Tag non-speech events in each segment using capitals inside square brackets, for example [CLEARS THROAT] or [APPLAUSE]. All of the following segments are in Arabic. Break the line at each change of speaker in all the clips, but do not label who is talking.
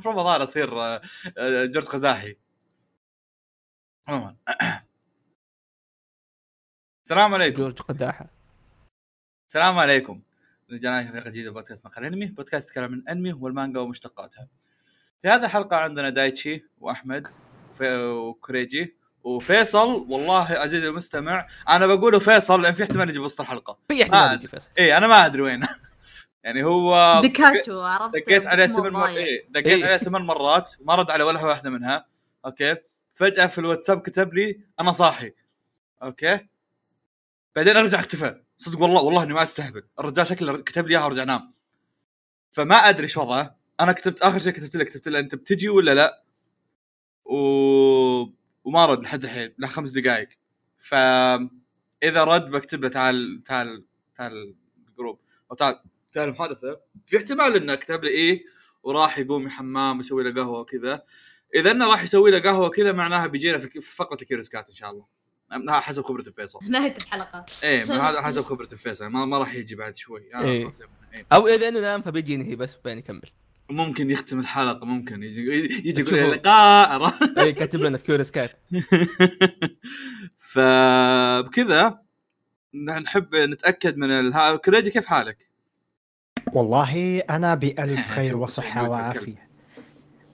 في رمضان اصير آه، آه، جورج قداحي عموما [COUGHS] السلام عليكم
جورج قداحه
السلام عليكم رجعنا لكم حلقه جديده من بودكاست مقهى الانمي بودكاست يتكلم عن الانمي والمانجا ومشتقاتها في هذه الحلقه عندنا دايتشي واحمد وفي- وكريجي وفيصل والله عزيزي المستمع انا بقوله فيصل لان في احتمال يجي بوسط الحلقه
في
آه.
احتمال يجي فيصل
اي انا ما ادري وين [LAUGHS] يعني هو
بيكاتشو عرفت
دقيت عليه
مو
ثمان مرات
ضايع. [LAUGHS]
إيه دقيت
إيه.
عليه ثمان مرات ما رد على ولا واحده منها اوكي فجاه في الواتساب كتب لي انا صاحي اوكي بعدين ارجع اختفى صدق والله والله اني ما استهبل الرجال شكله كتب لي اياها ورجع نام فما ادري ايش وضعه انا كتبت اخر شيء كتبت له كتبت له انت بتجي ولا لا و... وما رد لحد الحين لا خمس دقائق ف اذا رد بكتب له تعال تعال تعال الجروب او تعال تعال المحادثه في احتمال انه كتب لي ايه وراح يقوم الحمام يسوي له قهوه وكذا اذا انه راح يسوي له قهوه وكذا معناها بيجينا في في فقره الكيروسكات ان شاء الله أم- حسب خبره فيصل
نهايه الحلقه
ايه ما
[LAUGHS]
هذا حسب خبره فيصل ما, ما راح يجي بعد شوي أنا
إيه.
خلاص يبنى. إيه.
او اذا انه نام فبيجي ينهي بس بعدين يكمل [LAUGHS]
ممكن يختم الحلقه ممكن يجي يجي يقول
بتشوفه.
لي لقاء [LAUGHS] عرفت؟
اي إيه، كاتب لنا في كيوريوس كات
[LAUGHS] فبكذا نحب نتاكد من الها... كريجي كيف حالك؟
والله انا بالف
[LAUGHS]
خير
شوف
وصحه
سويت
وعافيه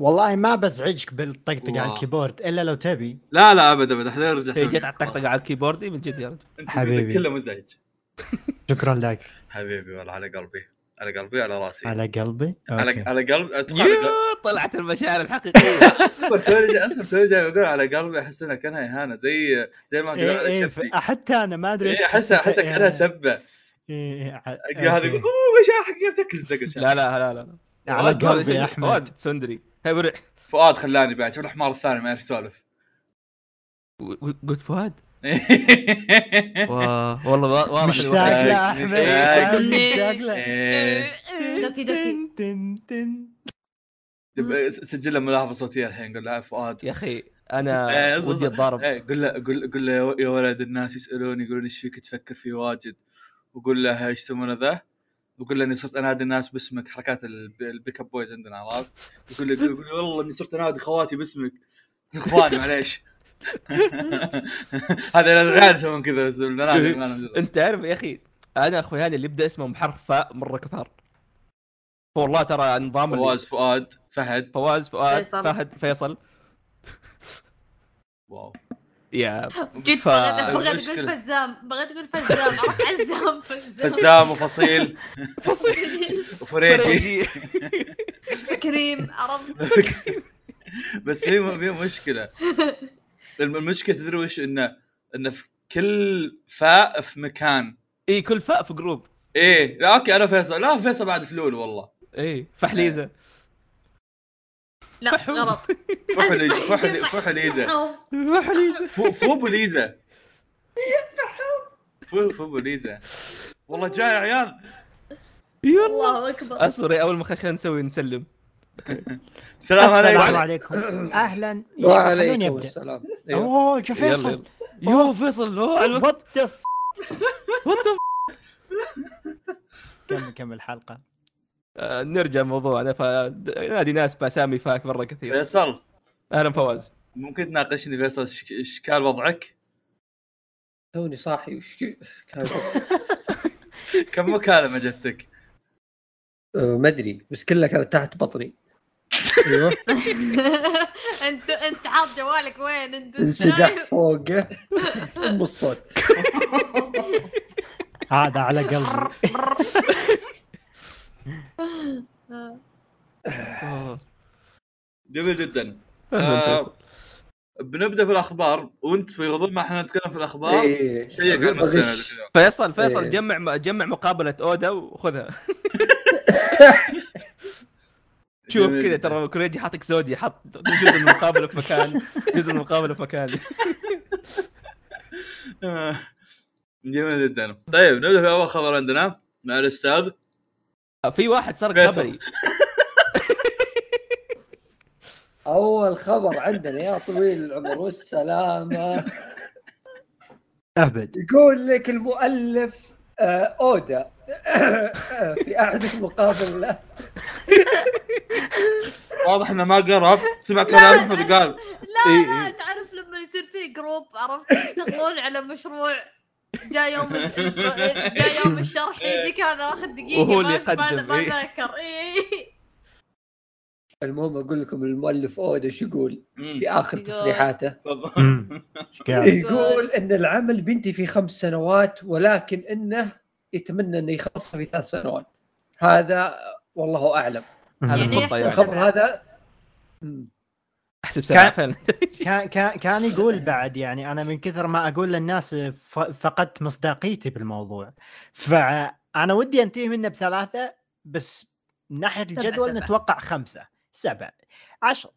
والله ما بزعجك بالطقطقه على
والله.
الكيبورد الا لو تبي
لا لا ابد ابد حدا يرجع
هي إيه، جت على الطقطقه على الكيبورد إي من جد [LAUGHS] يا رجل
حبيبي
حبيبي.
كله مزعج
شكرا
طيب.
لك
حبيبي والله على قلبي على قلبي على راسي
على قلبي
على
أوكي.
على قلب اتوقع على قلب-
يو، طلعت المشاعر الحقيقيه
اصبر توني جاي- اصبر توني جاي بقول على قلبي احس انها كانها اهانه زي زي ما تقول
إيه
على
إيه
شفتي
ف- حتى انا ما ادري
إيه، احسها احسها كانها سبه
سب
ألقى هذا يقول اوه مش حق شكل الزقل شكل.
[LAUGHS] لا لا لا لا
[LAUGHS] على
فؤاد-
قلبي يا
فؤاد
احمد
سندري هاي برع
فؤاد خلاني بعد شوف الحمار الثاني ما يعرف
[LAUGHS]
يسولف [LAUGHS]
و- و- قلت فؤاد [LAUGHS] وا- والله وا- واضح
مشتاق
الوحيد.
لا احمد
مشتاق.
مشتاق
[LAUGHS]
لا
إيه.
دوكي دوكي
تن- تن- تن.
تب- سجل له ملاحظه صوتيه الحين قول له "آه، فؤاد
يا اخي [LAUGHS]
إيه،
انا
أصلاً-
ودي اتضارب
إيه، قول له قول قول له "يا و- يا ولد الناس يسالوني يقولون ايش فيك تفكر فيه واجد وقول له ايش يسمونه ذا وقول له اني صرت انادي الناس باسمك حركات الب- البيك اب بويز عندنا عرفت يقول لي يقول لي والله اني صرت انادي خواتي باسمك اخواني معليش [LAUGHS] هذا العيال يسوون كذا بس البنات ما لهم دخل.
انت تعرف يا اخي انا اخوي هاني اللي يبدا اسمه بحرف فاء مره كثار والله ترى نظام اللي-
فواز فؤاد فهد
فواز فؤاد
فيصل.
فهد فيصل
واو
[LAUGHS] يا
جد
ف-
بغيت بغيت
المشكلة.
اقول فزام بغيت اقول فزام عرفت
[LAUGHS]
عزام فزام
فزام وفصيل
فصيل [LAUGHS]
وفريجي
فريجي.
[LAUGHS] كريم عرفت
[LAUGHS] بس هي م- هي مشكله الم- المشكله تدري وش انه انه في كل فاء في مكان
اي إيه، كل فاء في جروب
ايه لا اوكي انا فيصل لا فيصل بعد فلول والله
اي فحليزه
لا غلط
فحليزه
[LAUGHS]
فحلي- فحليزه
حوم.
فحليزه
فو- فوبو ليزا فو- فوبو ليزا والله جاي يا عيال
يلا
الله [LAUGHS] اكبر
اصبر يا اول آه، ما خلينا نسوي نسلم
السلام
السلام
عليكم [LAUGHS]
عليكم اهلا خلوني
وعليكم
ابدا
السلام أيوه.
اوه شوف
يلا
فيصل
يلا يو فيصل هو على الوقت
وات ذا
وات ذا
كمل كمل الحلقه
آه، نرجع لموضوعنا فنادي ناس باسامي فاك مره كثير
فيصل
اهلا فواز
ممكن تناقشني فيصل إيش- ايش كان وضعك؟
توني صاحي وش [LAUGHS] كان
كم مكالمه جتك؟
آه، ما ادري بس كلها كانت تحت بطني
ايوه
انت انت حاط جوالك وين انت نعم.
انسدحت فوقه ام الصوت
[LAUGHS]
هذا على قلبي
أوه.
جميل جدا
أهلاً
آه،
فيصل.
بنبدا في الاخبار وانت في غضون ما احنا نتكلم في الاخبار
إيه.
شيء كان
بغش.
مستند.
فيصل فيصل
إيه.
جمع جمع مقابله اودا
[LAUGHS]
وخذها شوف
جميل
كذا
جداً.
ترى كوريجي حاطك سودي حط جزء من المقابله في مكان جزء من المقابله في مكان
آه، جميل جدا طيب نبدا في اول خبر عندنا مع الاستاذ
آه، في واحد سرق
فيصل.
خبري
اول خبر عندنا يا طويل العمر والسلامه
ابد
يقول لك المؤلف آه، [LAUGHS] اودا في احدث مقابله
واضح انه ما قرب سمع كلام احمد قال إيه،
إي
لا
إي.
تعرف لما يصير فيه جروب عرفت يشتغلون على مشروع جاء يوم ال- جاء يوم الشرح يجيك هذا اخذ دقيقه
وهو
ما-
اللي يقدم،
ما
إي.
ما ذكر إيه. اي
المهم اقول لكم المؤلف اودا شو يقول
مم،
في اخر
يقول.
تصريحاته
تفضل
[LAUGHS] أمم. إيش قال؟
يقول ان العمل بنتي في خمس سنوات ولكن انه يتمنى انه يخلصها في ثلاث سنوات هذا والله اعلم
هذا
يعني
الخطه يعني
يحسب.
الخبر هذا
احسب سبعه
كان-
فعلا
كان كان كان يقول بعد يعني انا من كثر ما اقول للناس ف- فقدت مصداقيتي بالموضوع فانا ودي انتهي منه بثلاثه بس من ناحيه الجدول
سبعة.
نتوقع خمسه سبع عشر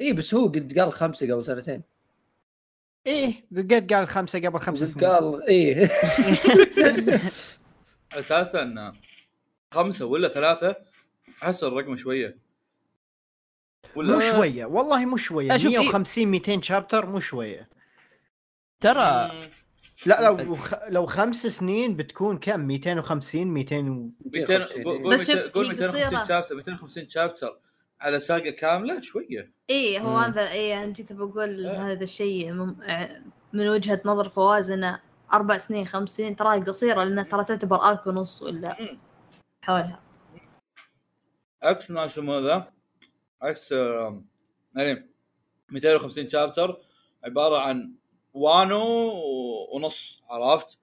اي بس هو قد قال خمسه قبل سنتين
ايه قد قال خمسه قبل خمس
بس
سنين
قال اي
اساسا خمسه ولا ثلاثه احس الرقم شويه ولا
مو شويه والله مو شويه
أشوف إيه.
150 200 شابتر مو شويه
ترى
مم،
لا لو خ- لو خمس سنين بتكون كم 250 200 و...
200
[LAUGHS]
قول- قول
بس شوف،
200 قول
هي
250
قصيرة.
شابتر 250 شابتر على ساقه كامله شويه
اي إيه، هو
مم.
هذا اي انا جيت بقول
إيه.
هذا الشيء مم- آه، من وجهه نظر فواز انه اربع سنين خمس سنين ترى قصيره لانها ترى تعتبر ارك ونص ولا
مم.
حولها
عكس ما يسمونه ذا عكس آم، يعني 250 شابتر عباره عن وانو و- ونص عرفت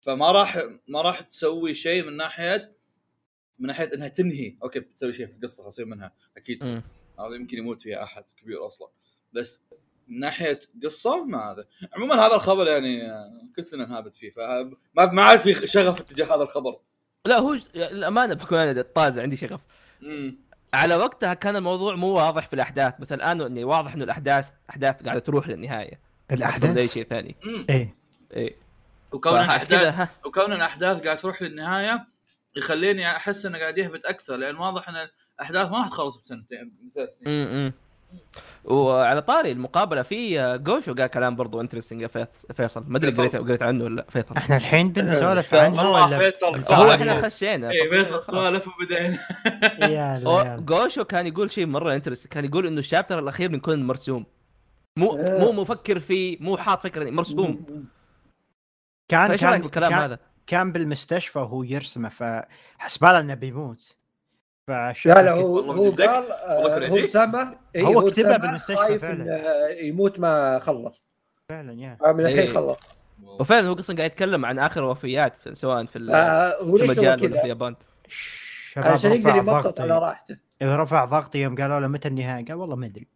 فما راح ما راح تسوي شيء من ناحيه من ناحيه انها تنهي اوكي بتسوي شيء في القصه خاصية منها اكيد
مم.
هذا يمكن يموت فيها احد كبير اصلا بس من ناحيه قصه ما هذا عموما هذا الخبر يعني آه، كل سنه نهابت فيه فما ما عاد في شغف اتجاه هذا الخبر
لا هو الامانه بحكم انا طازع عندي شغف
امم
على وقتها كان الموضوع مو واضح في الاحداث بس الان يعني واضح انه الاحداث احداث قاعده تروح للنهايه اي
الاحداث
شيء ثاني إيه.
أمم.
ايه
اي
وكون
فعشان
الاحداث
كذا ها
وكون الاحداث قاعد تروح للنهايه يخليني احس انه قاعد يهبط اكثر لان واضح ان الاحداث ما راح تخلص بسنتين بثلاث سنين
امم وعلى طاري المقابله في آه، جوشو قال كلام برضو انترستنج يا فيص- فيصل ما ادري
فيصل.
قريت قريت عنه ولا لا،
[LAUGHS]
فيصل
احنا الحين بنسولف
إيش قال؟
عنها
والله
ولا
فيصل
هو
آه،
احنا
آه.
خشينا
اي
فقلنا
فيصل
خلاص.
سوالف وبدينا
[LAUGHS] يا
أو-
ريال.
جوشو كان يقول شيء مره انترست كان يقول انه الشابتر الاخير بنكون مرسوم مو
آه.
مو مفكر فيه مو حاط فكره مرسوم
كان
فايش رايك
كان
بالكلام
كان-
هذا؟
كان بالمستشفى وهو يرسمه فحسباله انه بيموت فشو
لا لا
كت-
هو
والله
هو
جدك.
قال
والله
آه، هو
كريجي.
سامع إيه،
هو كتبها
سامع
بالمستشفى
خايف
فعلا.
إنه يموت ما خلص
فعلا يا
آه، من الحين
إيه.
خلص
وفعلا هو اصلا قاعد يتكلم عن اخر وفيات سواء في ال-
آه، هو
في
ليش سوى
المجال ولا في
كذا
اليابان
الشباب
عشان يقدر
رفع
يمطط على
ضغطي
راحته
رفع ضغطي يوم قالوا له متى النهايه قال والله ما ادري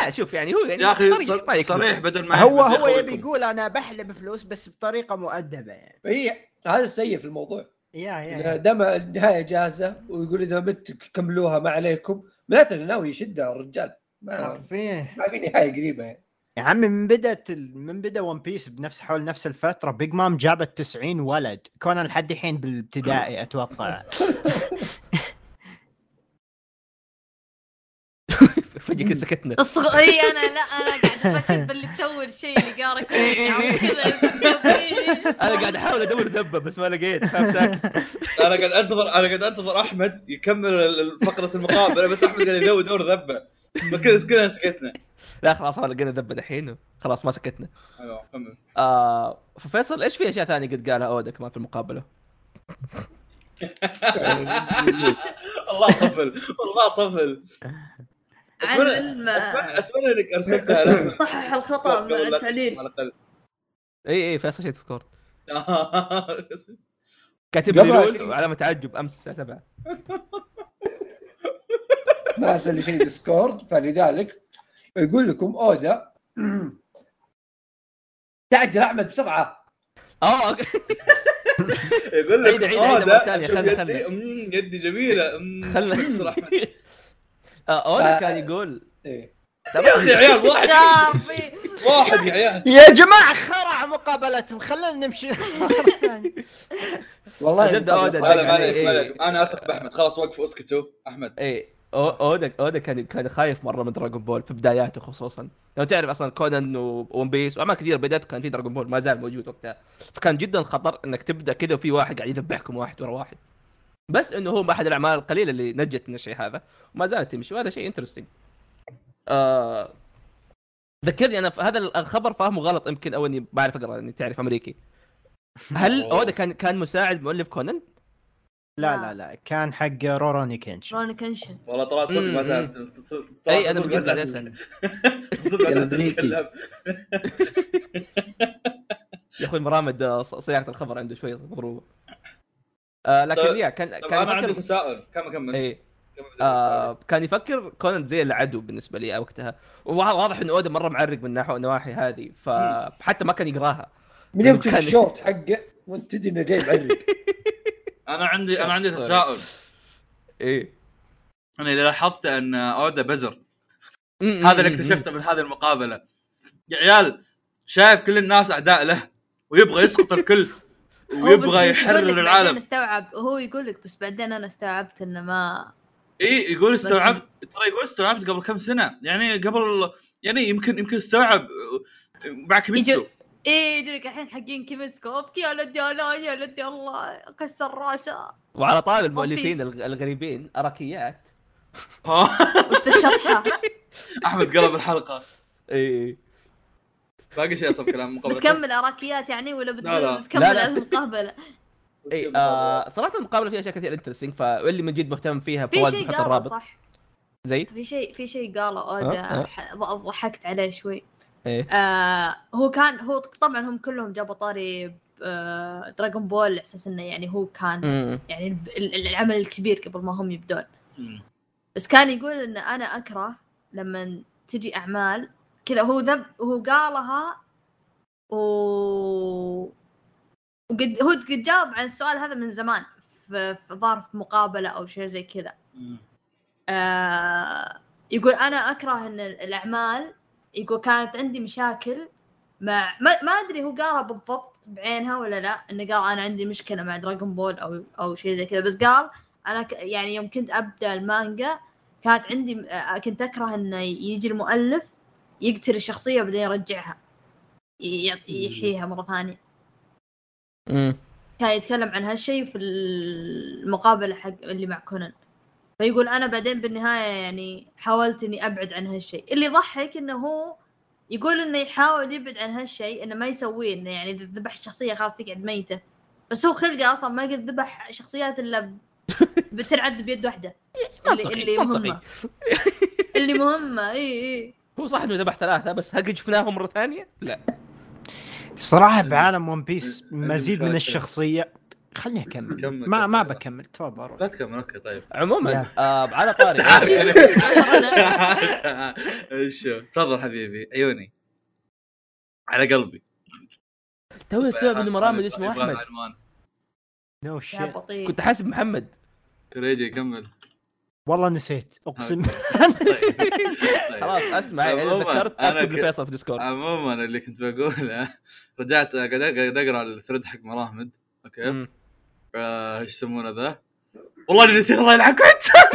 لا شوف يعني هو يعني
يا اخي
صريح ما
صر-
يكذب.
صريح
[LAUGHS]
بدل ما
هو
يهبط
هو
يخويكم.
يبي يقول انا بحلب فلوس بس بطريقه مؤدبه يعني
اي هذا السيء في الموضوع
يا
إنه
يا
دام النهايه جاهزه ويقول اذا مت كملوها ما عليكم معناته إنه ناوي يشدها الرجال
آه.
ما,
عارفين
ما في نهايه قريبه يعني
يا عمي من بدات ال- من بدا ون بيس بنفس حول نفس الفتره بيج مام جابت 90 ولد كونان لحد الحين بالابتدائي اتوقع
[LAUGHS]
فجاه كذا
[LAUGHS]
سكتنا
الصغ... اي انا لا انا قاعد
[LAUGHS]
افكر باللي تو الشيء اللي قارك
إيه،
إي إي إي.
[LAUGHS]
انا
كذا
قاعد احاول ادور دبه بس ما لقيت فاهم
[LAUGHS]
ساكت
انا قاعد انتظر انا قاعد انتظر احمد يكمل ال- ال- فقره المقابله بس احمد قاعد يدور دور ذبه فكذا كلنا سكتنا
لا خلاص ما لقينا دبه دحين خلاص ما سكتنا
أيوة، كمل
آه ففيصل ايش في اشياء ثانيه قد قالها اودا كمان في المقابله؟
الله طفل والله طفل
عن
أتمنى-
الم-
اتمنى اتمنى انك [LAUGHS] ارسلتها لنا
صحح الخطا مع
قبل لا
التعليل
على [LAUGHS] الاقل
اي اي فيصل شيء تذكر
آه.
كاتب
قبل
لي رول
شيء.
وعلامه تعجب امس الساعه 7
[LAUGHS] ما ارسل لي شيء ديسكورد فلذلك يقول لكم [CLEARS THROAT] اودا تعجل احمد بسرعه
اه أوكي. [LAUGHS]
يقول
عيد-
لك
عيد-
آه،
عيد مرة
لا
ثانية،
شوف
خلنا-
يدي
خلنا.
أمم، يدي جميله أمم،
خلنا
أكثر
[LAUGHS]
أحمد.
آه اودا
ف-
كان يقول
إيه.
يا اخي عيال واحد
[LAUGHS]
يا ربي.
واحد يا عيال
[LAUGHS] يا جماعه خرع مقابلتهم خلينا نمشي مرة ثانية.
والله
زبدة أودا.
لا لا
يعني
ما عليك
إيه.
ما عليك انا اثق باحمد خلاص وقفوا اسكتوا احمد
اي إيه، أو- اودا اودا كان كان خايف مره من دراجون بول في بداياته خصوصا لو تعرف اصلا كونان وون بيس واعمال كثير بدايته كان في دراجون بول ما زال موجود وقتها فكان جدا خطر انك تبدا كذا وفي واحد قاعد يذبحكم واحد ورا واحد بس انه هو احد الاعمال القليله اللي نجت من الشيء هذا وما زالت تمشي وهذا شيء انترستنج آه ذكرني انا في هذا الخبر فاهمه غلط يمكن او اني بعرف اقرا اني تعرف امريكي هل
أوه.
اودا كان كان مساعد مؤلف كونان؟
[LAUGHS] لا لا لا كان حق روروني كينش
روني كنشن
والله طلعت صدق ما
مم.
تعرف صدق- صدق-
اي انا
صدق ما
أمم. بجد قاعد
تعرف.
اسال
صدق ما
يا
تعرف
أمريكي.
تتكلم.
يا اخوي مرامد آه، ص- صياغه الخبر عنده شوي مضروبه آه لكن
طيب-
يا كان
طب
كان
انا عندي
يفكر-
تساؤل كم كمل
اي
كمل.
آه كان يفكر كونان زي العدو بالنسبه لي وقتها وواضح واضح ان اودا مره معرق من ناحو- النواحي هذه فحتى ما كان يقراها
من يوم شفت
كان-
الشورت حقه وانت تدري انه جاي معرق
انا عندي انا عندي
Sorry.
تساؤل إيه.
ايه
انا اذا لاحظت ان اودا بزر
أمم، م- م-
هذا اللي
م- م-
اكتشفته من هذه المقابله يا عيال شايف كل الناس اعداء له ويبغى يسقط الكل ويبغى يحرر
بعدين
العالم
استوعب هو يقول لك بس بعدين انا استوعبت انه ما
اي إيه، يقول استوعبت ترى يقول استوعبت قبل كم سنه يعني قبل يعني يمكن يمكن استوعب مع كيميتسو
يجي- ايه يجي لك الحين حقين كيميسكو ابكي يا لدي انا يا لدي الله كسر راسه
وعلى طار
Piece.
المؤلفين الغ- الغريبين اراكيات
ها [LAUGHS]
وش ذا
[LAUGHS]
الشطحه
احمد قلب الحلقه إيه،
اي
باقي شيء اصب كلام مقابله
بتكمل اراكيات يعني ولا بت-
لا، لا.
بتكمل
لا، لا. [LAUGHS]
المقابله
إيه.
اي آه صراحه المقابله فيها اشياء كثير انترستنج فاللي من جد مهتم فيها
في
فواز
شيء
بحط
قاله
الرابط
صح
زي
في شيء في شيء قاله
ها؟
اودا
ها؟
ح- ض- ضحكت عليه شوي
ايه
آه هو كان هو طبعا هم كلهم جابوا طاري آه دراغون بول على اساس انه يعني هو كان
مم.
يعني ال- ال- العمل الكبير قبل ما هم يبدون
مم.
بس كان يقول ان انا اكره لما تجي اعمال كذا هو ذب هو قالها و وقد هو قد جاوب عن السؤال هذا من زمان في في ظهر في مقابله او شيء زي كذا
مم.
آه يقول انا اكره ان الاعمال يقول كانت عندي مشاكل مع ما, ما ادري هو قالها بالضبط بعينها ولا لا انه قال انا عندي مشكله مع دراغون بول او او شيء زي كذا بس قال انا ك... يعني يوم كنت ابدا المانجا كانت عندي آه، كنت اكره انه يجي المؤلف يقتل الشخصيه وبعدين يرجعها ي- يعط- يحييها مره ثانيه
مم.
كان يتكلم عن هالشيء في المقابله حق اللي مع كونان فيقول انا بعدين بالنهايه يعني حاولت اني ابعد عن هالشيء اللي يضحك انه هو يقول انه يحاول يبعد عن هالشيء انه ما يسويه انه يعني اذا ذبح شخصيه خلاص تقعد ميته بس هو خلقه اصلا ما قد ذبح شخصيات الا ب- بتنعد بيد واحده اللي,
منطقي،
اللي
منطقي.
مهمه اللي مهمه اي اي
هو صح انه ذبح ثلاثه بس هل قد شفناهم مره ثانيه؟ لا
صراحه بعالم ون بيس
عندي
مزيد
مشاكل.
من الشخصيه خليني اكمل
كمل،
ما ما
كمل.
بكمل تفضل
لا تكمل اوكي طيب
عموما
لا.
آه
[LAUGHS]
على طاري
شو تفضل حبيبي عيوني على قلبي طيب،
تو استوعب انه مرامد اسمه
يبغى
احمد
العنوان.
نو
يا
شيت
بطيء
كنت احسب محمد
كريجي
[LAUGHS]
كمل
والله
[LAUGHS]
نسيت اقسم
طيب. طيب.
خلاص اسمع اذا
عموماً،
ذكرت
أنا
اكتب
كنت-
لفيصل في ديسكورد
عموما اللي كنت بقوله رجعت قاعد قاعد اقرا الثريد حق مراهمد اوكي
مم.
آه، ايش يسمونه ذا والله اني نسيت الله [LAUGHS] يلعنك أنت.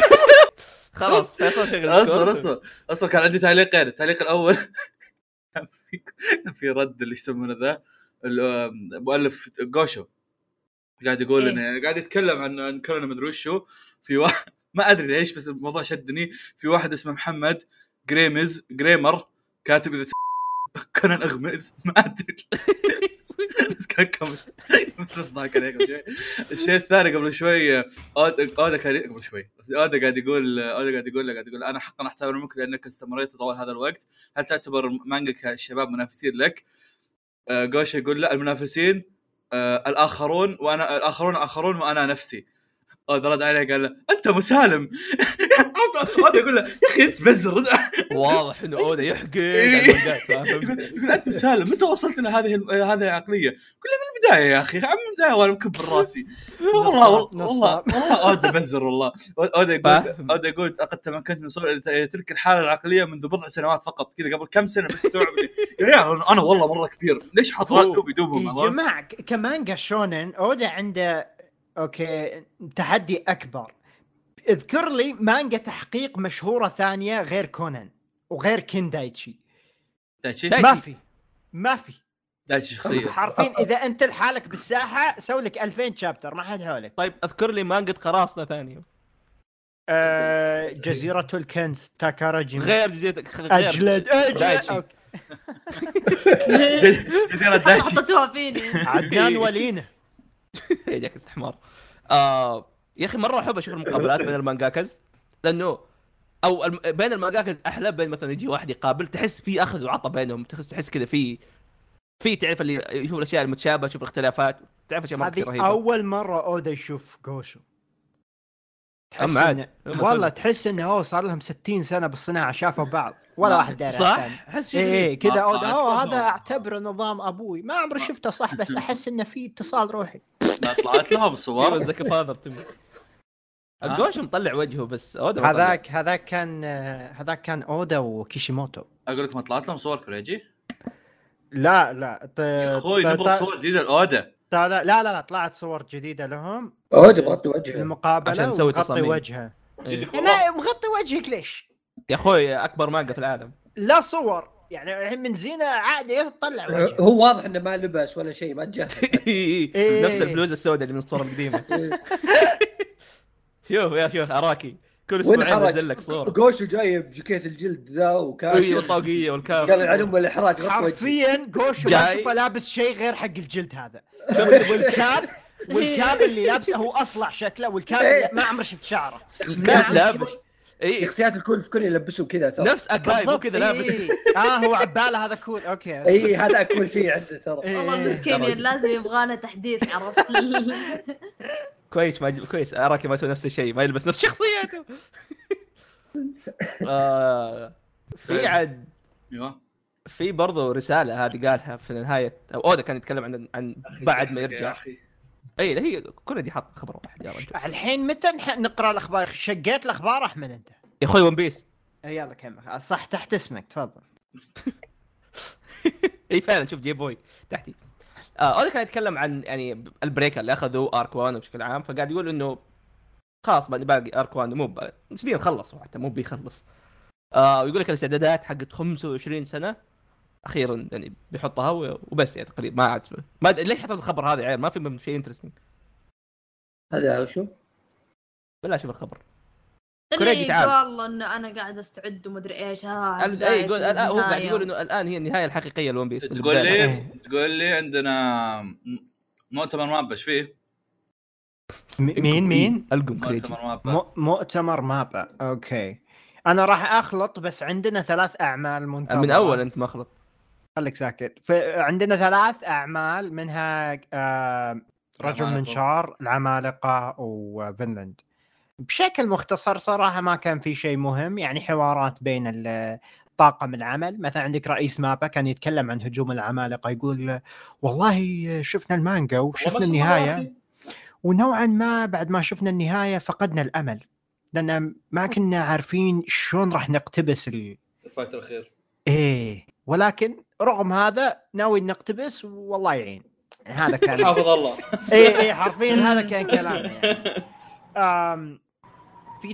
خلاص فيصل شغل
اصبر
ديسكورد
اصبر اصبر كان عندي تعليقين التعليق الاول [LAUGHS] كان في كان في رد اللي يسمونه ذا ال- آه، مؤلف جوشو قاعد يقول
إيه.
انه قاعد يتكلم عن عن كلنا مدري وشو في واحد [LAUGHS] ما ادري ليش بس الموضوع شدني في واحد اسمه محمد جريمز جريمر كاتب اذا ت- [LAUGHS] كونان اغمز ما ادري بس كان [LAUGHS] كمل ضاك عليك شوي الشيء الثاني قبل شوي اودا اودا كان قبل شوي اودا قاعد يقول اودا قاعد يقول قاعد يقول انا حقا احترم منك لانك استمريت طوال هذا الوقت هل تعتبر مانجا الشباب منافسين لك؟ آه، جوشي يقول لا المنافسين آه، الاخرون وانا الاخرون اخرون وانا نفسي اودا رد عليه قال له انت مسالم [LAUGHS] اودا يقول له يا اخي انت بزر [LAUGHS]
واضح انه اودا يحقد
إيه.
على المانجات، فاهم؟
يقول يقول انت مسالم متى وصلت الى هذه الم- هذه العقليه؟ قل له من البدايه يا اخي من البدايه وانا مكبر راسي والله والله
نصاب،
والله
نصاب.
والله اودا بزر والله اودا يقول
فاهم.
اودا يقول لقد تمكنت من وصول الى تلك الحاله العقليه منذ بضع سنوات فقط كذا قبل كم سنه بس استوعب لي. [LAUGHS] يا عيال أنا- انا والله مره كبير ليش حط
هو-
دوبي دوبهم
يا
عرفت؟
جماعه ك- كمانجا شونن اودا عنده اوكي تحدي اكبر اذكر لي مانجا تحقيق مشهوره ثانيه غير كونان وغير كيندايتشي
تايتشي؟
تايتشي.
ما في ما في
دايتشي
[LAUGHS]
شخصيه
حرفيا اذا انت لحالك بالساحه سوي لك 2000 شابتر ما حد حولك
طيب اذكر لي مانجا قراصنه ثانيه
آه، جزيرة الكنز تاكاراجي
غير جزيرتك غير
اجلد اجلد
دايتشي.
أوكي.
جز- جزيره دايتشي
حطيتوها فيني
[LAUGHS]
عدنان ولينا
يا جاك انت حمار آه يا اخي مره احب اشوف المقابلات بين المانجاكاز لانه او الم... بين المانجاكاز احلى بين مثلا يجي واحد يقابل تحس في اخذ وعطى بينهم تحس تحس كذا في في تعرف اللي يشوف الاشياء المتشابهه يشوف الاختلافات تعرف اشياء مره كثير
هذه
رهيبه
اول مرة اودا يشوف جوشو تحس
أم عاد.
إنه- والله تحس انه هو صار لهم 60 سنه بالصناعه شافوا بعض ولا واحد داري
صح احس
إيه،
شيء غريب.
اي كذا
ما
اودا
طلعت
هو
لهم
هذا
أوضاع.
اعتبره نظام ابوي ما عمري شفته صح
[LAUGHS]
بس احس انه في اتصال روحي
[LAUGHS] ما طلعت لهم
هيروز
صور
إيه، ذاك فاذر تبي الجوش مطلع وجهه بس هذا ما طلع.
آه. هذاك هذاك كان آه، هذاك كان اودا وكيشيموتو
اقول لك ما طلعت لهم صور كوريجي
لا لا ط-
يا اخوي
ط-
نبغى
ط-
صور جديده الاودا
ط- لا لا لا طلعت صور جديده لهم
عود
في
مغطي
[LAUGHS]
وجهه
المقابله
إيه، عشان نسوي
ومغطي
تصاميم.
وجهه
إيه.
جدك والله
يعني مغطي وجهك ليش؟
يا اخوي اكبر مانجا في العالم
لا صور يعني الحين من زينه عادي
أه،
تطلع وجهه
هو واضح انه ما لبس ولا شيء
[LAUGHS]
ما تجهز
إيه.
نفس البلوزه السوداء اللي من الصوره القديمه
إيه.
[LAUGHS] شوف يا شيخ اراكي كل
وين
اسبوعين
حرج
انزل لك صوره
جوشو جايب جاكيت الجلد ذا
ايوه
وكاشف
الطاقيه والكاب
قال عن ام الاحراج غط وجهي
حرفيا جوشو ما
جاي.
اشوفه لابس شيء غير حق الجلد
[LAUGHS]
هذا والكاب والكاب اللي لابسه هو اصلع شكله والكاب
إيه.
اللي ما عمري شفت شعره
[LAUGHS]
ما عمري
لابس اي
شخصيات الكل في كل يلبسهم كذا ترى
نفس اكاي مو كذا لابس إيه.
إيه. اه هو عباله هذا كول اوكي
اي هذا اكل شيء عنده ترى
إيه.
والله مسكين لازم يبغانا تحديث عرفت
كويس ما عجب- كويس اراكي ما يسوي نفس الشيء ما يلبس نفس شخصيته [LAUGHS] آه، في عاد
ايوه
في برضه رساله هذه قالها في نهايه او اودا كان يتكلم عن عن بعد ما
يا
يرجع
اخي
اي لا، هي كل دي حاط خبر واحد يا رجل
الحين متى نح- نقرا الاخبار شقيت الاخبار احمد انت
يا اخوي ون بيس
إيه، يلا كمل صح تحت اسمك تفضل
اي فعلا شوف جي بوي تحتي آه اودا كان يتكلم عن يعني البريك اللي اخذوه ارك 1 بشكل عام فقاعد يقول انه خلاص بعد باقي ارك 1 مو ب- نسبيا خلصوا حتى مو بيخلص آه ويقول لك الاستعدادات حقت 25 سنه اخيرا يعني بيحطها و- وبس يعني تقريبا ما عاد ما أدري ليه حطوا الخبر هذا يا عيال ما في منه شيء انترستنج
هذا شو
بلا شوف الخبر كوريجي
اللي
تعال.
والله انه انا قاعد استعد ومدري ايش ها
ال- اي يقول الان هو قاعد يقول انه الان هي النهايه الحقيقيه لون بيس
تقول لي
إيه.
تقول لي عندنا م- مؤتمر ماب ايش فيه؟
مين مين؟
القم كريجي
مؤتمر ماب
مؤ- مؤتمر مابا اوكي انا راح اخلط بس عندنا ثلاث اعمال منتظره
من اول انت ما خلط
خليك ساكت فعندنا ثلاث اعمال منها آه، رجل
العمالقة.
منشار العمالقه وفنلند بشكل مختصر صراحه ما كان في شيء مهم يعني حوارات بين ال- طاقم العمل مثلا عندك رئيس مابا كان يتكلم عن هجوم العمالقه يقول والله شفنا المانجا وشفنا النهايه ونوعا ما بعد ما شفنا النهايه فقدنا الامل لان ما كنا عارفين شلون راح نقتبس ال...
الفايت الاخير
ايه ولكن رغم هذا ناوي نقتبس والله يعين يعني
[LAUGHS]
هذا كان
حافظ الله
[LAUGHS] اي اي حرفيا هذا كان كلامه يعني آم، في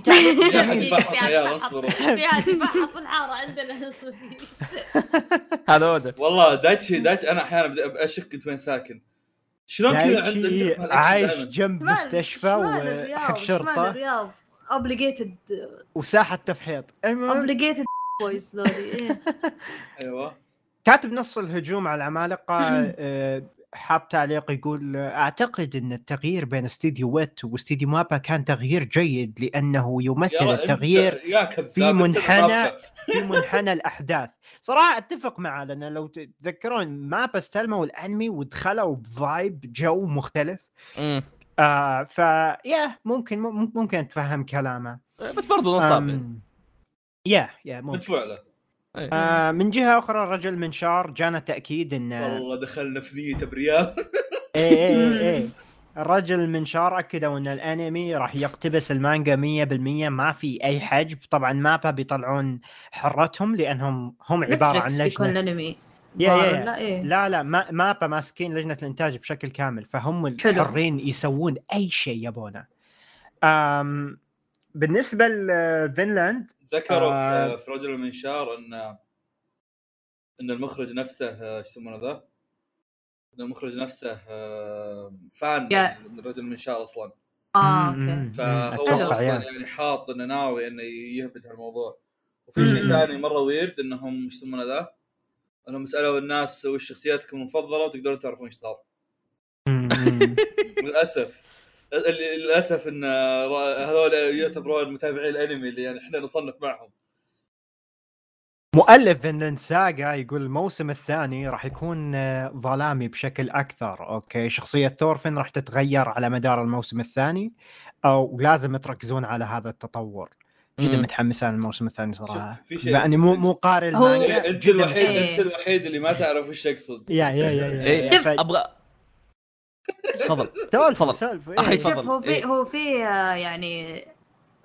[LAUGHS]
[LAUGHS]
تعليق جميل
في عاد حط الحاره عندنا
هذا اودا
والله دايتشي دايتشي انا احيانا بدي اشك انت وين ساكن شلون كذا عندك
دايتشي
دقمة الأكشن
عايش
دايماً؟
جنب مستشفى وحق شرطه
الرياض اوبليجيتد
وساحه تفحيط المهم
اوبليجيتد بويز ذولي إيه.
ايوه
كاتب نص الهجوم على العمالقه آه، حاب تعليق يقول آه، اعتقد ان التغيير بين استديو ويت واستديو مابا كان تغيير جيد لانه يمثل
يلا أنت-
التغيير
يا كذاب
في
أنت
منحنى
مابا.
في منحنى الاحداث صراحه اتفق معه لان لو تتذكرون مابا استلموا الانمي ودخلوا بفايب جو مختلف
أمم.
آه فيا ممكن مم- ممكن اتفهم كلامه
بس برضه نصاب يعني.
أم، يا يا ممكن
مدفوع له
إيه.
آه من جهه اخرى الرجل منشار جانا تاكيد انه
والله دخلنا في نيته بريال
ايه ايه ايه الرجل من شار اكدوا ان الانمي راح يقتبس المانجا 100% ما في اي حجب طبعا مابا بيطلعون حرتهم لانهم هم عباره عن
نتفلكس بيكون
لجنه
انمي
يا يا يا.
لا ايه
لا لا ما مابا ماسكين لجنه الانتاج بشكل كامل فهم
حلو.
حرين يسوون اي شيء يبونه أم بالنسبه لفنلاند
ذكروا
آه.
في- في رجل المنشار ان ان المخرج نفسه آه، ايش يسمونه ذا المخرج نفسه آه، فان
يا.
من الرجل منشار اصلا
اه
مم،
اوكي
مم،
فهو
حلو.
اصلا
يعني.
يعني حاط انه ناوي انه يهبط هالموضوع وفي
مم.
شيء ثاني مره ويرد انهم ايش يسمونه ذا؟ انهم سالوا الناس وش شخصياتكم المفضله وتقدرون تعرفون ايش صار
مم، مم.
للاسف اللي- للاسف ان را- آه، هذول يعتبرون متابعي الانمي اللي يعني احنا نصنف معهم
مؤلف فينلاند ساغا يقول الموسم الثاني راح يكون آه، ظلامي بشكل اكثر اوكي شخصيه ثورفين راح تتغير على مدار الموسم الثاني او لازم تركزون على هذا التطور جدا
مم.
متحمس على الموسم الثاني صراحه
شوف، في شيء-
يعني مو مو قارئ
هو-
المانجا
انت
جداً
الوحيد
متحمس.
انت الوحيد اللي ما تعرف وش اقصد
يا يا يا- يا
ايه
يا
شوف،
ف-
ابغى [LAUGHS] تفضل
سولفوا
تفضل.
سولفوا
أحد
إيه.
تفضل.
شوف هو في
إيه.
هو في آه، يعني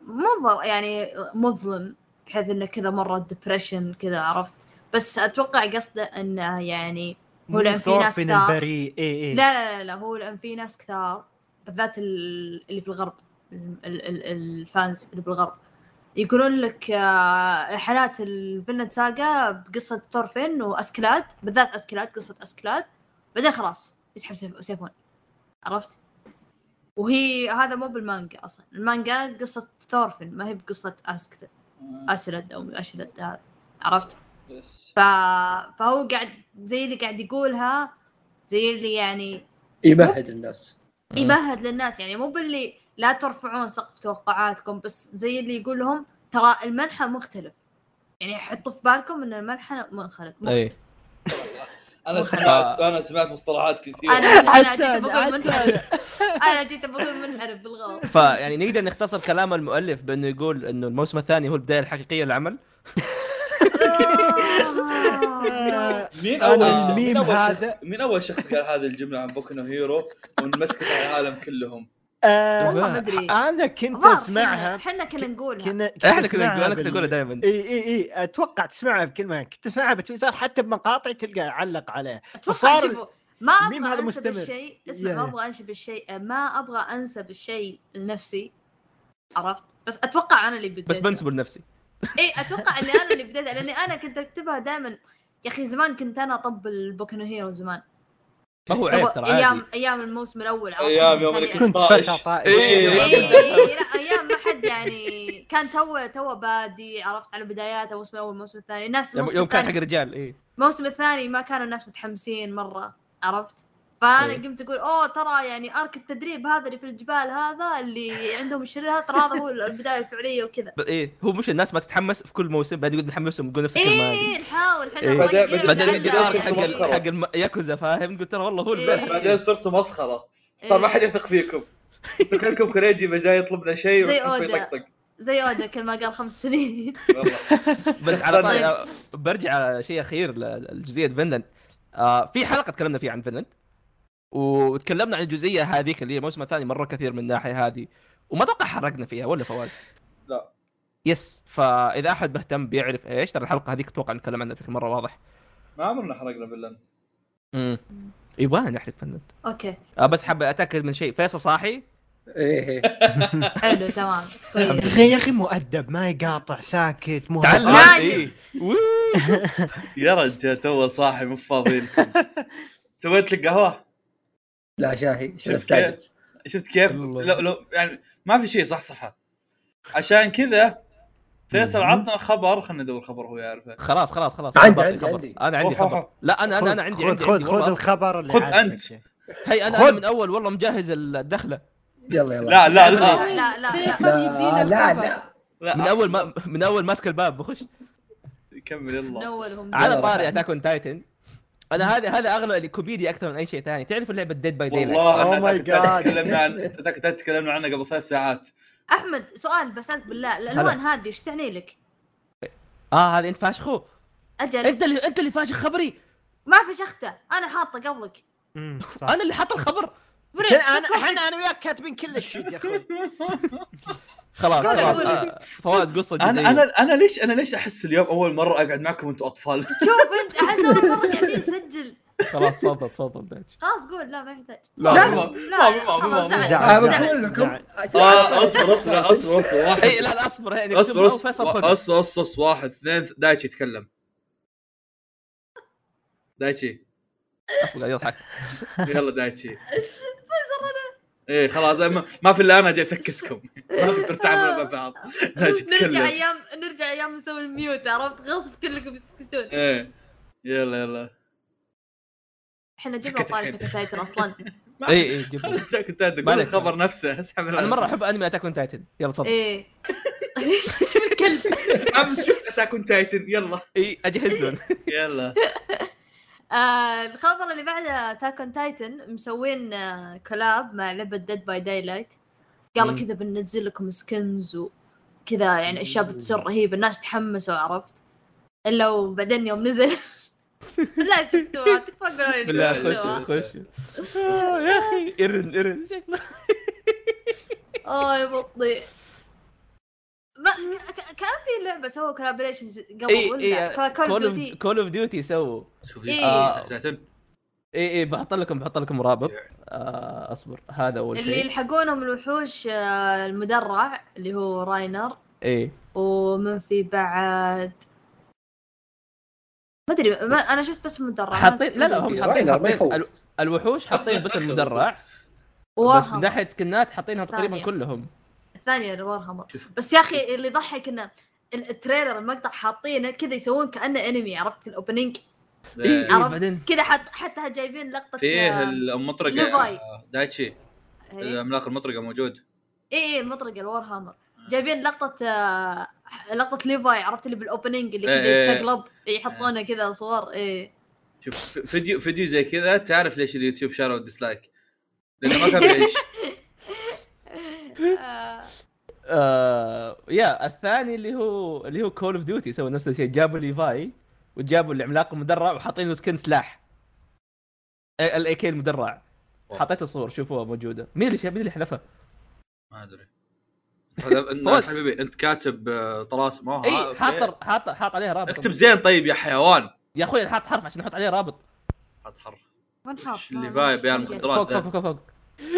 مظلم يعني مظلم بحيث انه كذا مره ديبرشن كذا عرفت بس اتوقع قصده انه يعني هو لأن في ناس
ثورفين
كثار.
البريء إيه، اي اي
لا لا لا, لا هو لان في ناس كثار بالذات ال- اللي في الغرب ال- ال- ال- الفانز اللي بالغرب يقولون لك آه، حالات الفينland ساقا بقصه ثورفين واسكلاد بالذات اسكلاد قصه اسكلاد بعدين خلاص يسحب سيف- سيفون عرفت؟ وهي هذا مو بالمانجا اصلا المانجا قصه ثورفين ما هي بقصه اسكلاد اسلد او اشلد هذا عرفت؟
يس.
ف... فهو قاعد زي اللي قاعد يقولها زي اللي يعني
يمهد الناس
إيه.
مم.
يمهد للناس يعني مو باللي لا ترفعون سقف توقعاتكم بس زي اللي يقول لهم ترى المنحى مختلف يعني حطوا في بالكم ان المنحى مختلف
إيه.
ايه
انا سمعت انا سمعت مصطلحات كثير
انا انا جيت
عدنان،
بقول منحرف [LAUGHS] انا جيت بقول
[LAUGHS]
منحرف بالغلط
فيعني يعني نقدر نختصر كلام المؤلف بانه يقول انه الموسم الثاني هو البدايه الحقيقيه للعمل
آه،
مين
أنا
اول
الميم
مين أول
هذا-
شخص مين اول شخص قال هذه الجمله عن بوكو نو هيرو وانمسكت على العالم كلهم
آه،
والله ما ادري
انا كنت
الظاهر
اسمعها
احنا كنا نقولها
كنا
احنا إيه، كنا
أسمعها
نقول انا كنت
بال-
اقوله دائما
اي اي اي اتوقع تسمعها بكلمه كنت اسمعها بتويتر حتى بمقاطع تلقى علق عليه
اتوقع
فصار-
شوفوا ما
ميم هذا
ابغى انسب
مستمر.
الشيء اسمع
يا-
ما
يا.
ابغى انسب الشيء ما ابغى انسب الشيء لنفسي عرفت بس اتوقع انا اللي بديت
بس بنسبه لنفسي
اي اتوقع اني انا اللي بديتها لاني انا كنت اكتبها دائما يا اخي زمان كنت انا اطبل البوكينو هيرو زمان
ما هو عيب ترى عادي
ايام ايام الموسم الاول عرفت؟
ايام يوم
كان
اللي
كنت
طائش.
فتى طائش.
إيه.
إي-
إيه.
إي- لا ايام ما حد يعني كان تو تو بادي عرفت على بداياته الموسم الاول الموسم الثاني الناس
يوم-
الموسم
يوم كان
الثاني
حق الرجال ايه
الموسم الثاني ما كانوا الناس متحمسين مره عرفت فانا
إيه.
قمت اقول اوه ترى يعني ارك التدريب هذا اللي في الجبال هذا اللي عندهم الشرير هذا ترى هذا هو البدايه الفعليه وكذا
ب- ايه هو مش الناس ما تتحمس في كل موسم بعد يقول نحمسهم نقول نفس الكلمه هذه
ايه نحاول احنا
إيه.
نركز
بعدين-
على
بعدين
بعدين
نجي
يصير
دار
العالم.
حق ال-
مسخرة.
حق الم- ياكوزا فاهم نقول ترى والله هو
إيه.
البدايه
بعدين صرتوا مسخره صار ما
إيه.
حد يثق فيكم
إيه.
انتوا كلكم كريجي جاي يطلب لنا شيء
زي
ويحط في
أودا.
طقطق.
زي اودا كل ما قال خمس سنين [LAUGHS]
والله.
بس على طاري آه، برجع على شيء اخير لجزئيه فنلند آه في حلقه تكلمنا فيها عن فنلند وتكلمنا عن الجزئيه هذيك اللي هي الموسم الثاني مره كثير من الناحيه هذه وما اتوقع حرقنا فيها ولا فواز
لا.
يس فاذا احد مهتم بيعرف ايش ترى الحلقه هذيك اتوقع نتكلم عنها بشكل مره واضح
ما عمرنا حرقنا بالله
امم يبغانا نحرق فنلند
اوكي
آه بس حابة اتاكد من شيء فيصل صاحي
ايه إيه.
حلو
[LAUGHS]
تمام طيب.
يا
كويس
اخي يا اخي مؤدب ما يقاطع ساكت مو
تعلم
هذا.
نايم.
إيه. وو.
يا رجال تو صاحي مو فاضي
[LAUGHS]
لكم سويت لك قهوه
لا شاهي شو
شفت
استعجل
شفت كيف؟
الله.
لو لو يعني ما في شيء صح صحة عشان كذا فيصل
مم.
عطنا خبر خلنا ندور خبر هو يعرفه
خلاص خلاص خلاص
عندي-
خبر-
عندي-
خبر.
عندي.
انا عندي
أوه، أوه،
خبر
أوه.
لا انا انا انا عندي
خذ
عندي
خذ
عندي
خذ
والله.
الخبر اللي
خذ
عاجبك.
أنت.
هي انا
خذ.
انا من اول والله مجهز الدخله
يلا يلا
لا لا
لا
لا
لا لا لا
لا لا, لا.
[LAUGHS]
من
لا
اول ما من اول ماسك الباب بخش
كمل يلا
نولهم
على
يلا،
طاري
روح.
اتاك اون تايتن انا هذا هذا اغلى اللي كوميديا اكثر من اي شيء ثاني تعرف لعبه ديد باي داي
والله
Oh my
انا
God.
تكلمنا عن أتاك- أتاك- تكلمنا عنه قبل ثلاث
[LAUGHS]
ساعات
احمد سؤال بس أنت بالله الالوان هذه ايش تعني لك؟
اه هذا انت فاشخو
اجل
إيه.
انت اللي انت اللي فاشخ خبري
ما في شخته انا حاطه قبلك
أمم، صح.
انا اللي حط الخبر
بريك،
كل- انا
شكراً.
احنا انا وياك كاتبين كل الشيء يا اخوي
خلاص
قول-
خلاص
قول.
آه، فواز قصه
انا
جزئيه
انا انا ليش انا ليش احس اليوم اول مره اقعد معكم انتم [LAUGHS] اطفال
شوف انت احس اول مره قاعدين نسجل
خلاص تفضل تفضل
[LAUGHS]
دايتش.
خلاص قول لا ما يحتاج
لا
لا،
مو-
لا،
مو- مو-
خلاص،
مو-
زعل.
زعل.
أنا
[LAUGHS] زعل،
بقول لكم
زعل.
آه، اصبر اصبر اصبر اصبر واحد
اي لا لا اصبر يعني
اصبر
اصبر
اصبر
فيصل
اصبر
خذ
اصبر اصبر واحد اثنين دايتشي يتكلم دايتشي
اصبر قاعد يضحك
يلا دايتشي ايه خلاص ما, ما في الا انا جاي اسكتكم ما تقدر تعملوا مع بعض [LAUGHS] لا جي
نرجع
تتكلم
ايام نرجع ايام نسوي الميوت عرفت غصب كلكم يسكتون
ايه يلا يلا
احنا
سكت
جبنا طاري
الحين.
تاكن
[LAUGHS]
تايتن اصلا
ما-
اي اي إيه، جيب
خلاص تاكل تاكل
ما
قول
عليك.
الخبر نفسه اسحب
انا مره احب انمي اتاك اون تايتن يلا تفضل
ايه [LAUGHS] شوف الكلب
امس شفت اتاكون تايتن يلا
اي اجهز لهم
يلا
آه الخبر اللي بعده تاكون تايتن مسوين آه كولاب مع لعبه ديد باي داي لايت قالوا
مم.
كذا بننزل لكم سكنز وكذا يعني اشياء بتصير رهيبه الناس تحمسوا عرفت الا وبعدين يوم نزل [LAUGHS] لا شفتوها تفضلوا إني
بالله
شفتوها.
خش خش آه، يا اخي ارن ارن شكله
اه يا بطي ما ك- ك- كان في لعبه سووا كولابريشن قبل
اي
ولا
اي
كول اوف ديوتي
كول اوف ديوتي سووا
شوف
إيه.
آه.
تايتن
اي اي إيه، بحط لكم بحط لكم رابط آه اصبر هذا اول
اللي
شيء
يلحقونهم الوحوش آه، المدرع اللي هو راينر
اي
ومن في بعد ما ادري ما انا شفت بس مدرع
حاطين لا لا هم
في
حاطين
راينر ما
حاطين
يخوف.
ال- الوحوش حاطين
[LAUGHS]
بس المدرع بس من
وارهمر
ناحيه سكنات حاطينها تقريبا
ثانية.
كلهم
[LAUGHS]
الثانية اللي وارهمر
شوف.
بس يا اخي اللي يضحك انه ال- التريلر المقطع حاطينه كذا يسوون كانه انمي عرفت الاوبننج
اي اي
آه،
عرفت.
إيه، بعدين
كذا حط حتى جايبين لقطة
إيه، فيه آه،
آه،
المطرقه
ليفاي إيه.
دايتشي
هي.
عملاق المطرقه موجود
اي اي المطرقه الور هامر إيه، جايبين لقطه آه، لقطه ليفاي عرفت اللي بالاوبننج اللي
إيه، إيه.
كذا يتشقلب يحطونه كذا إيه. صور اي
شوف ف- فيديو فيديو زي كذا تعرف ليش اليوتيوب شالوا الديسلايك لانه ما كان بيعيش
آه يا الثاني اللي هو اللي هو كول اوف ديوتي سوى نفس الشيء جابوا ليفاي وجابوا العملاق المدرع وحاطين له سكن سلاح إيه، الاي كي المدرع
واو. آه،
حطيت الصور شوفوها موجوده مين اللي شا- مين اللي حذفها؟
ما [LAUGHS] ادري هذا- أنت حبيبي انت كاتب آه، طلاسم ما هو
اي إيه، حاط حاط حاط عليها رابط
اكتب زين طيب يا حيوان
يا اخوي حاط حرف عشان احط عليه رابط
حط حرف
وين حاط؟
إيش اللي فايب يا المخدرات؟
فوق فوق فوق فوق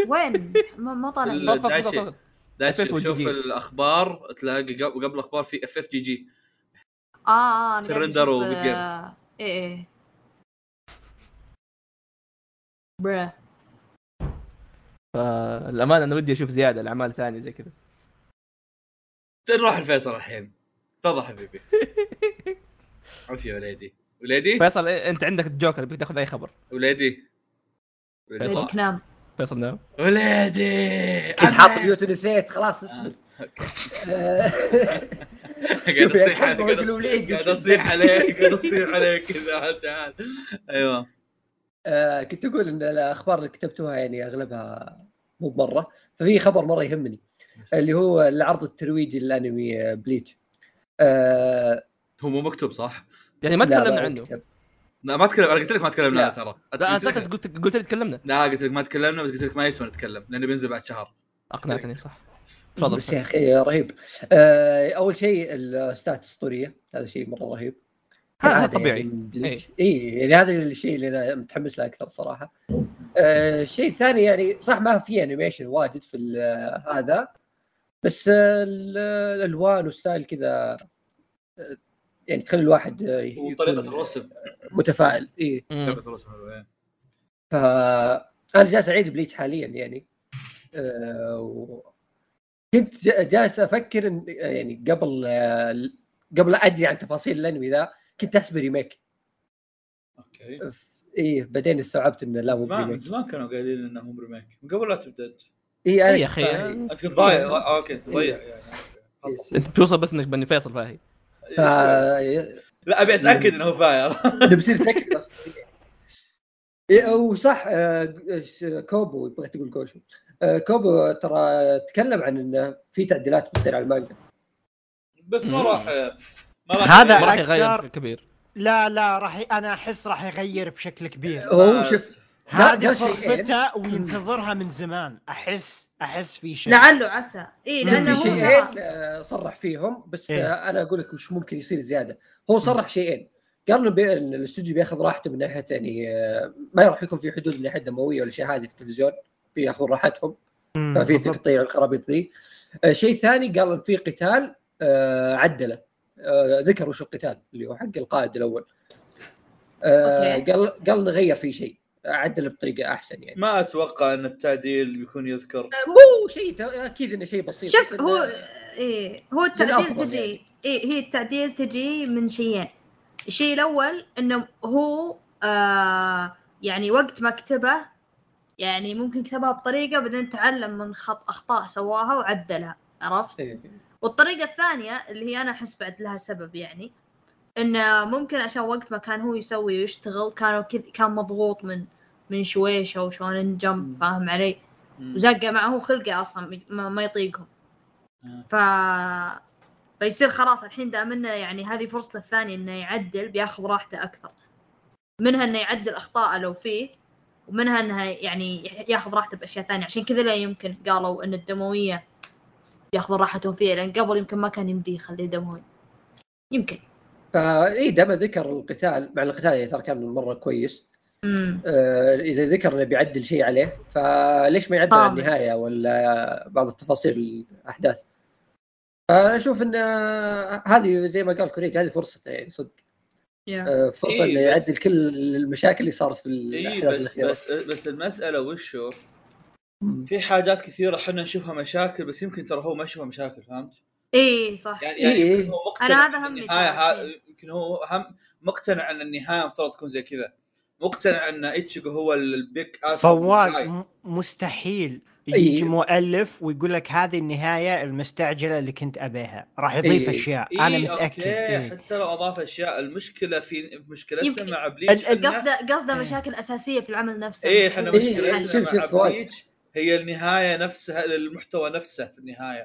وين؟ ما, ما طالع
ال-
لي.
فوق فوق فوق
دايتشي.
فوق
لا
FF
تشوف- شوف
وجي.
الاخبار تلاقي قبل قبل الاخبار في اف اف جي جي
اه اه انا قاعد
Surrender
أشوف،
وبالجيم.
آه، اي اي برا
فالامانه انا ودي اشوف زياده الاعمال ثانيه زي كذا
نروح الفيصل الحين تفضل
[LAUGHS]
حبيبي عفية وليدي وليدي
فيصل إيه، انت عندك الجوكر بدك تاخذ اي خبر
وليدي وليدي
فيصل.
بدك نام
فيصل نعم
وليدي
كنت حاط
أنا-
ميوت نسيت خلاص اصبر
قاعد اصيح
يا حبيبي،
قاعد
أقول
أصيح-
وليدي.
قاعد اصيح عليك قاعد اصيح عليك كذا تعال ايوه
آه، كنت اقول ان الاخبار اللي كتبتوها يعني اغلبها مو بمره ففي خبر مره يهمني اللي هو العرض الترويجي للانمي بليتش آه
هو مو مكتوب صح؟
يعني ما
لا،
تكلمنا عنه
اكتب.
لا ما تكلم انا قلت لك ما تكلمنا
لا.
عنه ترى
لا انا
قلت لك-
صرت قلت قلت لي تكلمنا
لا قلت لك ما تكلمنا بس قلت لك ما يسوى نتكلم لانه بينزل بعد شهر
اقنعتني صح تفضل
بس يعني- يا اخي إيه، رهيب آه اول شيء الستات اسطوريه هذا شيء مره رهيب
هذا
كالعادة
طبيعي. إيه.
يعني من بليتش. اي يعني هذا الشيء اللي انا متحمس له اكثر صراحه آه الشيء الثاني يعني صح ما في انيميشن واجد في ال- آه، هذا بس آه، ال- الالوان وستايل كذا آه، يعني تخلي الواحد آه، يكون إيه.
وطريقه الرسم
متفائل اي
مم.
طريقه الرسم إيه.
ف انا جالس اعيد بليتش حاليا يعني آه، و... كنت جا- جالس افكر إن يعني قبل آه، قبل لا ادري عن تفاصيل الانمي ذا كنت احسبه ريميك
اوكي
ايه بعدين استوعبت انه لا مو
زمان من
بريميك
زمان كانوا قايلين انهم ريميك من قبل لا تبدا [LAUGHS] انت
اي
إيه
انا
يا اخي
كنت
انت كنت ضايع ضايع- اوكي ضيع يعني خلص.
إيه،
انت بتوصل بس انك بني فيصل فاهي
آه. فا-
لا ابي اتاكد انه فاير
نبصير تكتب إيه، بس. إيه، وصح آه، ش- كوبو بغيت اقول كوشو آه، كوبو ترى تكلم عن انه في تعديلات بتصير على المانجا
[LAUGHS] بس ما
مم.
راح [LAUGHS] ما راح
ما
هذا-
راح يغير
أكثر.
كبير
لا لا راح ي... انا احس راح يغير بشكل كبير
هو شوف
هذه
هذا شيئين.
فرصته وينتظرها من زمان احس احس في شيء
لعله عسى اي
مم.
لانه
في
هو
شيء
ترى-
شيئين آه، صرح فيهم بس
إيه.
آه، انا اقول لك وش ممكن يصير زياده هو صرح شيئين قال انه بي- إن الاستوديو بياخذ راحته من ناحيه يعني آه، ما راح يكون في حدود من ناحيه دمويه ولا شيء هذه في التلفزيون بياخذون راحتهم
مم،
ففي
إيه، بالضبط.
تقطيع الخرابيط ذي آه، شيء ثاني قال إن في قتال آه، عدله آه، ذكر وش القتال اللي هو حق القائد الاول آه،
أوكي.
قال قال نغير فيه شيء اعدله بطريقه احسن يعني
ما اتوقع ان التعديل بيكون يذكر
مو شيء ت- اكيد انه شيء بسيط بس
شوف
إنه-
هو ايه هو التعديل
للأفضل
تجي
يعني.
ايه هي التعديل تجي من شيئين الشيء الاول انه هو آه يعني وقت ما كتبه يعني ممكن كتبها بطريقه بعدين تعلم من خط اخطاء سواها وعدلها عرفت؟
إيه.
والطريقه الثانيه اللي هي انا احس بعد لها سبب يعني انه ممكن عشان وقت ما كان هو يسوي ويشتغل كانوا كذ كان مضغوط من من شويشه وشونن
مم.
جمب فاهم علي؟ وزقه معه هو خلقه اصلا ما, ما يطيقهم
آه.
ف فيصير خلاص الحين دام انه يعني هذه فرصته الثانيه انه يعدل بياخذ راحته اكثر منها انه يعدل اخطاءه لو فيه ومنها انها يعني ياخذ راحته باشياء ثانيه عشان كذا لا يمكن قالوا ان الدمويه ياخذوا راحتهم فيها لان قبل يمكن ما كان يمديه يخليه دموي يمكن
فاي آه، إيه، دام ذكر القتال مع القتال يعني ترى كان مره كويس
امم
آه، اذا ذكر انه بيعدل شيء عليه فليش ما يعدل
طبعاً.
على النهايه ولا بعض التفاصيل الاحداث فانا اشوف ان آه، هذه زي ما قال كوريج هذه فرصته يعني صدق آه، فرصه
إيه،
انه
بس-
يعدل كل المشاكل اللي صارت في
اي
الاحداث
إيه، بس
الاخيره
بس بس المساله وشو
مم.
في حاجات كثيره احنا نشوفها مشاكل بس يمكن ترى هو ما يشوفها مشاكل فهمت؟
اي صح
يعني
إيه،
يعني
إيه.
يمكن هو مقتنع
أنا هذا
إن
همي
النهاية
ترى،
ها- يمكن هو هم مقتنع ان النهايه المفترض تكون زي كذا مقتنع ان ايتشيجو هو البيك اس
فواز م- مستحيل يجي
إيه.
مؤلف ويقول لك هذه النهايه المستعجله اللي كنت ابيها راح يضيف
إيه.
اشياء
إيه
انا متاكد
اوكي
إيه.
حتى لو اضاف اشياء المشكله في مشكلتنا
يمكن-
مع بليتش
ال-
إنه-
قصده قصده
إيه.
مشاكل اساسيه في العمل نفسه
ايه احنا
إيه،
مشكلتنا
شوف-
مع
شوف فواز.
بليتش هي النهايه نفسها المحتوى نفسه في النهايه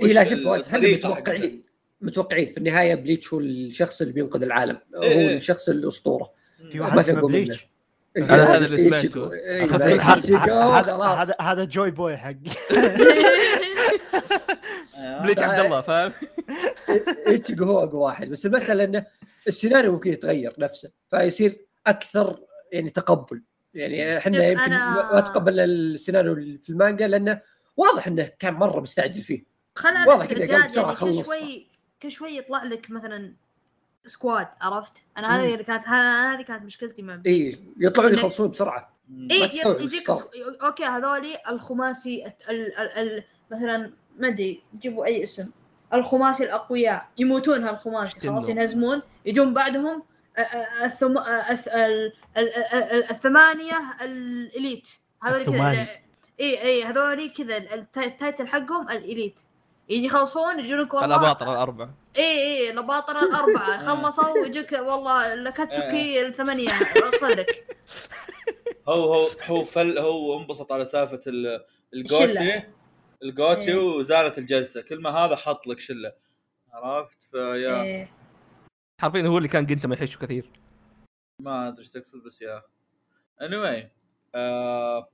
اي إيه، لا
مش
شوف فواز، احنا
الطريقة
متوقعين متوقعين في النهايه بليتش هو الشخص اللي بينقذ العالم
إيه،
هو
إيه.
الشخص الاسطوره
في
حقته.
واحد
ما
اسمه
تقوم منه.
بليتش
هذا- هذا اللي سمعته.
إيه،
أخذت
لا،
كل حرف.
إيتشيجو،
هذا
خلاص.
هذا هذا جوي بوي حق
آه.
بليتش
آه.
عبد الله فاهم
ايتشيجو هو اقوى واحد بس المساله انه السيناريو ممكن يتغير نفسه فيصير اكثر يعني تقبل يعني
شوف،
احنا يمكن
أنا-
ما تقبلنا السيناريو اللي في المانجا لانه واضح انه كان مره مستعجل فيه
خلنا على
واضح كده قال
الاستعجال
بسرعة
يعني كل
خلصها.
شوي كل شوي يطلع لك مثلا سكواد عرفت؟ انا هذه اللي كانت انا هذه كانت مشكلتي مع
اي يطلعون
إنه-
يخلصون بسرعه
اي
ما تستوعب إيش
إيه، يجيك
صار.
س- اوكي هذولي الخماسي الت- ال... ال... ال... مثلا ما ادري جيبوا اي اسم الخماسي الاقوياء يموتون هالخماسي خلاص
شتنو.
ينهزمون يجون بعدهم أ- أ- الثم... أث... ال... ال... ال... الثمانيه الاليت هذول كذا
الثماني.
اي اي هذول كذا ال- الت- التايتل حقهم الاليت يجي يخلصون يجونك والله إيه،
الاباطره الاربعه
اي اي الاباطره الاربعه خلصوا ويجيك والله الكاتسوكي الثمانيه خيرك
هو هو هو فل هو انبسط على سالفه ال- الجوتي
شلة.
الجوتي
إيه.
وزالت الجلسه كل ما هذا حط لك شله عرفت فيا
إيه.
حرفيا هو اللي كان جنتما يحشه كثير
ما ادري ايش تقصد بس يا anyway آه...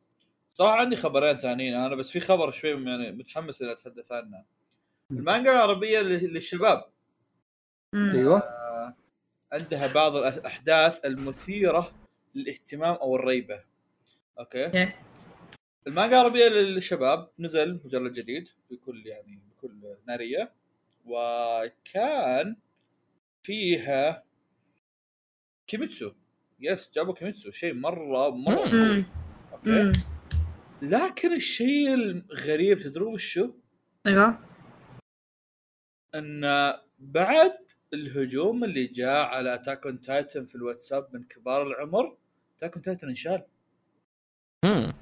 صراحه عندي خبرين ثانيين انا بس في خبر شوي يعني متحمس اني اتحدث عنه المانجا العربيه لل- للشباب
أمم.
ايوه
عندها بعض الاحداث المثيره للاهتمام او الريبه اوكي
إيه.
المانجا العربيه للشباب نزل مجلد جديد بكل يعني بكل ناريه وكان فيها كيميتسو يس جابوا كيميتسو شيء مره مره قوي.
أمم.
اوكي
أمم.
لكن الشيء الغريب تدرون شو؟
ايوه
ان بعد الهجوم اللي جاء على اتاك اون تايتن في الواتساب من كبار العمر اتاك اون تايتن انشال
مم.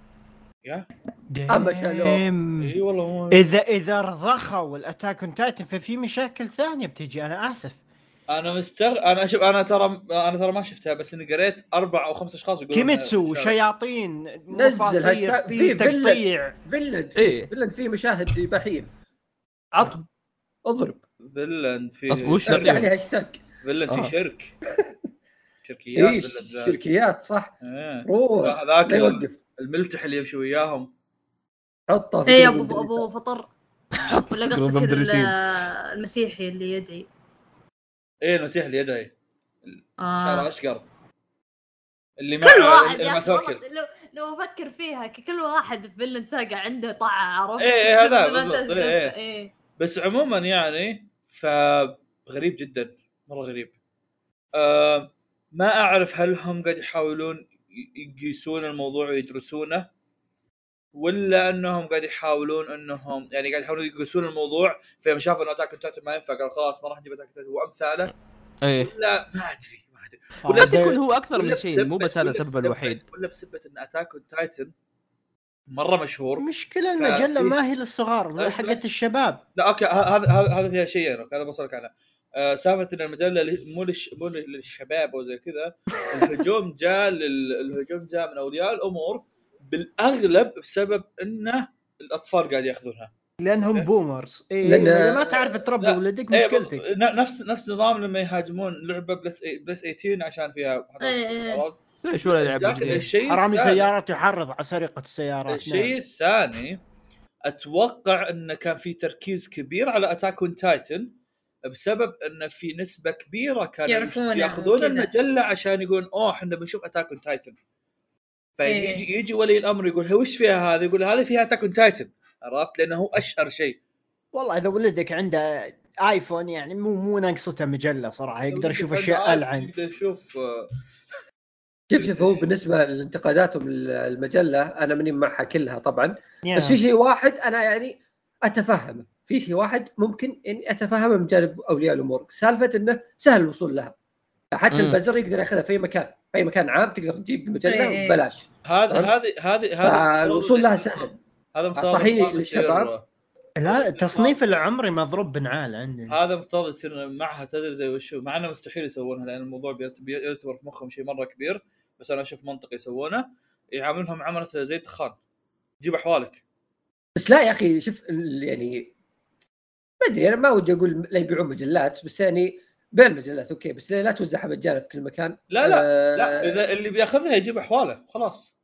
أما شالوه.
دايم.
اي والله هو
اذا اذا رضخوا الاتاك اون تايتن ففي مشاكل ثانيه بتجي انا اسف
انا مستغ انا شوف انا ترى انا ترى ما شفتها بس اني قريت اربع او خمس اشخاص يقولون
كيميتسو
إنها
شياطين
نزل
مفاصيل
هاشتاج
في
في فيلن.
تقطيع
فنلند
إيه.
فنلند فيه مشاهد اباحيه عطب اضرب
فيلند في
أصل وش
ارجع
شرير.
لي هاشتاج
فيلند في
آه.
شرك شركيات
اي
فيلند ذا.
شركيات صح
إيه.
روح
هذاك
لا يوقف
الملتح اللي يمشي وياهم
حطه في
اي ابو
جروب الدريم.
ابو إيه، فطر ولا
جروب
قصدك ال-
المدرسين.
المسيحي اللي يدعي
ايه المسيح اللي يدعي شارع
آه.
اشقر اللي مع
كل واحد
اللي
يا
مع
اخي
توكل
والله لو لو افكر فيها ك- كل واحد في فيلن ساقع عنده طاعه عرفت
إيه، إيه، هذا
[LAUGHS] ما
بالضبط،
تنسى.
إيه، إيه.
إيه.
بس عموما يعني فغريب آه، جدا مره غريب أه ما اعرف هل هم قاعد يحاولون يقيسون الموضوع ويدرسونه ولا انهم قاعد يحاولون انهم يعني قاعد يحاولون يقيسون الموضوع فلما شافوا انه اتاك تايتن ما ينفع قالوا خلاص ما راح نجيب اتاك تايتن وامثاله
إيه.
ايه
لا ما ادري ما ادري
آه،
ولا
قد
زي-
يكون هو اكثر
ولا
من شيء مو
بسبة-
بس هذا
ولا
السبب
بسبة-
الوحيد
ولا بسبه ان اتاك تايتن مره مشهور
مشكلة المجلة
ففي-
ما هي للصغار لا
أصلاً-
حقت الشباب
لا اوكي ه- هذا هذا هذا فيها شيء يعني هذا بوصلك على آه سالفه ان المجله ل- مو للش... مو لل- للشباب او زي كذا [LAUGHS] الهجوم جاء لل... الهجوم جاء من اولياء الامور بالاغلب بسبب انه الاطفال قاعد ياخذونها
لانهم بومرز اي
لأن-
اذا إيه، ما تعرف تربي
إيه. لا.
ولدك
إيه،
مشكلتك
ن- نفس نفس نظام لما يهاجمون لعبه بلس إي... بلس 18 عشان فيها
إيه، إيه.
عرفت؟
ليش ولا لعب
لكن
جديد؟
الشيء
حرامي
الثاني-
سيارات يحرض على سرقة السيارات
الشيء الثاني اتوقع انه كان في تركيز كبير على اتاك اون تايتن بسبب انه في نسبه كبيره كانوا
يعرفونه
ياخذون
كذا.
المجله عشان يقولون اوه احنا بنشوف اتاك اون تايتن
إيه.
فيجي يجي ولي الامر يقول هي وش فيها هذه؟ يقول هذه فيها اتاك اون تايتن عرفت لانه هو اشهر شيء
والله اذا ولدك عنده ايفون يعني مو مو ناقصته مجله صراحه يقدر يشوف
فأنت
اشياء
عارف
العن
يقدر يشوف آه،
شوف شوف هو بالنسبه لانتقاداتهم للمجله انا ماني معها كلها طبعا بس في شيء واحد انا يعني اتفهمه في شيء واحد ممكن اني اتفهمه من جانب اولياء الامور سالفه انه سهل الوصول لها حتى
مم.
البزر يقدر ياخذها في اي مكان في اي مكان عام تقدر تجيب
إيه.
المجله ببلاش
هذا
فهمت؟
هذه هذه هذا
فالوصول آه، لها سهل
هذا مفترض
صحيح
يصير-
للشباب.
لا التصنيف العمري مضروب بنعال عندنا
هذا المفترض يصير معها تدري زي وشو مع انه مستحيل يسوونها لان الموضوع بيعت- بيعتبر في مخهم شيء مره كبير بس انا اشوف منطقي يسوونه يعاملهم عملة زي الدخان جيب احوالك
بس لا يا اخي شوف ال- يعني ما ادري انا ما ودي اقول لا يبيعون مجلات بس يعني بيع المجلات اوكي بس لا توزعها مجانا في كل مكان
لا لا
آه،
لا اذا اللي بياخذها يجيب احواله خلاص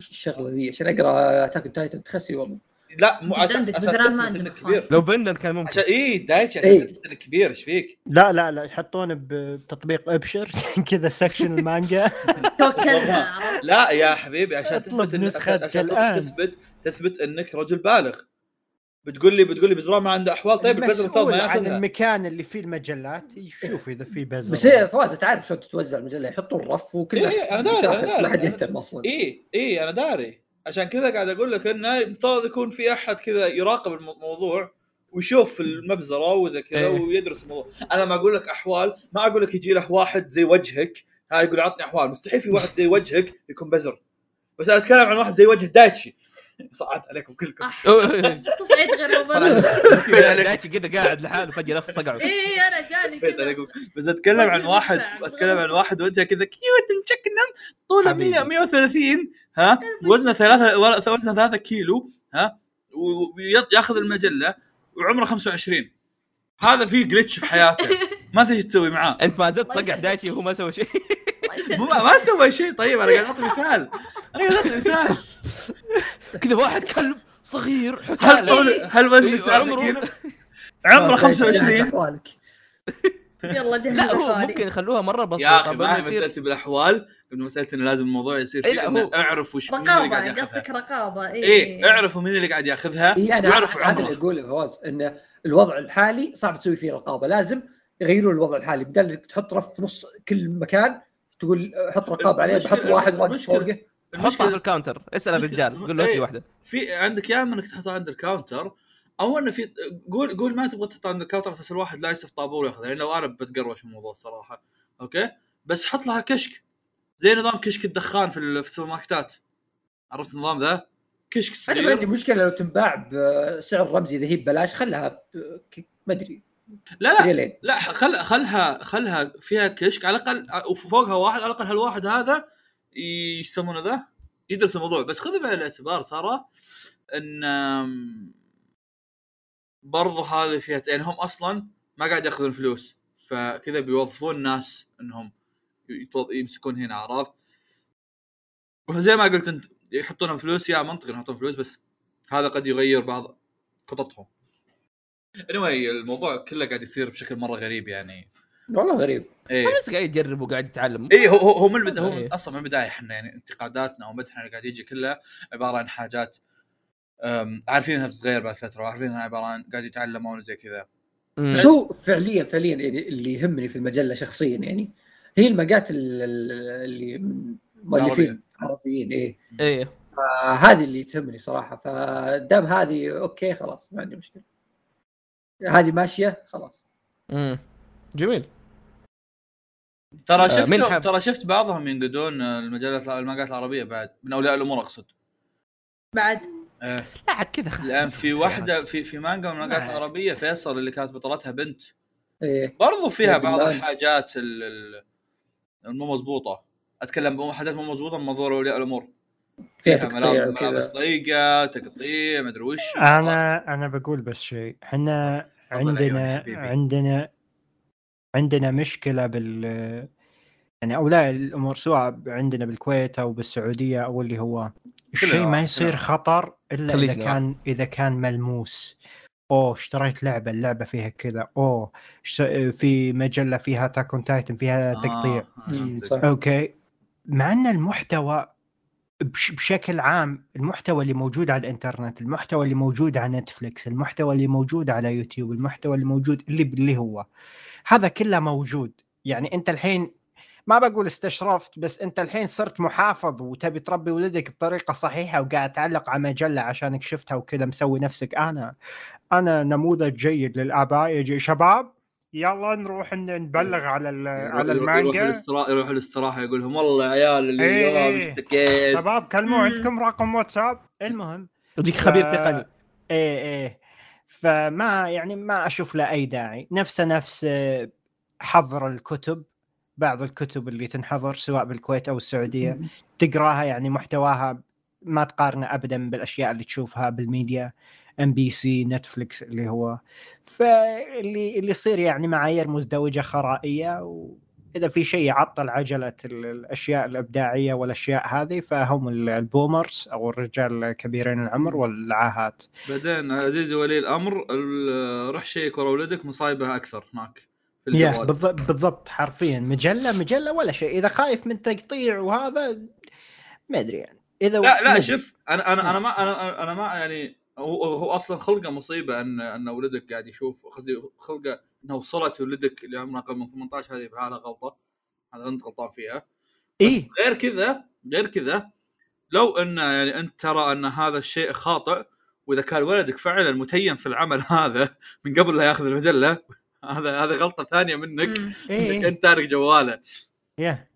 وش الشغله ذي عشان اقرا اتاك تايتن تخسي والله
لا مو
بس
عشان
عندك
عشان
بزران ما
تثبت
عندهم
انك
أحوال.
كبير
لو فينلاند كان
[LAUGHS]
ممكن
عشان اي دايتش عشان
إيه.
تثبت انك كبير ايش فيك؟
لا لا لا يحطون بتطبيق ابشر [LAUGHS] كذا سكشن المانجا
[LAUGHS] توكلنا عرفت؟
لا يا حبيبي عشان
اطلب
تثبت إن-
نسختك
عشان
الآن.
تثبت تثبت انك رجل بالغ بتقول لي بتقول لي بزران ما عنده احوال [LAUGHS] طيب البزر تو
المسؤول
ما
عن
ياخذها
المكان اللي فيه المجلات يشوف اذا فيه بزر
بس هي فواز تعرف شلون تتوزع المجله يحطون رف وكل
إيه،
الناس
إيه، أنا داري، أنا إيه،
بتاخذ،
داري،
ما حد
أنا-
يهتم اصلا
اي اي انا داري عشان كذا قاعد اقول لك انه المفترض يكون في احد كذا يراقب الم- الموضوع ويشوف المبزره وزي كذا
إيه.
ويدرس الموضوع انا ما اقول لك احوال ما اقول لك يجي له واحد زي وجهك ها يقول عطني احوال مستحيل في واحد زي وجهك يكون بزر بس انا اتكلم عن واحد زي وجه دايتشي صعدت عليكم كلكم
أح، تصعيد
[LAUGHS]
غير مبرر
دايتشي كذا قاعد لحاله فجاه لف صقعه
اي انا إيه،
[LAUGHS]
[LAUGHS]
جاني
فهمت
كذا [LAUGHS]
عليكم بس اتكلم عن
وجه
واحد
ينفع.
اتكلم عن واحد وجهه كذا "أيوة، كيوت مشكنم طوله 100
حبيبي.
130 ها وزنه ثلاثة ور- وزنه ثلاثة كيلو ها و- وياخذ المجله وعمره 25 هذا فيه جلتش في حياته
[LAUGHS]
ما تدري إيش تسوي معاه
انت ما زلت
الله
صقع
يسلمك.
دايتشي وهو ما سوى شيء [LAUGHS]
الله
هو
يسلمك.
ما ما سوى شيء طيب انا قاعد اعطي مثال انا قاعد اعطي
[LAUGHS]
مثال
كذا واحد كلب صغير
هل
حكاله
طول هل وزنه
إيه،
3
عمره- [LAUGHS]
كيلو
طيب،
عمره 25
احوالك
يلا جهز
لا هو [LAUGHS]
أحوالي.
ممكن يخلوها مره بسيطه
يا اخي ما هي
بدل يصير-
مسالتي بالاحوال إنه مسالتي انه لازم الموضوع يصير
إيه،
فيه
لا،
إنه
هو- يعني،
اعرف وش مين اللي قاعد
رقابه
ياخذها
قصدك إيه، رقابه اي
ايه اعرفوا مين اللي قاعد ياخذها
اي انا
واعرفوا
هذا اللي
عمره.
اقوله فواز ان الوضع الحالي صعب تسوي فيه رقابه لازم يغيرون الوضع الحالي بدل انك تحط رف في نص كل مكان تقول حط رقابه عليه
المشكلة-
بحط واحد واقف
المشكلة-
فوقه
حط على
المشكله
الكاونتر اسال
المشكلة-
الرجال قول له هات لي
إيه.
واحده
في عندك يا اما انك تحطها عند الكاونتر او انه في قول قول ما تبغى تحطها عند الكاونتر على اساس الواحد لا يصف طابور ياخذها لانه انا بتقروش من الموضوع صراحه اوكي بس حط لها كشك زي نظام كشك الدخان في ال- في السوبر ماركتات عرفت النظام ذا؟ كشك
انا ما عندي
صغير
مشكله لو تنباع بسعر رمزي اذا هي ببلاش خلها ب- ك- ما ادري
لا لا
ريالين
لا خل خلها خلها فيها كشك على الاقل وفوقها واحد على الاقل هالواحد هذا ي- ايش يسمونه ذا؟ يدرس الموضوع بس خذ بعين الاعتبار ترى ان أم، برضو هذه فيها يعني هم اصلا ما قاعد ياخذون فلوس فكذا بيوظفون ناس انهم يتوظ- يمسكون هنا عرفت؟ وزي ما قلت انت يحطونهم فلوس يا منطقي يحطون فلوس بس هذا قد يغير بعض خططهم. anyway الموضوع كله قاعد يصير بشكل مره غريب يعني
والله غريب
ايه
بس قاعد يجرب وقاعد يتعلم
اي إيه، هو هو هو من البد... هو
إيه.
من اصلا من البدايه احنا يعني انتقاداتنا او مدحنا اللي قاعد يجي كله عباره عن حاجات أم، عارفين انها بتتغير بعد فتره وعارفين انها عباره عن قاعد يتعلمون وزي كذا
مم.
بس هو فعليا فعليا يعني اللي يهمني في المجله شخصيا يعني هي المقات ال- ال- اللي من مؤلفين عربيين ايه
ايه
فهذه اللي تهمني صراحه فدام هذه اوكي خلاص ما عندي مشكله هذه ماشيه خلاص
امم جميل
ترى
آه، مين
شفت
حاب؟
ترى شفت بعضهم ينقدون المجلات المقالات العربيه بعد من اولياء الامور اقصد
بعد
آه،
لا عاد كذا خلاص.
الان في واحده في في مانجا من المقالات العربيه فيصل اللي كانت بطلتها بنت
ايه
برضو فيها
يا
بعض
بالله.
الحاجات ال- ال- المو مضبوطه اتكلم بمو- حاجات مو مضبوطه من منظور اولياء الامور
فيها
فيها
تقطيع
ملابس ملابس
وكذا
ضيقه تقطيع مدري وش
انا انا بقول بس شيء احنا
تفضل عيوني
عندنا
حبيبي.
عندنا عندنا مشكله بال يعني اولياء الامور سواء عندنا بالكويت او بالسعوديه او اللي هو الشيء ما
العراق،
يصير
العراق.
خطر الا اذا
خليجنا.
كان اذا كان ملموس اوه اشتريت لعبه اللعبه فيها كذا اوه اشت- في مجله فيها تاكون تايتن فيها تقطيع
مم،
آه.
صح.
اوكي مع ان المحتوى بش بشكل عام المحتوى اللي موجود على الانترنت المحتوى اللي موجود على نتفلكس المحتوى اللي موجود على يوتيوب المحتوى اللي موجود اللي اللي هو هذا كله موجود يعني انت الحين ما بقول استشرفت بس انت الحين صرت محافظ وتبي تربي ولدك بطريقه صحيحه وقاعد تعلق على مجله عشانك شفتها وكذا مسوي نفسك انا انا نموذج جيد للاباء يجي شباب يلا نروح ن- نبلغ على ال- على
يروح- يروح
المانجا
الاستراحه يروح الاستراحه يقول لهم والله يا عيال اللي
إيه،
اليوم
إيه.
اشتكيت
شباب كلموا
مم.
عندكم رقم واتساب المهم
يجيك خبير
ف-
تقني
[LAUGHS]
ايه ايه فما يعني ما اشوف له اي داعي نفسه نفس آه، حظر الكتب بعض الكتب اللي تنحظر سواء بالكويت او السعوديه تقراها يعني محتواها ما تقارنه ابدا بالاشياء اللي تشوفها بالميديا ام بي سي نتفلكس اللي هو فاللي اللي يصير يعني معايير مزدوجه خرائيه واذا في شيء يعطل عجله ال- الاشياء الابداعيه والاشياء هذه فهم ال- البومرز او الرجال كبيرين العمر والعاهات
بعدين عزيزي ولي الامر ال- روح شيك ورا ولدك مصايبه اكثر هناك في
يا
الجوال.
بالضبط بالضبط حرفيا
[LAUGHS]
مجله مجله ولا شيء اذا خايف من تقطيع وهذا ما ادري يعني اذا
لا
ما
لا
أدري.
شوف انا انا انا ما انا انا ما يعني هو هو اصلا خلقه مصيبه ان ان ولدك قاعد يشوف قصدي خلقه انه وصلت ولدك اللي عمره اقل من 18 هذه بحالها غلطه هذا انت غلطان فيها [LAUGHS]
ايه
غير كذا غير كذا لو ان يعني انت ترى ان هذا الشيء خاطئ واذا كان ولدك فعلا متين في العمل [LAUGHS] هذا من قبل لا ياخذ المجله هذا هذه غلطه ثانيه منك
مم.
انك [LAUGHS]
ايه, إيه.
انت تارك جواله
يا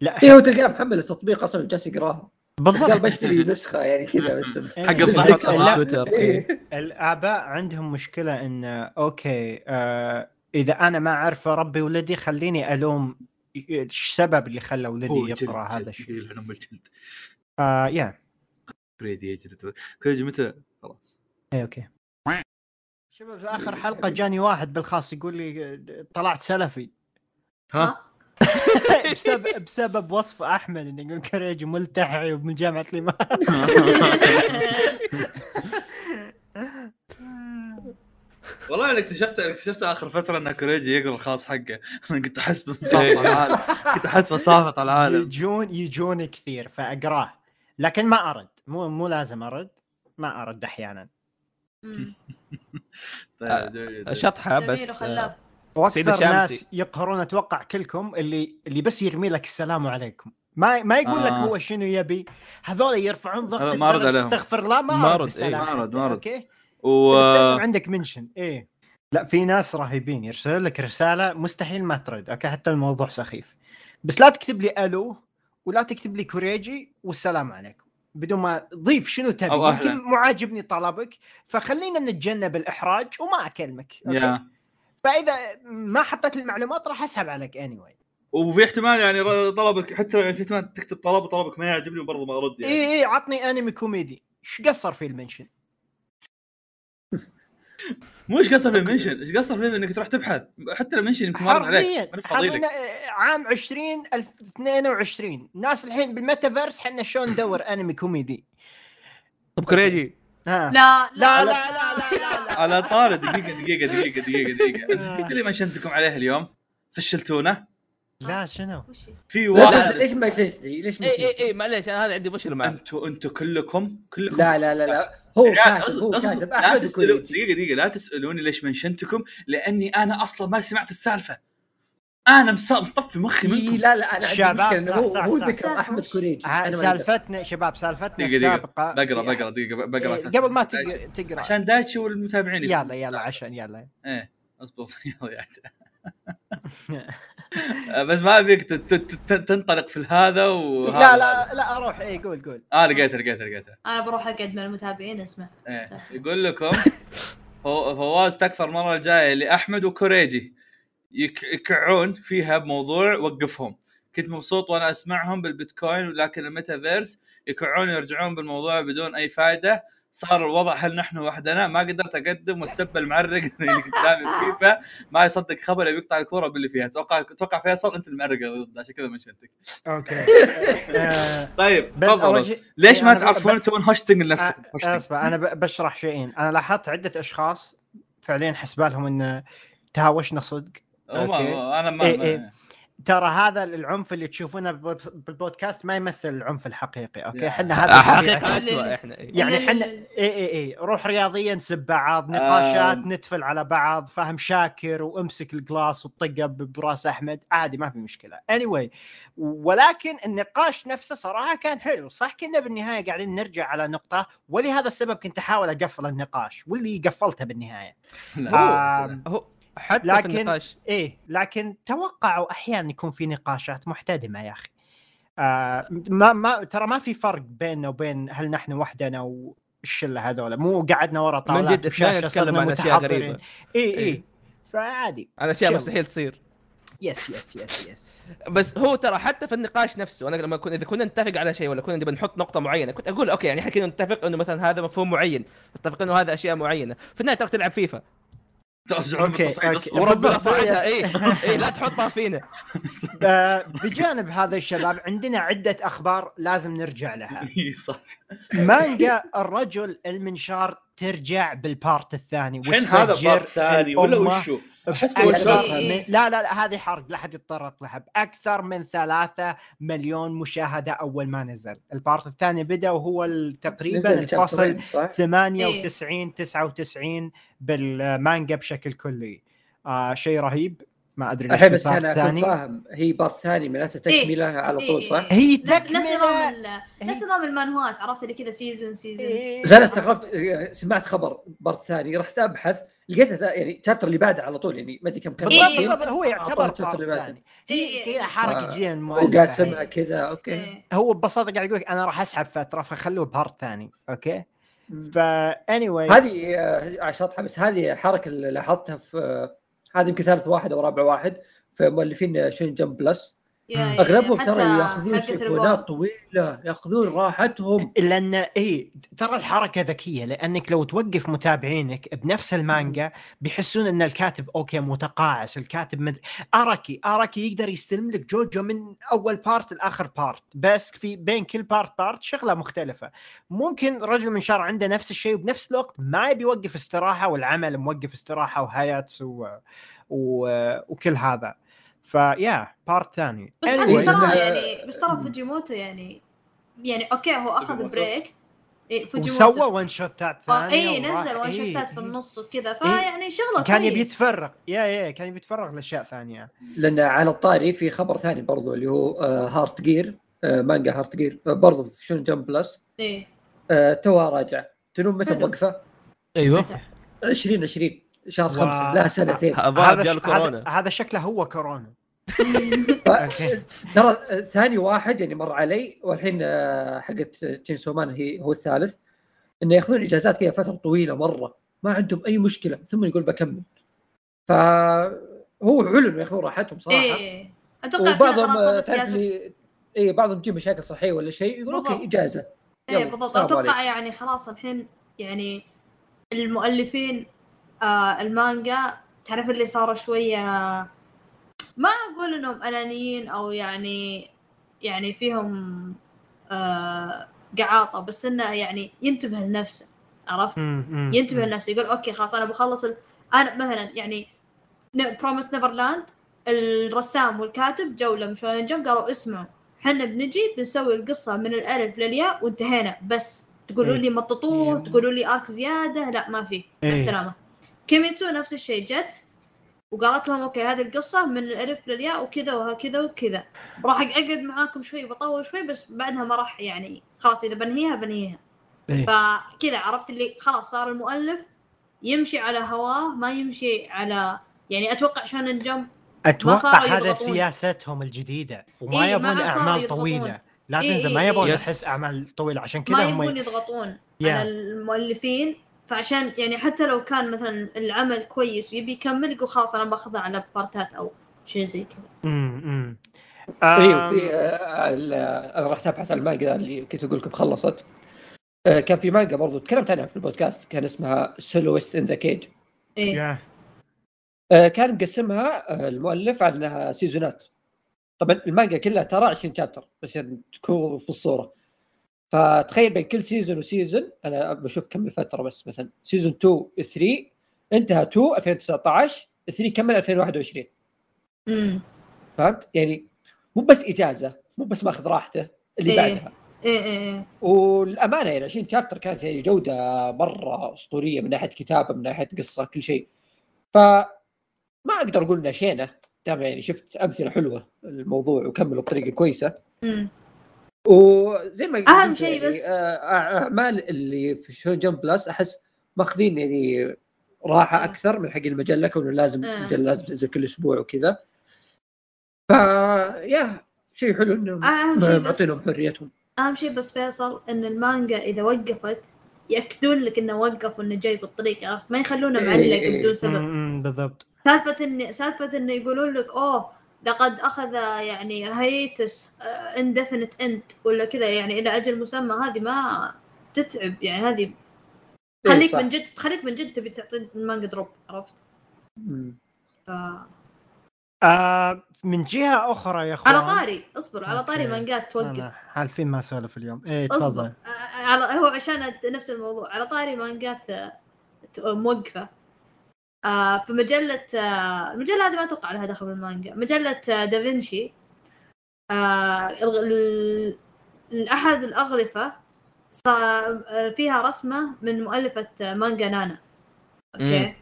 لا
ايه هو تلقاه محمل التطبيق اصلا وجالس يقراها قال
بالضبط
[LAUGHS]
بشتري نسخه يعني كذا بس
إيه.
حق الضغط.
لا،
لا،
على تويتر
إيه.
الاباء عندهم مشكله ان اوكي آه اذا انا ما اعرف اربي ولدي خليني الوم السبب اللي خلى
هو
ولدي
جلد-
يقرا هذا
جلد-
الشيء
يلعن ام الجلد
آه يا
فريدي يجلد كوجي متى خلاص
اي اوكي إيه، شباب في اخر حلقه جاني واحد بالخاص يقول لي آه، طلعت سلفي
ها
بسبب بسبب وصف احمد انه يقول كريج ملتحي ومن جامعه الامام
والله انا اكتشفت اكتشفت اخر فتره ان كوريجي يقرا الخاص حقه [LAUGHS] انا كنت احسبه مسافط
إيه.
على العالم كنت احسبه صافط على العالم
يجون يجون كثير فاقراه لكن ما ارد مو مو لازم ارد ما ارد احيانا
مم.
طيب، جميل، جميل.
آه،
شطحه
جميل
بس
وخلاف
سيد
واكثر
الشامسي.
ناس يقهرون اتوقع كلكم اللي اللي بس يرمي لك السلام عليكم ما ما يقول آه. لك
آه.
هو شنو يبي هذول يرفعون ضغط
أنا ما أرد
الدرجة،
عليهم.
استغفر الله ما
ما
ارد
أرد، إيه.
السلام
ما أرد، ما أرد.
عليك، اوكي
و
تسلم عندك منشن ايه لا في ناس رهيبين يرسلون لك رساله مستحيل ما ترد اوكي حتى الموضوع سخيف بس لا تكتب لي الو ولا تكتب لي كوريجي والسلام عليكم بدون ما ضيف شنو تبي
أو أهلاً.
يمكن مو عاجبني طلبك فخلينا نتجنب الاحراج وما اكلمك أوكي؟
يا.
فاذا ما حطيت المعلومات راح اسحب عليك اني anyway.
وفي احتمال يعني ر- طلبك حتى لو يعني في احتمال تكتب طلب وطلبك ما يعجبني وبرضه ما ارد
إيه.
يعني
اي اي إيه، عطني انمي كوميدي ايش قصر في المنشن
مو ايش قصر في المنشن ايش قصر في انك تروح تبحث حتى المنشن يمكن ما أرد
حرفيا
عليك ماني فاضي
حرفياً،
لك
آه، عام 20 2022 ناس الحين بالميتافيرس حنا شلون ندور انمي كوميدي
طب كريجي
ها
لا لا
لا، لا،
لا لا لا لا
على طار دقيقه دقيقه دقيقه دقيقه
[LAUGHS]
دقيقه انت قلت لي منشنتكم عليه اليوم فشلتونا
لا شنو
وش هي؟
في
لا،
واحد إيه،
لا، ليش ما ليش ليش ما
اي اي اي إيه، معليش انا هذا عندي مشكله معه
انتوا انتوا كلكم كلكم
لا لا لا لا هو
لا
كاتب
أصبر-
هو
أصبر.
كاتب
لا
احمد
تسألون-
كوريجي
دقيقه دقيقه لا تسالوني ليش منشنتكم لاني انا اصلا ما سمعت السالفه انا مس- مطفي مخي
إي،
منكم
لا لا انا عندي
شباب،
مشكله إنه هو
صح،
هو
صح،
صح.
ذكر احمد كوريجي
آه،
أنا ما أقدر.
سالفتنا شباب سالفتنا
دقيقة- دقيقة.
السابقه
بقرا
في-
بقرا دقيقه بقرا
إيه،
أساساً.
قبل ما
دايتشي.
تق- تقرا
عشان دايتشي والمتابعين يفهمون.
يلا يلا عشان يلا
ايه اصبر [LAUGHS] يلا
[LAUGHS]
يا عاد. بس ما ابيك ت- ت- ت- تنطلق في هذا وهذا
لا
وهذا.
لا لا اروح اي قول قول
اه لقيته لقيته لقيته
انا بروح اقعد مع المتابعين اسمع
إيه. يقول لكم فو- فواز تكفر المره الجايه لاحمد وكوريجي يك- يكعون فيها بموضوع وقفهم كنت مبسوط وانا اسمعهم بالبيتكوين ولكن الميتافيرس يكعون يرجعون بالموضوع بدون اي فائده صار الوضع هل نحن وحدنا ما قدرت اقدم والسب المعرق [LAUGHS] اللي قدامي فيفا ما يصدق خبر يبي يقطع الكوره باللي فيها اتوقع اتوقع فيصل انت المعرق عشان كذا منشنتك
[LAUGHS] اوكي آه،
طيب
بس أول
تفضل
شيء- يعني
ليش ما
أنا ب-
تعرفون
ب-
تسوون هاشتنج لنفسكم
آه،
هاشتنج.
اسمع انا ب- بشرح شيئين انا لاحظت عده اشخاص فعليا حسبالهم ان تهاوشنا صدق
هم-
أوكي.
انا ما
إيه،
ما-
إيه. ترى هذا العنف اللي تشوفونه بالب- بالبودكاست ما يمثل العنف الحقيقي اوكي
يا.
احنا
آه،
هذا
حقيقه
طبيعتنا.
اسوء احنا إيه.
يعني
إن-
حنا- اي اي اي إيه. روح رياضيا نسب بعض نقاشات
آم.
نتفل على بعض فاهم شاكر وامسك الجلاس وطقه ب- براس احمد عادي ما في مشكله anyway ولكن النقاش نفسه صراحه كان حلو صح كنا بالنهايه قاعدين نرجع على نقطه ولهذا السبب كنت احاول اقفل النقاش واللي قفلته بالنهايه
لا.
آم،
هو حتى لكن...
لكن-
في النقاش
ايه لكن توقعوا احيانا يكون في نقاشات محتدمه يا اخي آه ما ما ترى ما في فرق بيننا وبين هل نحن وحدنا والشله هذولا مو قعدنا ورا
من
طاولات
جد اثنين
وشاشه
يتكلم
صرنا
عن اشياء
متحضرين
غريبه
اي
إيه.
اي فعادي
عن اشياء
شو.
مستحيل تصير
يس يس يس يس
[LAUGHS] بس هو ترى حتى في النقاش نفسه انا لما كنا اذا كنا نتفق على شيء ولا كنا نبي نحط نقطه معينه كنت اقول اوكي يعني احنا كنا نتفق انه مثلا هذا مفهوم معين نتفق انه هذا اشياء معينه في النهايه ترى تلعب فيفا
ترجعون
أوكي،
بالتصعيد
أوكي.
أصبر.
وربنا
[LAUGHS]
بالضبط.
صعدها اي اي إيه، لا تحطها فينا
آه بجانب هذا الشباب عندنا عده اخبار لازم
[LAUGHS]
نرجع لها
اي صح
مانجا الرجل المنشار ترجع بالبارت الثاني
الحين هذا
وتفجر
باب ثاني ولا
الأمة.
وشو؟ احس
أكثر
هو
أنا
شاف-
إيه.
من- لا لا لا هذه حرق لا حد يتطرق لها اكثر من ثلاثة مليون مشاهده اول ما نزل البارت الثاني بدا وهو ال- تقريبا
نزل طيب. إيه.
الفصل
شابترين، صح
98 99 بالمانجا بشكل كلي آه شيء رهيب ما ادري ليش
الحين
في
بس انا
بارت
اكون
ثاني
فاهم هي بارت ثاني معناته تكمله على طول صح؟
إيه.
هي
نفس نفس
تكمله
نظام ال- نفس نظام المانوات عرفت اللي كذا سيزون سيزون
إيه.
بس انا استغربت آه، سمعت خبر بارت ثاني رحت ابحث لقيت يعني الشابتر اللي بعده على طول يعني ما ادري كم كان
بالضبط
إيه.
بالضبط، هو يعتبر
أعطوه الشابتر
بارت
اللي بعده.
ثاني هي
إيه.
كذا حركه
آه.
جديا
وقاعد
مؤلفة.
سمع كذا اوكي
إيه.
هو ببساطه قاعد يقول لك انا راح اسحب فتره فخلوه بارت ثاني اوكي فا anyway
هذه آه، عشان اطلع بس هذه حركه اللي لاحظتها في آه، هذه يمكن ثالث واحد او رابع واحد في مؤلفين شين جمب بلس
يا- يا-
اغلبهم
حتى
ترى ياخذون
حقة
سيفونات طويله ياخذون راحتهم
لان اي إيه، ترى الحركه ذكيه لانك لو توقف متابعينك بنفس المانجا بيحسون ان الكاتب اوكي متقاعس الكاتب مد... اراكي اراكي يقدر يستلم لك جوجو من اول بارت لاخر بارت بس في بين كل بارت بارت شغله مختلفه ممكن رجل منشار عنده نفس الشيء وبنفس الوقت ما يبي يوقف استراحه والعمل موقف استراحه وهاياتس و... و... وكل هذا فيا بارت ثاني
بس
Anyway.
حتى
إنه-
ترى يعني بس ترى فوجيموتو يعني يعني اوكي هو اخذ
فوجيموتو؟
بريك إيه
وسوى ون شوتات ثانيه
اي
وراح-
آه، نزل وان
إيه.
شوتات في النص وكذا فيعني شغله
[LAUGHS] كان
كويس.
يبي يتفرغ يا يا كان يبي يتفرغ لاشياء ثانيه
لان على الطاري في خبر ثاني برضو اللي هو آه، هارت جير آه، مانجا هارت جير آه، برضو في شون جمب بلس
ايه
آه، توها راجع تنوم متى
حلو.
موقفه؟
أيوه.
ايوه
2020 شهر
وا-
خمسة لا سنتين
الظاهر
ش-
جاله كورونا
هذا, هذا شكله هو كورونا
[LAUGHS]
أوكي.
ترى آه، ثاني واحد يعني مر علي والحين آه، حقت تشين سومان هي هو الثالث انه ياخذون اجازات كذا فتره طويله مره ما عندهم اي مشكله ثم يقول بكمل فهو حلو انه ياخذون راحتهم صراحه
ايه اتوقع كذا
وبعضهم
خلاص هذا
آه، تعرف
سياسه
اللي اي بعضهم يجيب مشاكل صحيه ولا شيء يقول اوكي
بالضبط.
اجازه
ايه
يلا،
بالضبط
سلام
اتوقع
عليكم.
يعني خلاص الحين يعني المؤلفين آه المانجا تعرف اللي صاروا شويه ما اقول انهم انانيين او يعني يعني فيهم آه قعاطه بس انه يعني ينتبه لنفسه عرفت؟
مم، مم،
ينتبه
مم.
لنفسه يقول اوكي خلاص انا بخلص ال... انا مثلا يعني بروميس نيفرلاند الرسام والكاتب جو لما شونن جمب قالوا اسمعوا احنا بنجي بنسوي القصه من الالف للياء وانتهينا بس تقولوا
إيه.
لي مططوه
إيه.
تقولوا لي ارك زياده لا ما في مع
إيه.
السلامه كيميتسو نفس الشيء جت وقالت لهم اوكي هذه القصه من الالف للياء وكذا وهكذا وكذا راح اقعد معاكم شوي بطول شوي بس بعدها ما راح يعني خلاص اذا بنهيها بنهيها
إيه.
فكذا عرفت اللي خلاص صار المؤلف يمشي على هواه ما يمشي على يعني اتوقع شونن جمب
اتوقع
صاروا
هذا
يضغطون.
سياستهم الجديده وما
إيه، ما
يبون
عاد صاروا
اعمال
يضغطون.
طويله لا
إيه،
تنسى
إيه،
ما يبون
إيه.
احس اعمال طويله عشان
ما
كذا هم
يبغون يضغطون على
يا.
المؤلفين فعشان يعني حتى لو كان مثلا العمل كويس ويبي يكمل يقول خلاص انا باخذها على بارتات او شيء زي كذا
امم
ايوه في آه، ال- آه، انا رحت ابحث عن المانجا اللي كنت اقول لكم خلصت آه، كان في مانجا برضو تكلمت عنها في البودكاست كان اسمها سولوست ان ذا كيج
ايه
آه، كان مقسمها آه، المؤلف على انها سيزونات طبعا المانجا كلها ترى 20 شابتر عشان يعني تكون في الصوره فتخيل بين كل سيزون وسيزون انا بشوف كم الفتره بس مثلا سيزون 2 3 انتهى 2 2019 3 كمل 2021
امم
فهمت؟ يعني مو بس اجازه مو بس ماخذ راحته اللي
إيه.
بعدها
ايه ايه إيه.
والامانه يعني 20 شابتر كانت يعني جوده مره اسطوريه من ناحيه كتابه من ناحيه قصه كل شيء ف ما اقدر اقول انها شينه دام يعني شفت امثله حلوه الموضوع وكملوا بطريقه كويسه
امم
وزي ما
أهم
قلت
شيء
يعني،
بس-
آه، اعمال اللي في شون جمب بلس احس ماخذين يعني راحه اكثر من حق المجله كونه لازم
آه.
المجله لازم تنزل كل اسبوع وكذا ف يا شيء حلو انهم
اهم شيء
معطينهم
بس
حريتهم
اهم شيء بس فيصل ان المانجا اذا وقفت ياكدون لك انه وقف وانه جاي بالطريق عرفت ما يخلونه
إيه،
معلق
إيه.
بدون سبب
امم بالضبط
سالفه ان سالفه انه يقولون لك اوه لقد اخذ يعني هيتس اندفنت اند ولا كذا يعني الى اجل مسمى هذه ما تتعب يعني هذه
إيه،
خليك
صح.
من جد خليك من جد تبي تعطي المانجا دروب عرفت
مم.
ف...
آه من جهه اخرى يا اخوان
على طاري اصبر على طاري
أوكي.
مانجات توقف
أنا حالفين ما سولف اليوم ايه
اصبر
تفضل
آه، على هو عشان أت- نفس الموضوع على طاري مانجات آه، ت- آه، موقفه آه، في مجلة آه، المجلة هذه ما اتوقع لها دخل بالمانجا مجلة آه، دافنشي آه، الغ- ال- ال- احد الاغلفة صا- آه، فيها رسمة من مؤلفة آه، مانجا نانا اوكي
مم.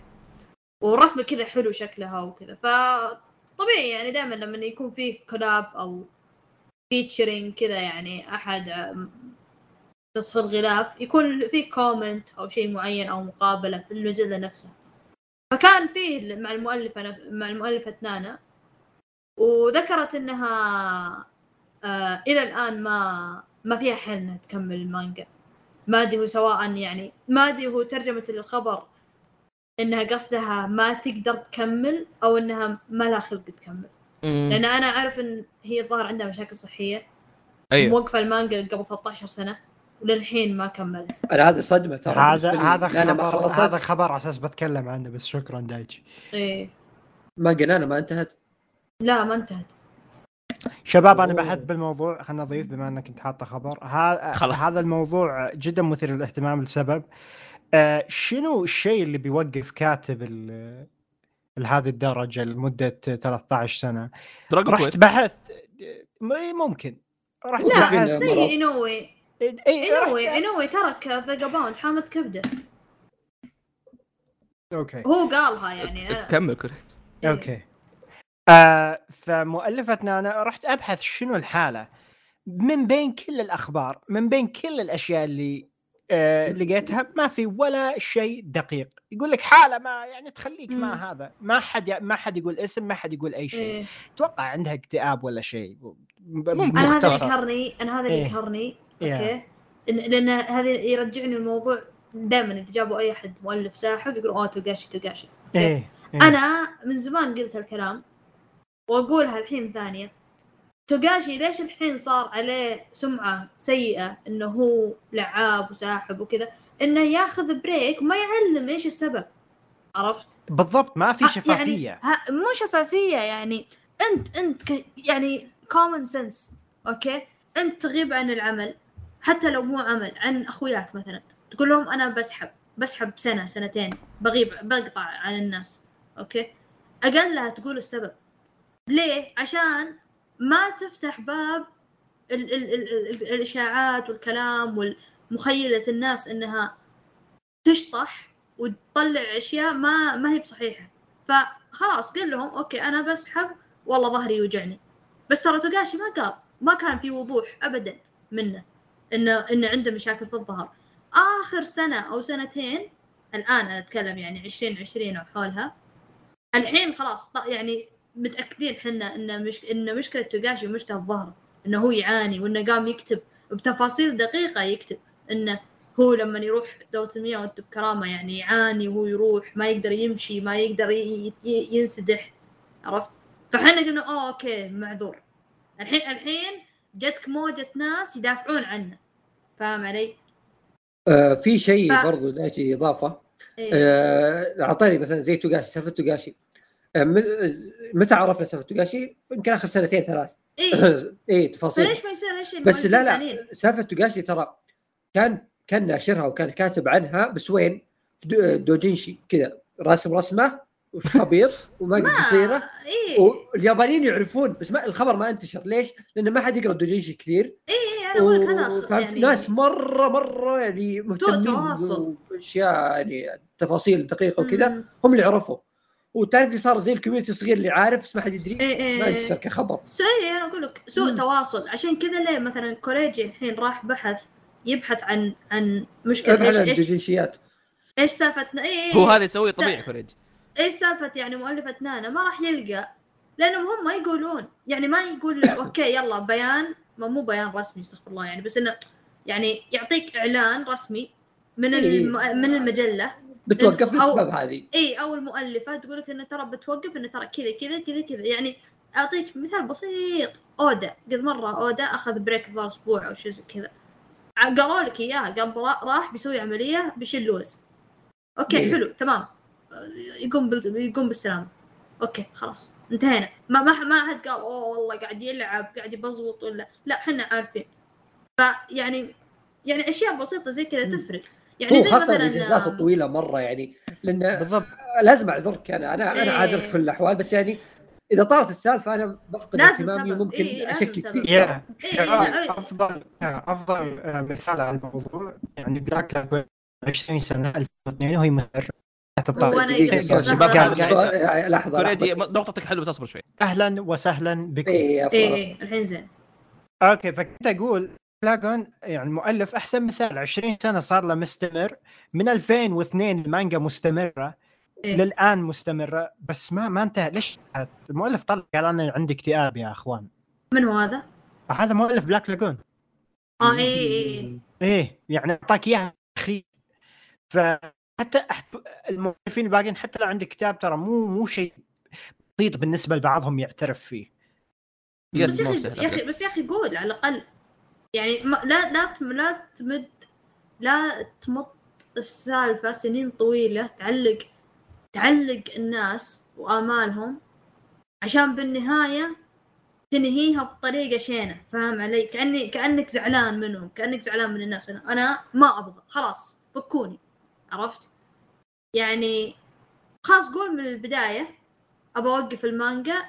ورسمة كذا حلو شكلها وكذا فطبيعي يعني دائما لما يكون فيه كولاب او فيتشرينج كذا يعني احد عم- نصف الغلاف يكون في كومنت او شيء معين او مقابله في المجله نفسها فكان فيه مع المؤلفه نف- مع المؤلفه نانا وذكرت انها آه الى الان ما ما فيها حل انها تكمل المانجا ما ادري هو سواء يعني ما ادري هو ترجمه الخبر انها قصدها ما تقدر تكمل او انها ما لها خلق تكمل لان انا اعرف ان هي الظاهر عندها مشاكل صحيه
أيوه.
ايوه
موقفه المانجا قبل 13 سنه وللحين ما كملت
انا هذه صدمه ترى
هذا
بالنسبة لي.
هذا
لأن ما
خبر
خلصت
هذا خبر على اساس بتكلم عنه بس شكرا دايتشي
ايه
ما قلنا انا ما انتهت
لا ما انتهت
شباب انا
أوه.
بحث بالموضوع خلنا نضيف بما انك انت حاطه خبر ها...
خلاص.
هذا الموضوع جدا مثير للاهتمام لسبب آه شنو الشيء اللي بيوقف كاتب ال... لهذه الدرجه لمده 13 سنه
دراجون
رحت
كويست
بحثت م- ممكن رحت
لا،
لا
بحثت
زي- مرض.
زي انوي
اي
انوي
رحت-
انوي ترك فيجابوند حامد كبده
اوكي
هو قالها يعني أنا...
كمل كوري.
إيه.
اوكي آه فمؤلفتنا انا رحت ابحث شنو الحاله من بين كل الاخبار من بين كل الاشياء اللي آه لقيتها ما في ولا شيء دقيق يقول لك حاله ما يعني تخليك
مم.
ما هذا ما حد ما حد يقول اسم ما حد يقول اي شيء
إمم. إيه.
اتوقع عندها اكتئاب ولا شيء ب-
ممكن.
انا هذا اللي
مختصر.
يقهرني انا هذا اللي
إيه.
يقهرني
إيه.
اوكي إن- لان هذا يرجعني الموضوع دائما اذا جابوا اي احد مؤلف ساحر يقول اوه توغاشي توغاشي
ايه إيه.
انا من زمان قلت هالكلام واقولها الحين ثانيه توغاشي ليش الحين صار عليه سمعه سيئه انه هو لعاب وساحب وكذا انه ياخذ بريك وما يعلم ايش السبب عرفت
بالضبط ما في
آه،
شفافيه
يعني ها مو شفافيه يعني انت انت ك يعني كومن سنس اوكي انت تغيب عن العمل حتى لو مو عمل عن اخوياك مثلا تقول لهم انا بسحب بسحب سنه سنتين بغيب بقطع عن الناس اوكي اقلها تقول السبب ليه عشان ما تفتح باب ال ال ال ال ال الاشاعات والكلام ومخيله الناس انها تشطح وتطلع اشياء ما ما هي بصحيحه فما خلاص قل لهم اوكي انا بسحب والله ظهري يوجعني بس ترى توغاشي ما قال ما كان في وضوح ابدا منه انه انه عنده مشاكل في الظهر اخر سنه او سنتين الان انا اتكلم يعني 2020 او حولها الحين خلاص ط- يعني متاكدين حنا ان مش ان مشكله توغاشي مشكله الظهر انه هو يعاني وانه قام يكتب بتفاصيل دقيقه يكتب انه هو لما يروح دورة المياه وانت بكرامة يعني يعاني وهو يروح ما يقدر يمشي ما يقدر ي- ي- ينسدح عرفت فحنا قلنا اه اوكي معذور الحين الحين جتك موجة ناس يدافعون عنه فاهم علي؟
آه في شيء
ف-
برضو ناجي اضافه
إيه.
آه، اعطاني مثلا زي توغاشي سالفه توغاشي آه، م- متى عرفنا سالفه توغاشي؟ يمكن اخر سنتين ثلاث [COUGHS]
إيه.
اي تفاصيل
فليش ما يصير هالشيء
بس لا
المؤلفين
لا سالفه توغاشي ترى كان كان ناشرها وكان كاتب عنها بس وين؟ في دو- دوجينشي كذا راسم رسمه
[LAUGHS]
وخبيط وما
ما إيه.
قصيره
اي
واليابانيين يعرفون بس ما الخبر ما انتشر ليش؟ لان ما حد يقرا دوجينشي كثير
اي انا اقول إيه، لك هذا خ-
فهمت
يعني
ناس مره مره يعني مهتمين
تواصل.
باشياء يعني تفاصيل دقيقه وكذا
مم.
هم اللي عرفوا وتعرف اللي صار زي الكوميونتي الصغير اللي عارف بس ما حد يدري
اي اي
ما انتشر
إي.
كخبر
إيه، سو اي انا اقول لك سوء
مم.
تواصل عشان كذا ليه مثلا كوريجي الحين راح بحث يبحث عن عن مشكله
ابحث عن
ايش ايش
الدوجينشيات
ايش سالفه اي
هو هذا يسوي طبيعي كوريج
ايش سالفه يعني مؤلفه نانا ما راح يلقى لانهم هم ما يقولون يعني ما يقول لك اوكي يلا بيان ما مو بيان رسمي استغفر الله يعني بس انه يعني يعطيك اعلان رسمي من
إيه.
الم... من المجله
بتوقف
أو-
للاسباب هذه
اي او المؤلفه تقول لك انه ترى بتوقف انه ترى كذا كذا كذا كذا يعني اعطيك مثال بسيط اودا قد مره اودا اخذ بريك ظهر اسبوع او شيء زي كذا ع- قالوا لك اياه قال برا- راح بيسوي عمليه بيشيل لوز اوكي
إيه.
حلو تمام يقوم بال... يقوم بالسلامه اوكي خلاص انتهينا ما ما ما حد قال اوه والله قاعد يلعب قاعد يبزوط ولا لا احنا عارفين فيعني يعني اشياء بسيطه زي كذا
مم.
تفرق يعني
هو
زي
خاصه
مثلا
الاجازات
آم،
الطويله مره يعني لان
بالضبط
لازم اعذرك انا انا انا
إيه.
عاذرك في الاحوال بس يعني اذا طالت السالفه انا بفقد
لازم
اهتمامي
سبب.
وممكن
إيه، لازم
اشكك
سبب.
فيك
يا
إيه، لا، إيه.
شباب، افضل افضل آه، مثال على الموضوع يعني ذاك 20 سنه 2002 وهي مدرب
هو أنا
دقيقة،
إيه،
سؤال.
شباب،
قاعد-
قاعد- سؤال- يعني لحظه
كوريجي
لحظه
نقطتك حلوه بس اصبر شوي
اهلا وسهلا بكم
اي
ايه إيه، الحين زين
اوكي فكنت اقول دراجون يعني المؤلف احسن مثال 20 سنه صار له مستمر من 2002 المانجا مستمره
إيه.
للان مستمره بس ما ما انتهى ليش انتهت؟ المؤلف طلع قال انا عندي اكتئاب يا اخوان
من هو هذا؟
هذا مؤلف بلاك لاجون
اه اي اي اي
ايه يعني اعطاك اياها اخي فحتى أحت- المؤلفين الباقيين حتى لو عندك كتاب ترى مو مو شيء بسيط بالنسبه لبعضهم يعترف
إيه،
فيه
يس
بس يا
مو
اخي يا اخي
بسهل
بس يا اخي قول على الاقل يعني ما لا لا تم- لا تمد لا تمط السالفه سنين طويله تعلق تعلق الناس وامالهم عشان بالنهايه تنهيها بطريقه شينه فاهم علي كاني كانك زعلان منهم كانك زعلان من الناس انا, أنا ما ابغى خلاص فكوني عرفت يعني خلاص قول من البدايه ابى اوقف المانجا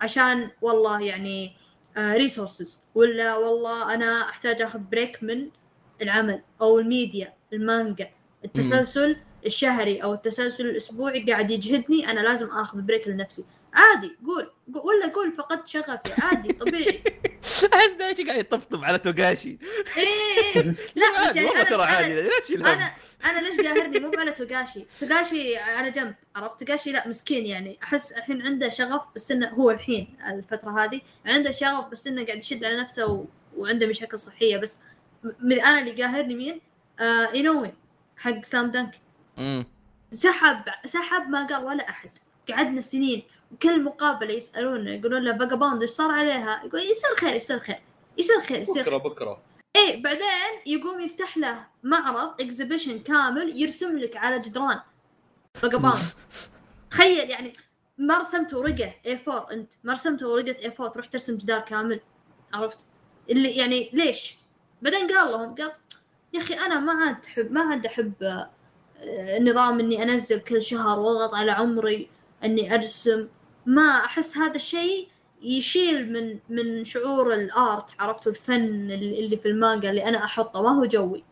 عشان والله يعني ريسورسز ولا والله انا احتاج اخذ بريك من العمل او الميديا المانجا التسلسل الشهري او التسلسل الاسبوعي قاعد يجهدني انا لازم اخذ بريك لنفسي عادي قول قو- ولا قول فقدت شغفي عادي
[LAUGHS]
طبيعي
احس دايتشي قاعد يطبطب على توغاشي
إيه لا بس
عادي
يعني
والله ترى
أنا-
عادي
أنا-
لا تشيل هم
انا انا ليش قاهرني مو على توغاشي توغاشي على جنب عرفت توغاشي لا مسكين يعني احس الحين عنده شغف بس انه هو الحين الفتره هذه عنده شغف بس انه قاعد يشد على نفسه و... وعنده مشاكل صحيه بس م- من انا اللي قاهرني مين آه اينوي حق سام دانك
أمم.
سحب سحب ما قال ولا احد قعدنا سنين وكل مقابله يسالونه يقولون له باجا باوند ايش صار عليها يقول يصير خير يصير خير يصير خير يصير خير
بكره بكره
ايه بعدين يقوم يفتح له معرض اكزبيشن كامل يرسم لك على جدران رقبان تخيل يعني ما رسمت ورقه اي 4 انت ما رسمت ورقه اي 4 تروح ترسم جدار كامل عرفت اللي يعني ليش بعدين قال لهم قال يا اخي انا ما عاد احب ما عاد احب آه، آه، نظام اني انزل كل شهر واضغط على عمري اني ارسم ما احس هذا الشيء يشيل من من شعور الارت عرفتوا الفن اللي اللي في المانجا اللي انا احطه ما هو جوي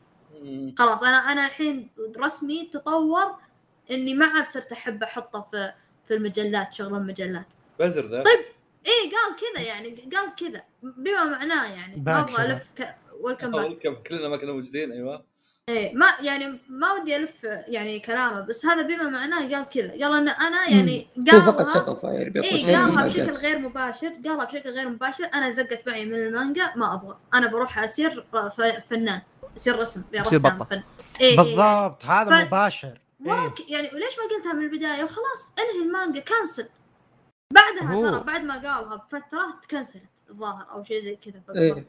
خلاص انا انا الحين رسمي تطور اني ما عاد صرت احب احطه في في المجلات شغلهم مجلات
بزر ذا
ايه قال كذا يعني قال كذا بما معناه يعني ما
باك
ابغى
شباب.
الف ك... ويلكم باك
أول كم- كلنا ما كنا موجودين ايوه
ايه ما يعني ما ودي الف يعني كلامه بس هذا بما معناه قال كذا قال انا انا يعني
هو فقط
قالها
شغف يعني بيطلع شيء
ايه قالها
ما
بشكل
جاء.
غير مباشر قالها بشكل غير مباشر انا زقت معي من المانجا ما ابغى انا بروح اصير ف- فنان اصير رسم يا
بصير
رسام
بطة.
فن ايه إيه.
بالضبط هذا
ف-
مباشر إيه.
وراك يعني وليش ما قلتها من البدايه وخلاص انهي المانجا كنسل بعدها
هو-
ترى بعد ما قالها بفتره تكنسلت الظاهر او شيء زي كذا
إيه.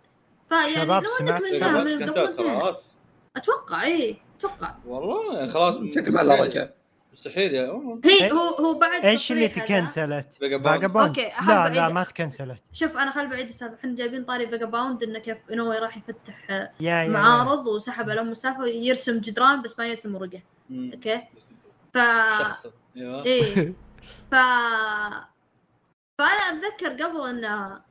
فيعني لو
شباب،
انك
سمعت
منها
شباب
من
كنسلت
قبل
خلاص
اتوقع اي اتوقع
والله يعني خلاص
شكل ما
إيه،
له
مستحيل-
رجع
مستحيل يا أوه.
هي
إيه.
هو هو بعد
ايش اللي
تصريح هذا-
تكنسلت؟
Vagabond.
فاجابوند
أوكي، أحب
لا لا
أعيد.
ما تكنسلت
شوف انا خل بعيد السالفه احنا جايبين طاري فيجا باوند انه كيف انه هو راح يفتح آه،
يا يا- يا
معارض وسحب على مسافه يرسم جدران بس ما يرسم ورقه
مم.
اوكي
بس أنت
ف
شخصا ايوه
ايه ف فانا اتذكر قبل انه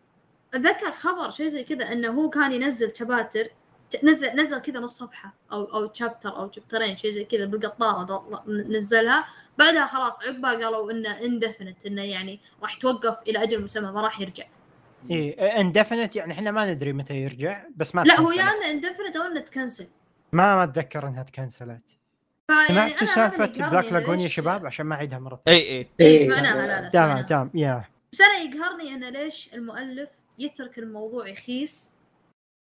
اتذكر خبر شيء زي كذا انه هو كان ينزل شباتر ت- نزل نزل كذا نص صفحه او او تشابتر او شابترين شيء زي كذا بالقطاره ض- نزلها بعدها خلاص عقبها قالوا انه اندفنت انه يعني راح يتوقف الى اجل مسمى ما راح يرجع
اي اندفنت يعني احنا ما ندري متى يرجع بس ما
لا هو يعني يا
تكنسلت.
انه اندفنت او انه تكنسل
ما ما اتذكر انها تكنسلت
فيعني
سمعتوا
يعني أنا يعني هذا اللي
سالفه
يقهرني
بلاك
إنه
لاجون يا
ليش-
شباب عشان ما اعيدها مره ثانيه
اي اي
إيه،
إيه،
سمعناها لا لا
تمام
سمعناها
تمام يا
بس انا يقهرني انه ليش المؤلف يترك الموضوع يخيس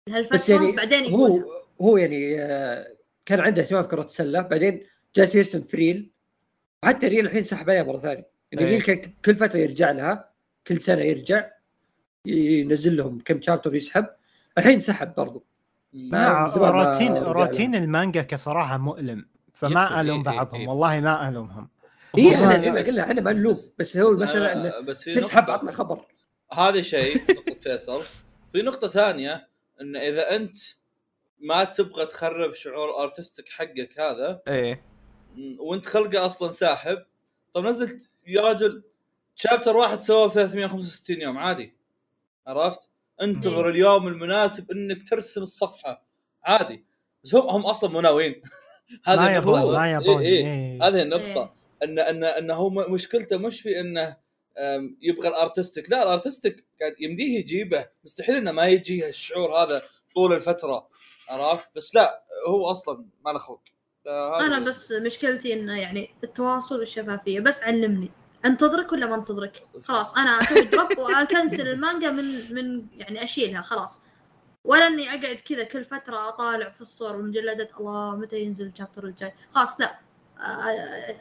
بس
لهالفتره
يعني
بعدين
هو
يقول
هو يعني آه، كان عنده اهتمام في كرة السلة بعدين جالس يرسم في ريل وحتى ريل الحين سحب عليها مرة ثانية يعني
إيه.
ريل كان كل فترة يرجع لها كل سنة يرجع ينزل لهم كم شابتر يسحب الحين سحب برضو
مع
من زمان ما
نعم، روتين
رجع له.
روتين المانجا كصراحه مؤلم
يب-
فما
إيه،
الوم
إيه،
بعضهم
إيه.
والله ما الومهم
إيه.
هي
والله
احنا
لا.
إيه، زي ما قلنا احنا ما نلوم بس هو المسألة انه
آه، بس في
تسحب
نقطة-
عطنا خبر
هذا شيء نقطة فيصل في نقطة ثانية ان اذا انت ما تبغى تخرب شعور ارتستك حقك هذا
إيه.
اي
م، وانت خلقه اصلا ساحب طب نزل يا رجل شابتر واحد سواه ب 365 يوم عادي عرفت؟ انتظر
إيه.
اليوم المناسب انك ترسم الصفحة عادي بس هم هم اصلا مناوين [LAUGHS] هذه
ما
النقطة.
يبون ما
إيه،
يبون
إيه.
إيه.
هذه النقطة ان ان ان هو م- مشكلته مش في انه أم، يبغى الارتستيك لا الارتستيك قاعد يمديه يجيبه مستحيل انه ما يجيه الشعور هذا طول الفترة عرفت بس لا هو اصلا ما له خلق فهذا-
انا إيه. بس مشكلتي انه يعني التواصل والشفافيه بس علمني انتظرك ولا ما انتظرك خلاص انا اسوي [LAUGHS] دروب واكنسل المانجا من من يعني اشيلها خلاص ولا اني اقعد كذا كل فتره اطالع في الصور والمجلدات الله متى ينزل الشابتر الجاي خلاص لا أ- أ-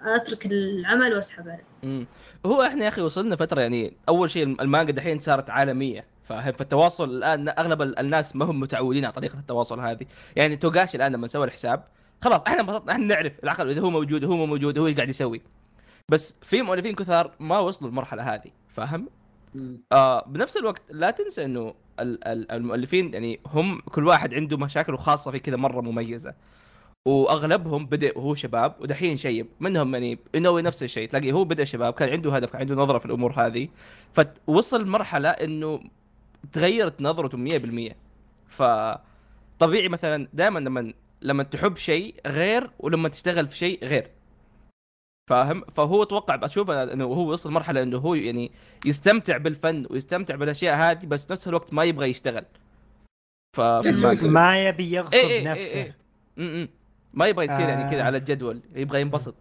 اترك العمل واسحب عليه
مم. هو احنا يا اخي وصلنا فتره يعني اول شيء المانجا دحين صارت عالميه فاهم فالتواصل الان اغلب ال- الناس ما هم متعودين على طريقه التواصل هذه يعني توغاشي الان لما سوى الحساب خلاص احنا انبسطنا احنا نعرف العقل اذا هو موجود هو مو موجود هو ايش قاعد يسوي بس في مؤلفين كثار ما وصلوا المرحله هذه فاهم آه بنفس الوقت لا تنسى انه ال- ال- المؤلفين يعني هم كل واحد عنده مشاكله خاصه في كذا مره مميزه واغلبهم بدا وهو شباب ودحين شيب منهم يعني انوي نفس الشيء تلاقي هو بدا شباب كان عنده هدف كان عنده نظره في الامور هذه فوصل مرحله انه تغيرت نظرته 100% فطبيعي مثلا دائما لما لما تحب شيء غير ولما تشتغل في شيء غير فاهم فهو اتوقع بشوف أنا انه هو وصل مرحله انه هو يعني يستمتع بالفن ويستمتع بالاشياء هذه بس نفس الوقت ما يبغى يشتغل ف
تسوي في-
ما يبي
إيه،
يغصب
إيه،
نفسه
إيه، إيه. م- م. ما يبغى يصير يعني كذا
آه.
على الجدول يبغى ينبسط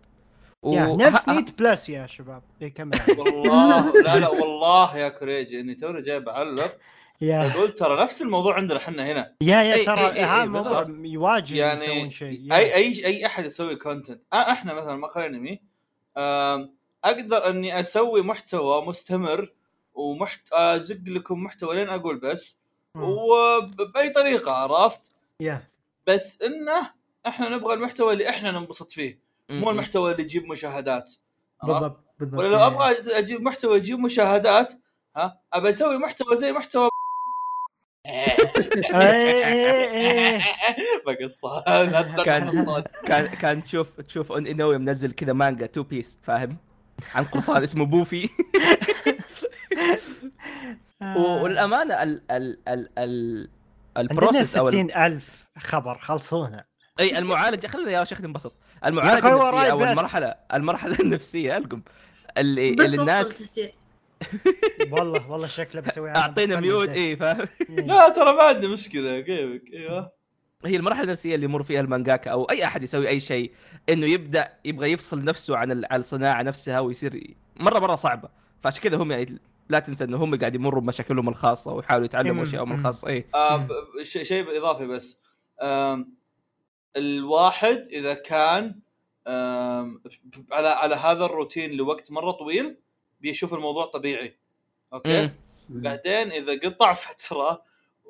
يا
و-
نفس
ه- ه-
نيت بلس يا شباب إيه،
[LAUGHS]
كمل
والله لا لا والله يا كريجي اني توني جاي بعلق
يا
اقول ترى نفس الموضوع عندنا احنا هنا
يا يا
إيه، إيه،
ترى
إيه،
هذا
إيه،
الموضوع يواجه
يعني
يسوون شيء
اي اي اي احد يسوي كونتنت احنا مثلا مقهى انمي آم، اقدر اني اسوي محتوى مستمر ومحت ازق لكم محتوى لين اقول بس وباي طريقه عرفت
يا
بس انه احنا نبغى المحتوى اللي احنا ننبسط فيه مو
م- م.
المحتوى اللي يجيب مشاهدات عرفت؟
بالضبط بالضبط
ولا لو
يا-
ابغى أز- اجيب محتوى يجيب مشاهدات ها ابى اسوي محتوى زي محتوى
إيه، إيه، [LAUGHS]
[LAUGHS]
إيه، إيه.
بقصها لا تدخل
كان-
الصوت.
[LAUGHS] كان كان تشوف تشوف ان انوي منزل كذا مانجا تو بيس فاهم عن قرصان
[LAUGHS]
اسمه بوفي
آه.
و- والامانه ال ال ال ال
عندنا
البروسس او ال-
60 ألف خبر خلصونا
اي المعالجه خلينا يا شيخ ننبسط
يا أخي
المعالجه
وراي
النفسيه او
بث.
[LAUGHS] المرحله المرحله النفسيه القم
اللي,
إيه،
اللي الناس
والله والله
[LAUGHS]
شكله بيسوي عنها
اعطينا
بطل
ميوت
زين.
إيه.
اي فاهم
إيه.
لا ترى ما عندي مشكله كيفك ايوه
هي المراحل النفسيه اللي يمر فيها المانجاكا او اي احد يسوي اي شيء انه يبدا يبغى يفصل نفسه عن ال- عن الصناعه نفسها ويصير مره مره صعبه فعشان كذا هم يعني لا تنسى انه هم قاعد يمروا بمشاكلهم الخاصه ويحاولوا يتعلموا
أمم،
اشيائهم
أمم.
الخاصه اي
آه ب- ب- شيء شيء اضافي بس آم، الواحد اذا كان آم، ب- على على هذا الروتين لوقت مره طويل بيشوف الموضوع طبيعي اوكي بعدين اذا قطع فتره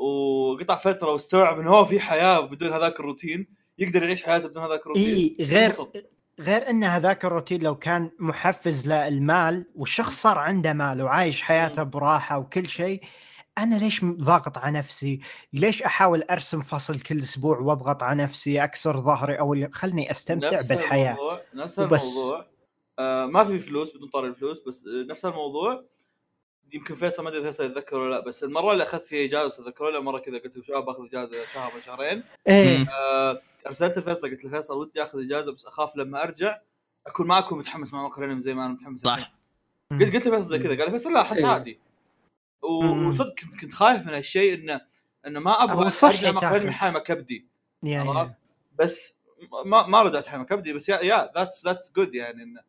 وقطع فتره واستوعب انه هو في حياه بدون هذاك الروتين يقدر يعيش حياته بدون هذاك الروتين
اي غير
ينبسط.
غير ان هذاك الروتين لو كان محفز للمال والشخص صار عنده مال وعايش حياته براحه وكل شيء انا ليش م- ضاغط على نفسي؟ ليش احاول ارسم فصل كل اسبوع واضغط على نفسي اكسر ظهري او اللي- خلني استمتع
نفس
بالحياه
الموضوع نفس
وبس.
الموضوع آه ما في فلوس بدون طار الفلوس بس آه نفس الموضوع يمكن فيصل ما ادري إذا فيصل يتذكر ولا لا بس المره اللي اخذت فيها اجازه تذكر ولا مره كذا قلت شباب باخذ اجازه شهر ولا شهرين
إيه.
ايه
آه ارسلت لفيصل قلت له فيصل ودي اخذ اجازه بس اخاف لما ارجع اكون معكم متحمس مع مقرنهم زي ما انا متحمس
صح.
الحين. قلت قلت له فيصل زي كذا قال لي فيصل لا احس
إيه.
عادي و-
مم.
وصدق كنت كنت خايف من هالشيء انه انه ما
هو
ابغى
صحي
ارجع مقرنهم
تاخذ.
حامى كبدي
يا- يا-
عرفت؟ بس ما ما رجعت حمى كبدي بس يا يا ذاتس ذاتس جود يعني إنه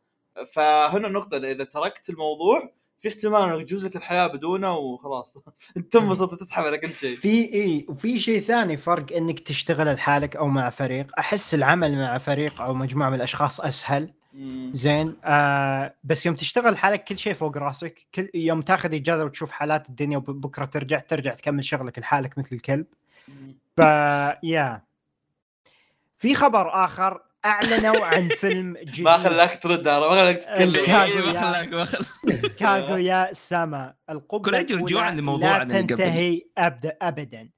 فهنا النقطة إنه إذا تركت الموضوع في احتمال انه يجوز لك الحياة بدونه وخلاص [LAUGHS] تنبسط وتسحب على كل شيء
في اي وفي شيء ثاني فرق انك تشتغل لحالك او مع فريق احس العمل مع فريق او مجموعه من الاشخاص اسهل
مم.
زين آه بس يوم تشتغل حالك كل شيء فوق راسك كل يوم تاخذ اجازه وتشوف حالات الدنيا وبكره ترجع ترجع تكمل شغلك لحالك مثل الكلب ف يا في خبر اخر اعلنوا عن فيلم جديد
ما خلاك ترد عرفت؟ ما خلاك
الكلام.
تتكلم
إيه، ما خلاك- كاغويا سما
كل
القبة
أجل
الأولى
جوعاً لموضوعنا
لا
اللي قبل.
تنتهي أبدا أبدا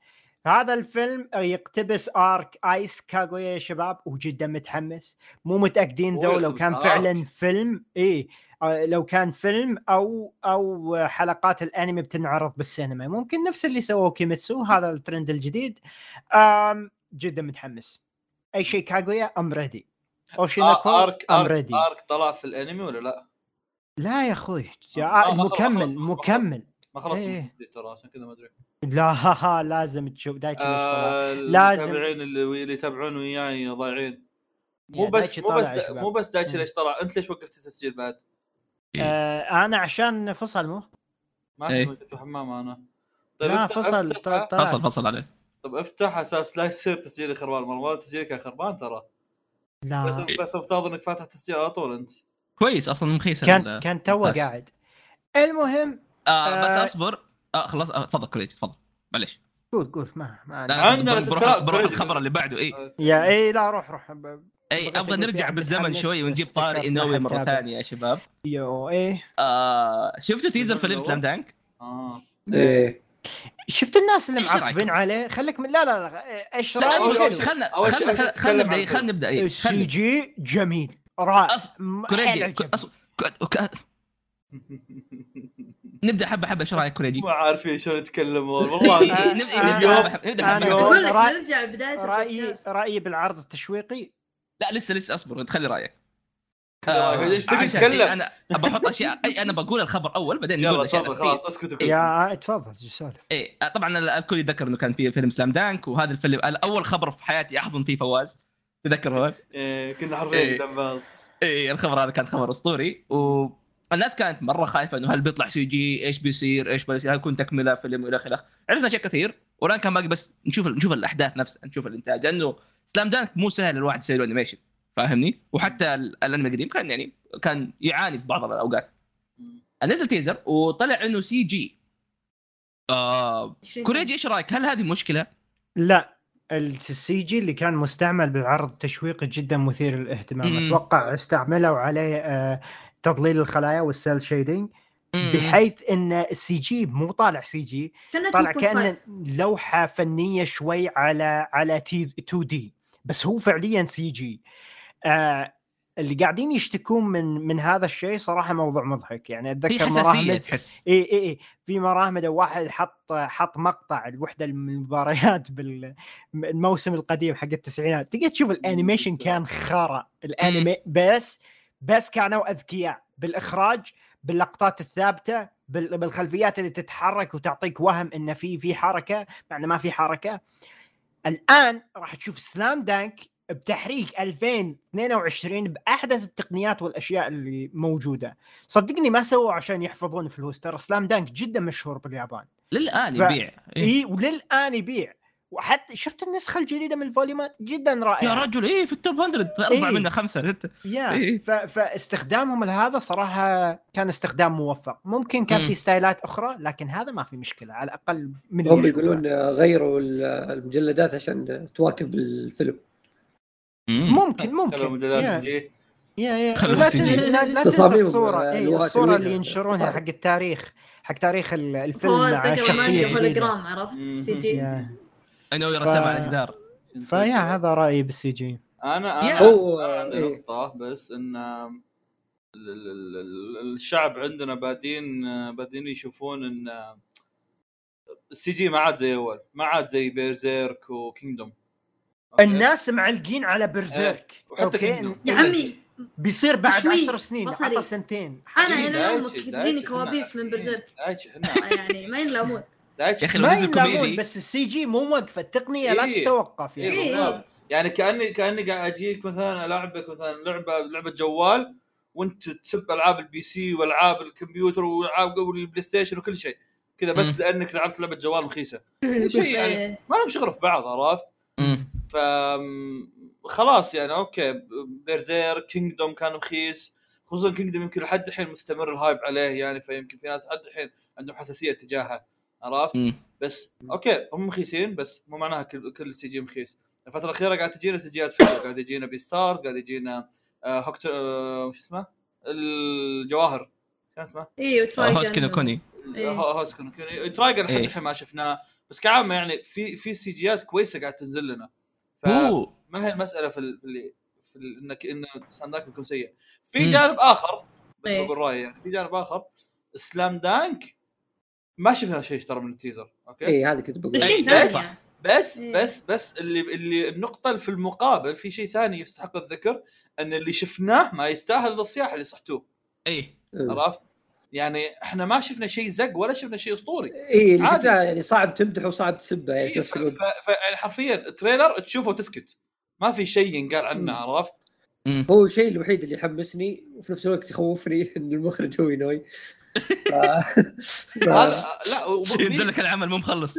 هذا الفيلم يقتبس ارك ايس كاغويا يا شباب وجدا متحمس مو متاكدين
هو
ذو لو
يقتبس
كان
آرك.
فعلا فيلم اي لو كان فيلم او او حلقات الانمي بتنعرض بالسينما ممكن نفس اللي سووه كيميتسو هذا الترند الجديد آم جدا متحمس اي شيء كاغويا ام ريدي اوشيناكو
آه، ارك
ام
ارك
ريدي
ارك طلع في الانمي ولا لا؟
لا يا اخوي
آه، ما خلص- ما خلص-
مكمل
ما خلص.
مكمل
ما خلص
إيه.
من جديد ترى عشان كذا ما ادري
لا [LAUGHS] لازم تشوف دايتشي آه
آه،
لازم.
المتابعين اللي اللي يتابعون وياي ضايعين مو
يعني
بس
دايتشي
مو
طالع
بس
يا
دا-
شباب.
مو بس دايتشي
مم.
ليش طلع انت ليش وقفت التسجيل بعد؟
آه انا عشان فصل مو
طيب، ما
إيه.
في كنت في الحمام انا طيب
لا
افتح-
فصل ط-
افتح
طلع.
فصل فصل عليه
طب افتح اساس لا يصير تسجيلي خربان مرة مرة تسجيلك يا خربان ترى بس
لا
بس افترض انك فاتح تسجيل على طول انت
كويس اصلا مخيس
كان
ال-
كان توه
الباس.
قاعد المهم
آه بس
آه.
اصبر آه خلاص آه، تفضل كوريجي تفضل معليش
قول قول ما, ما
لا،
عليك.
لا،
عندنا
بروح-
استفسار
بروح
كوريجي.
الخبر اللي بعده اي
طيب.
يا اي لا روح روح ب-
اي
بغيت
ابغى
أقول في
نرجع
أحد
بالزمن
متحمس
شوي
بس
ونجيب
ذكرت
طاري انوي
واحد
مره
تابع.
ثانيه يا شباب
يو ايه
آه شفتوا تيزر فيلم
الأول؟
سلام دانك؟
[LAUGHS] اه
ايه
شفت الناس اللي
إيش رأيك؟
معصبين عليه خليك من لا لا لا آه، اشرح
لا
أول- أول
اصبر
شيء-
خلنا
أول شيء
خلنا خلنا-
نتكلم
خلنا
عن
نبدا
الفيلم.
خلنا نبدا اي
السي
خلنا
إيه، جي جميل رائع
أص-
م- حيل
كوريجي
عجبني.
أصبر، ك- ك- نبدا حبه حبه ايش رايك
[LAUGHS]
كوريجي؟ إيه،
ما عارفين شلون
[LAUGHS]
يتكلمون
إي- إي-
والله
إي،
أنا-
نبدا
أنا-
نبدا حبة- حبة- نبدا
أنا-
حبة- حبة.
اقول لك
رأي-
نرجع بدايه
رايي
البودكاست.
رايي بالعرض التشويقي
لا لسه لسه اصبر تخلي رايك
إيش تبي
آه. عشان
تتكلم؟
إي، انا بحط اشياء اي انا بقول الخبر اول بعدين نقول
يلا
الاشياء
تفضل
الاساسيه
خلاص اسكتوا كلكم
يا تفضل شو السالفه
ايه آه، طبعا ال- الكل يتذكر انه كان في فيلم سلام دانك وهذا الفيلم اول خبر في حياتي احضن فيه فواز تذكر فواز
إيه، كنا
إيه.
حرفيا قدام بعض
ايه الخبر هذا كان خبر اسطوري والناس كانت مره خايفه انه هل بيطلع سي جي ايش بيصير ايش بيصير هل يكون تكمله فيلم والى اخره عرفنا اشياء كثير والان كان باقي بس نشوف نشوف الاحداث نفسها نشوف الانتاج لانه سلام دانك مو سهل الواحد يسوي له انيميشن فاهمني وحتى ال- الانمي القديم كان يعني كان يعاني في بعض الاوقات نزل تيزر وطلع انه سي جي آه كوريجي ايش رايك هل هذه مشكله
لا السي جي اللي كان مستعمل بالعرض تشويقي جدا مثير للاهتمام
مم.
اتوقع استعملوا عليه آه، تضليل الخلايا والسيل شيدنج
مم.
بحيث ان السي جي مو طالع سي جي
كنا
طالع
2.5.
كانه لوحه فنيه شوي على على 2 دي بس هو فعليا سي جي آه اللي قاعدين يشتكون من من هذا الشيء صراحه موضوع مضحك يعني
في
اتذكر
حساسيه
مراهمه
تحس
اي اي اي في مراهمد واحد حط حط مقطع الوحده من المباريات بالموسم القديم حق التسعينات تقدر تشوف الانيميشن كان خرا الانمي بس بس كانوا اذكياء بالاخراج باللقطات الثابته بال- بالخلفيات اللي تتحرك وتعطيك وهم ان في في حركه مع انه ما في حركه الان راح تشوف سلام دانك بتحريك 2022 باحدث التقنيات والاشياء اللي موجوده صدقني ما سووا عشان يحفظون فلوس ترى سلام دانك جدا مشهور باليابان
للان
ف-
يبيع إيه.
اي وللان يبيع وحتى شفت النسخه الجديده من الفوليومات جدا رائعه
يا رجل ايه في التوب 100 اربعه
إيه.
منها خمسه سته
يا
إيه.
ف... فاستخدامهم لهذا صراحه كان استخدام موفق ممكن كان
مم.
في ستايلات اخرى لكن هذا ما في مشكله على الاقل من اللي
هم
يشوفه.
يقولون آه، غيروا ال- المجلدات عشان تواكب الفيلم
ممكن
خلوا
ممكن
المجلدات
يا
تجي
يا يا
خلوا
لا, ت...
السجين.
لا, لا تنسى
تصاميم، آه،
الصوره إيه
لغات
الصوره
جميلة.
اللي ينشرونها حق التاريخ حق تاريخ ال- الفيلم
هو
مع
استقبل ما
الشخصيه
عندي
الجديده
هولوجرام عرفت
مم.
سي جي
يا.
انا ويا
ف-
رسام على الجدار
فيا هذا رايي بالسي جي
انا انا
يا.
هو-
أنا عندي
إيه.
نقطه آه، بس ان آم، ال- ال- ال- الشعب عندنا بادين آه، بادين يشوفون ان آم، السي جي ما عاد زي اول ما عاد زي بيرزيرك وكينجدوم
الناس معلقين على برزيرك
آه،
وحتى
اوكي
كينجدوم
يا عمي
بيصير بعد
شوي.
10 سنين
بصري.
عطى سنتين
انا
إيه،
يا
دايتشي-
ليل امك تجيني
دايتشي،
كوابيس
إحنا- إيه،
من برزيرك
دايتشي احنا
يعني ما ينلامون
دايتشي
يا اخي لو
ما
نزل
ينلامون
كوميدي
بس السي جي مو موقفه التقنيه لا
إيه. [LAUGHS]
تتوقف
إيه،
يعني
بالضبط. يعني كاني كاني قاعد اجيك مثلا العبك مثلا لعبه لعبه جوال وانت تسب العاب البي سي والعاب الكمبيوتر والعاب قبل البلاي ستيشن وكل شيء كذا بس
مم.
لانك لعبت لعبه جوال
[LAUGHS]
رخيصه شيء يعني ما لهم شغل في بعض عرفت
مم.
ف خلاص يعني اوكي بيرزير كينجدوم كان رخيص خصوصا كينجدوم يمكن لحد الحين مستمر الهايب عليه يعني فيمكن في ناس لحد الحين عندهم حساسيه تجاهه عرفت
مم.
بس اوكي هم مخيسين بس مو معناها كل كل سي جي مخيس الفتره الاخيره قاعد تجينا سيجيات حلوه قاعد يجينا بي ستارز قاعد يجينا آه هوكت آه شو اسمه الجواهر كان اسمه
اي
آه، هوس كذا كوني
إيه.
هو- هوس كونكوني. ترايجر لحد
إيه.
الحين ما شفناه بس كعامه يعني في في سيجيات كويسه قاعد تنزل لنا ف-
هو
ما هي المساله في ال... في, ال... في ال... انك ان سلام دانك بيكون سيء في
مم.
جانب اخر بس
إيه.
بقول رايي يعني في جانب اخر سلام دانك ما شفنا شيء ترى من التيزر اوكي
اي هذا إيه، كنت بقول
شيء
إيه، بس-
ثاني
بس
إيه.
بس بس اللي اللي النقطه في المقابل في شيء ثاني يستحق الذكر ان اللي شفناه ما يستاهل الصياح اللي صحتوه
ايه
إيه.
عرفت؟ يعني احنا ما شفنا شيء زق ولا شفنا شيء اسطوري
اي اللي
عادي.
شفتها يعني صعب تمدحه وصعب تسبه يعني في
إيه،
نفس
ف-
الوقت
ف- يعني حرفيا تريلر تشوفه وتسكت ما في شيء ينقال عنه
مم.
عرفت؟
مم.
هو الشيء الوحيد اللي يحمسني وفي نفس الوقت يخوفني [LAUGHS] ان المخرج هو ينوي
[LAUGHS]
ف... ف...
هذا لا
[LAUGHS]
وفي-
ينزل لك العمل مو مخلص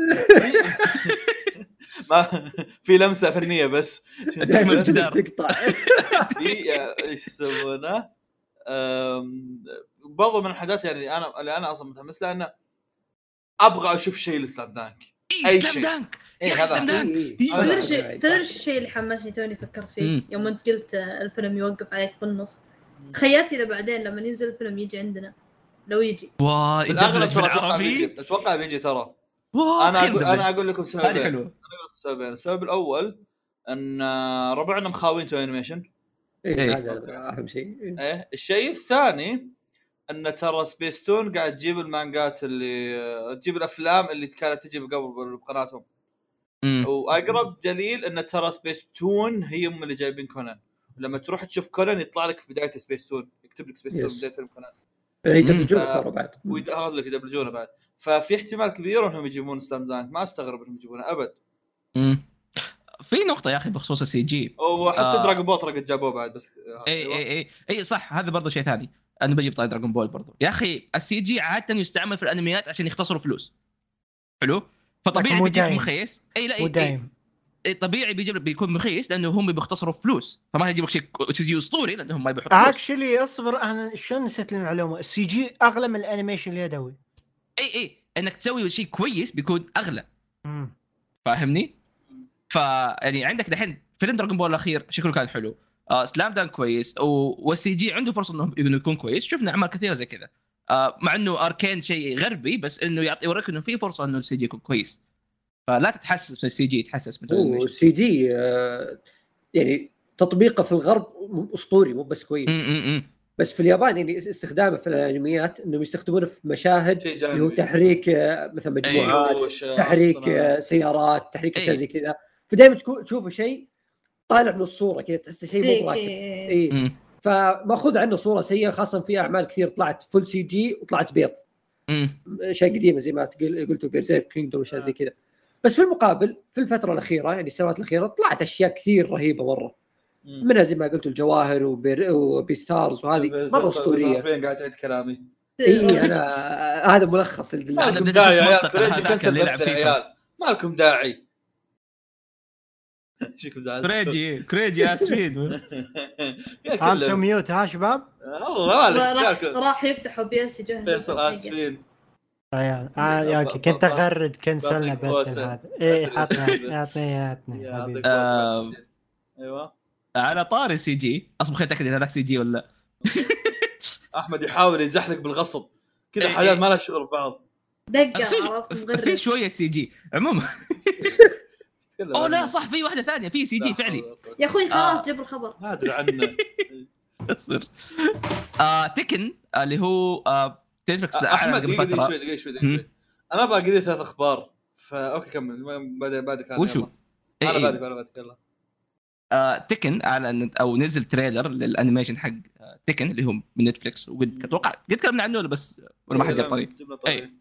ما في لمسه فنيه بس [LAUGHS]
دايماً الجدار.
تقطع
إيه، في ايش يسمونه إيه، أم، برضو من الحاجات يعني انا اللي انا اصلا متحمس لها انه ابغى اشوف شيء لسلام دانك أي
اي سلام
شيء.
دانك
إيه
يا اخي
هذا.
سلام دانك
إيه.
تدري شيء- تدري إيش الشيء اللي حمسني توني فكرت فيه
مم.
يوم انت قلت آه، الفيلم يوقف عليك بالنص تخيلت اذا بعدين لما ينزل الفيلم يجي عندنا لو يجي
واي
بالاغلب
دبلج
ترى اتوقع بيجي
بالعربي
اتوقع بيجي ترى
واو
انا
خير
أقول انا
دبلج
اقول لكم
هذه
سببين
حلوه
سببين السبب الاول ان ربعنا مخاوين تو انيميشن
إيه،
إيه.
هذا اهم شيء
ايه الشيء الثاني ان ترى سبيستون قاعد تجيب المانجات اللي تجيب الافلام اللي كانت تجي قبل بقناتهم
مم.
واقرب دليل ان ترى سبيس تون هي هم اللي جايبين كونان لما تروح تشوف كونان يطلع لك في بدايه سبيس تون يكتب لك سبيس تون
Yes.
بدايه فيلم كونان
يدمجون
مم. آه،
ترى إيه، بعد
ويدخل لك يدبلجونه بعد ففي احتمال كبير انهم يجيبون سلام دانك ما استغرب انهم يجيبونه ابد
مم. في نقطه يا اخي بخصوص السي جي
وحتى آه.
آه.
دراجون بول ترى قد جابوه بعد بس آه، أيوة.
اي اي اي اي إيه، صح هذا برضه شيء ثاني انا بجيب طاري دراجون بول برضه يا اخي السي جي عاده يستعمل في الانميات عشان يختصروا فلوس حلو
لكن
فطبيعي
مو
بيجيك
دايم.
مخيس اي لا إيه، اي, أي,
ودايم
أي طبيعي بيجيب بيكون مخيس لانه هم بيختصروا فلوس فما يجيب لك شيء سي جي اسطوري لانهم ما بيحطوا فلوس
اكشلي اصبر انا شلون نسيت المعلومه السي جي اغلى من الانيميشن اليدوي
اي اي انك تسوي شيء كويس بيكون اغلى
مم.
فاهمني؟ ف يعني عندك دحين فيلم دراجون بول الاخير شكله كان حلو آه سلام دانك كويس و... والسي جي عنده فرصه انه انه يكون كويس شفنا اعمال كثيره زي كذا آه مع انه اركين شيء غربي بس انه يعطي يوريك انه في فرصه انه السي جي يكون كويس فلا تتحسس من السي جي تحسس من الانيميشن
والسي جي يعني تطبيقه في الغرب اسطوري مو بس كويس
أمم، أمم، أمم.
بس في اليابان يعني استخدامه في الانميات انهم يستخدمونه في مشاهد اللي هو تحريك آه، مثلا مجموعات تحريك آه، إيه. سيارات تحريك اشياء
أي.
زي كذا فدائما تكون تشوفه شيء طالع من الصوره كذا تحس شيء مو
ستيك،
راكب
إيه.
اي
أمم.
ف- فماخذ عنه صوره سيئه خاصه في اعمال كثير طلعت فول سي جي وطلعت بيض
مم.
اشياء قديمه زي ما تقل- قلتوا بيرزيرك كينجدوم واشياء زي كذا بس في المقابل في الفتره الاخيره يعني السنوات الاخيره طلعت اشياء كثير رهيبه مره
مم.
منها زي ما قلتوا الجواهر وبير وبيستارز وهذه مره اسطوريه
حرفيا قاعد تعيد كلامي
إيه،
إيه،
اي انا هذا ملخص ال-
لا،
ما لكم
بديت
داعي يا
أشوف
عيال
منطقة
فريج
هذاك
يكسر
اللي يلعب
نفسه يا
فيفا.
عيال ما لكم داعي [LAUGHS] شكم زعلت [LAUGHS]
كريجي كريجي اسفين [LAUGHS]
يا
إيه،
هام سو
كلب.
ميوت ها شباب
الله
راح
مالك ياكل.
راح يفتحوا بيس يجهز
فيصل اسفين
طيب آه يا أوكي. كنت اغرد كنسلنا باتل هذا إيه، اي عطنا اعطني اعطني
يا
نعم، حبيبي.
يعطيك العافية. ايوه
على طاري سي جي اصبر خليني اتاكد اذا هذاك سي جي ولا
احمد يحاول يزحلق بالغصب كذا
إيه،
حالات
إيه.
ما لها شعور ببعض
في-
دقه عرفت مغرس
في شويه سي جي
[LAUGHS]
عموما
تتكلم
اوه لا
عن-
صح في واحده ثانيه في سي
لا
جي
حول
فعلي
ولا قوة.
يا اخوي
آه.
خلاص جيب الخبر
ما ادري عنه
[LAUGHS] يصير آه تكن آه، اللي هو آه تنفكس
احمد
قبل
دقيقه دقيقه
فتره
شوي دقيقه شوي دقيقه
هم؟
شوي انا باقي لي ثلاث اخبار فا اوكي كمل ما- بعد بعدك أنا،
وشو؟
يلا.
إيه،
انا
إيه.
بعدك انا بعدك يلا
آه، تكن اعلن او نزل تريلر للانيميشن حق آه، تكن اللي هو من نتفلكس وقد اتوقع قد تكلمنا عنه ولا بس ولا ما حد جاب طريق
جبنا طريق
إيه.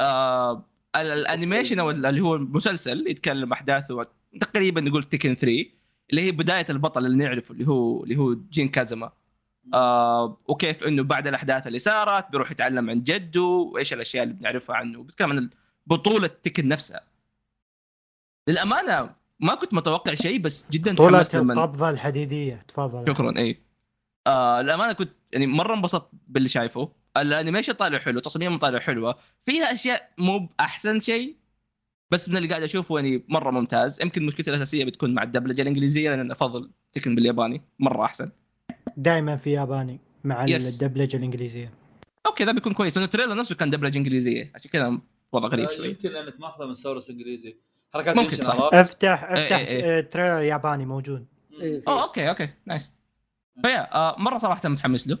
آه، ال- الانيميشن او ال- اللي هو المسلسل يتكلم احداثه وع- تقريبا نقول تكن 3 اللي هي بدايه البطل اللي نعرفه اللي هو اللي هو جين كازما آه وكيف انه بعد الاحداث اللي صارت بيروح يتعلم عن جده وايش الاشياء اللي بنعرفها عنه بتكلم عن بطوله تكن نفسها للامانه ما كنت متوقع شيء بس جدا
طولة
تحمست لما-
القبضة الحديدية تفضل
شكرا اي آه الامانه كنت يعني مره انبسطت باللي شايفه الانيميشن طالع حلو تصميمه طالع حلوه فيها اشياء مو باحسن شيء بس من اللي قاعد اشوفه يعني مره ممتاز يمكن مشكلتي الاساسيه بتكون مع الدبلجه الانجليزيه لان أنا افضل تكن بالياباني مره احسن
دائما في ياباني مع
Yes.
الدبلجة الانجليزية
اوكي ده بيكون كويس لانه التريلر نفسه كان دبلجه انجليزيه عشان كذا وضع غريب
آه،
شوي
يمكن لانك ماخذه من سورس انجليزي حركات
ممكن،
يمشي
صح.
عرفت؟
افتح
إيه،
افتح
إيه.
آه، تريلر ياباني موجود
إيه.
اوه اوكي اوكي نايس فيا آه مره صراحه متحمس له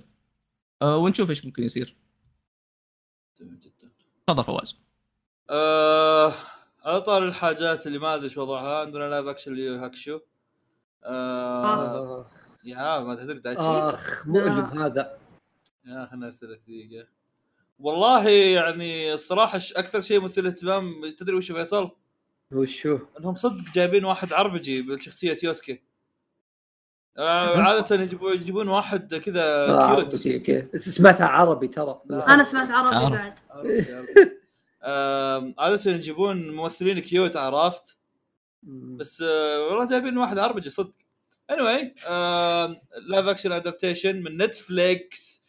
آه ونشوف ايش ممكن يصير
جميل جدا
تفضل فواز
آه، على طار الحاجات اللي ما ادري ايش وضعها عندنا لايف اكشن لهاكشو آه
آه.
يا ما تدري دايتشي
اخ مؤلم هذا
يا خلنا ارسلك دقيقه والله يعني الصراحه ش- اكثر شيء مثير اهتمام تدري وش يا فيصل؟
وشو
انهم صدق جايبين واحد عربجي بالشخصيه يوسكي آه، عاده يجيبون يجيبون واحد
آه،
كذا آه، كيوت
عربي كذا سمعتها عربي ترى
لا.
انا سمعت عربي
عربي.
بعد
آم، عاده يجيبون ممثلين كيوت عرفت؟ بس آه، والله جايبين واحد اربجي صدق آه، اني واي لايف اكشن ادابتيشن من نتفليكس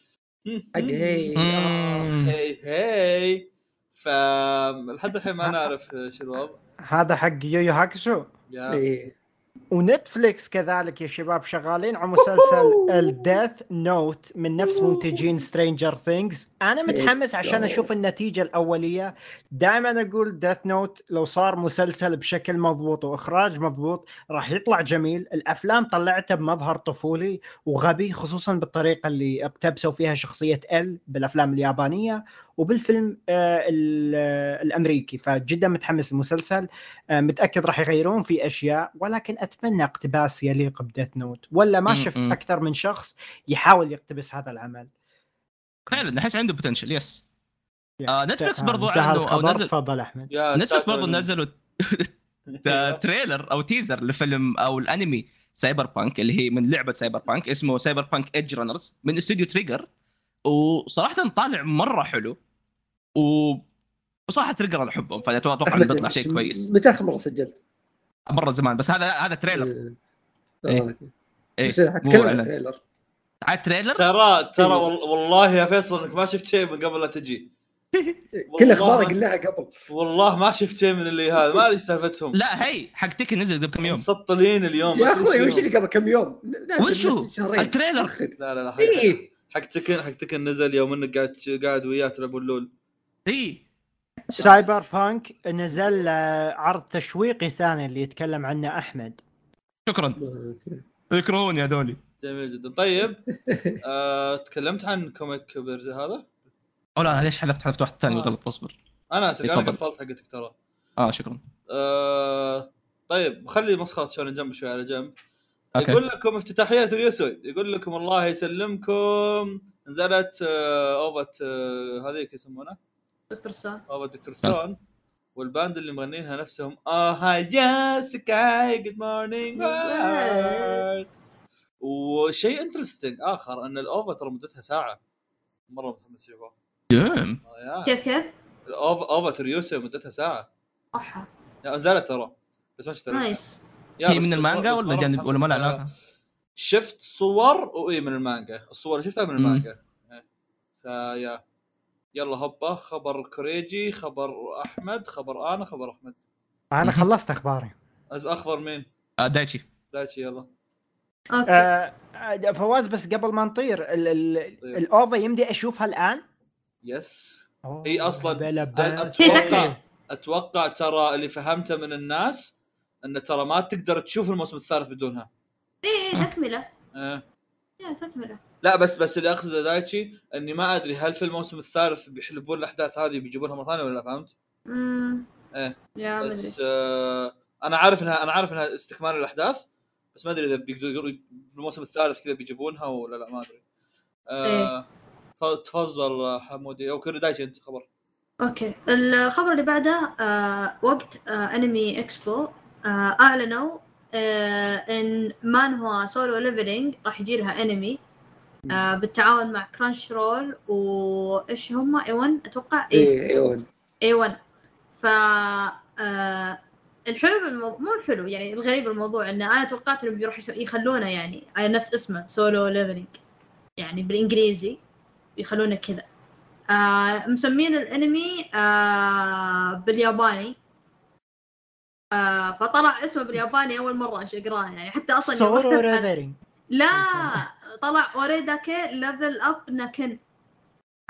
حق هي آه.
هي هي فلحد الحين
[LAUGHS]
ما نعرف شو الوضع
هذا حق يويو هاكسو
يا
إيه.
ونتفليكس كذلك يا شباب شغالين على مسلسل الديث نوت من نفس منتجين سترينجر ثينجز انا متحمس
Let's
عشان
go.
اشوف النتيجه الاوليه دائما اقول ديث نوت لو صار مسلسل بشكل مضبوط واخراج مضبوط راح يطلع جميل الافلام طلعتها بمظهر طفولي وغبي خصوصا بالطريقه اللي اقتبسوا فيها شخصيه ال بالافلام اليابانيه وبالفيلم آه، ال- آه، الامريكي فجدا متحمس المسلسل آه، متاكد راح يغيرون في اشياء ولكن اتمنى اقتباس يليق بديث نوت ولا ما
م-
شفت
م.
اكثر من شخص يحاول يقتبس هذا العمل
فعلا احس عنده بوتنشل يس
Yeah.
آه نتفلكس برضو
انتهى
اعلنوا او
الخبر
نزل
تفضل احمد
يا
نتفلكس
ساتر.
برضو
[LAUGHS]
نزلوا
إيه.
آه، ت- تريلر او تيزر لفيلم او الانمي سايبر بانك اللي هي من لعبه سايبر بانك اسمه سايبر بانك ايدج رانرز من استوديو تريجر وصراحه طالع مره حلو و وصراحه تريجر انا احبهم فانا اتوقع انه
أحمد،
بيطلع شيء كويس
متى اخر مره سجلت؟
مره زمان بس هذا هذا
إيه.
تريلر إيه. إيه.
آه، بس
مو
حتكلم عن
إعلان.
التريلر
على التريلر
ترى ترى وال- والله يا فيصل انك ما شفت شيء من قبل لا تجي
كل اخبارك قلناها قبل
والله ما شفت شيء من اللي هذا ما ادري إيش سالفتهم
لا هي حق تكن نزل قبل كم يوم
مسطلين اليوم
يا اخوي وش اللي قبل كم يوم؟ نازل
وشو؟
من شهرين.
التريلر
أخي.
لا لا لا حق-
ايه
حق تكن حق تكن نزل يوم انك قاعد قاعد وياه تلعبون لول
اي
سايبر بانك نزل آه، عرض تشويقي ثاني اللي يتكلم عنه احمد
شكرا يكرهوني هذولي
جميل جدا طيب آه، تكلمت عن كوميك بيرز هذا
او لا ليش حذفت حذفت واحد ثاني
آه.
غلط اصبر
انا اسف انا
تفضل.
قفلت حقتك ترى
اه شكرا
آه، طيب خلي مسخره شونن جنب شوي على جنب
اوكي
يقول لكم افتتاحيات اليوسوي يقول لكم الله يسلمكم نزلت آه، اوفة آه، هذيك يسمونها
دكتور سون
اوفة دكتور ستون والباند اللي مغنينها نفسهم اه هاي يا سكاي جود مورنينج وشيء انترستنج اخر ان الاوفة ترى مدتها ساعه مره متحمس اشوفها
دام.
آه، يا.
كيف كيف؟
الاوفا اوفا ريوسو مدتها ساعه
أحا
يعني نزلت ترى بس ما شفتها
نايس
يا
هي
بس-
من
بس-
المانجا
بس
ولا
مرة
جانب
متحمس
ولا ما لها
لها.
علاقه؟
شفت صور واي من المانجا الصور اللي شفتها من
مم.
المانجا إيه. فيا يلا هبه خبر كوريجي خبر احمد خبر انا خبر احمد
انا
مهم.
خلصت اخباري
از اخضر مين
آه، دايتشي
دايتشي يلا
اوكي
آه، آه، فواز بس قبل ما نطير ال- ال-
طيب.
الاوفا يمدي اشوفها الان
يس
هي
هي أصلاً-
هي
اتوقع
تكمل.
اتوقع ترى اللي فهمته من الناس انه ترى ما تقدر تشوف الموسم الثالث بدونها
اي اي تكمله
أه.
إيه، يا تكمله
لا بس بس اللي اقصده دايتشي اني ما ادري هل في الموسم الثالث بيحلبون الاحداث هذه بيجيبونها مره ثانيه ولا لا فهمت؟
امم
إيه.
يا مدري
بس آه انا عارف انها انا عارف انها استكمال الاحداث بس ما ادري اذا بيقدروا بالموسم الثالث كذا بيجيبونها ولا لا ما ادري آه ف- تفضل حمودي او كوري دايتشي انت خبر
اوكي الخبر اللي بعده آه وقت آه انمي اكسبو آه اعلنوا آه ان مانهوا سولو ليفلينج راح يجي لها انمي آه بالتعاون مع كرانش رول وايش هم إيه. اي 1 اتوقع اي
اي ايون
اي 1 إيه، ف آه الحلو بالموضوع مو الحلو يعني الغريب الموضوع انه انا توقعت انهم بيروح يسو- يخلونه يعني على نفس اسمه سولو ليفلينج يعني بالانجليزي يخلونه كذا آه مسمين الانمي آه بالياباني آه فطلع اسمه بالياباني اول مره ايش اقراه يعني حتى اصلا يوم
سورو
رحت-
ريفرينج
لا طلع اوريداكي ليفل اب ناكن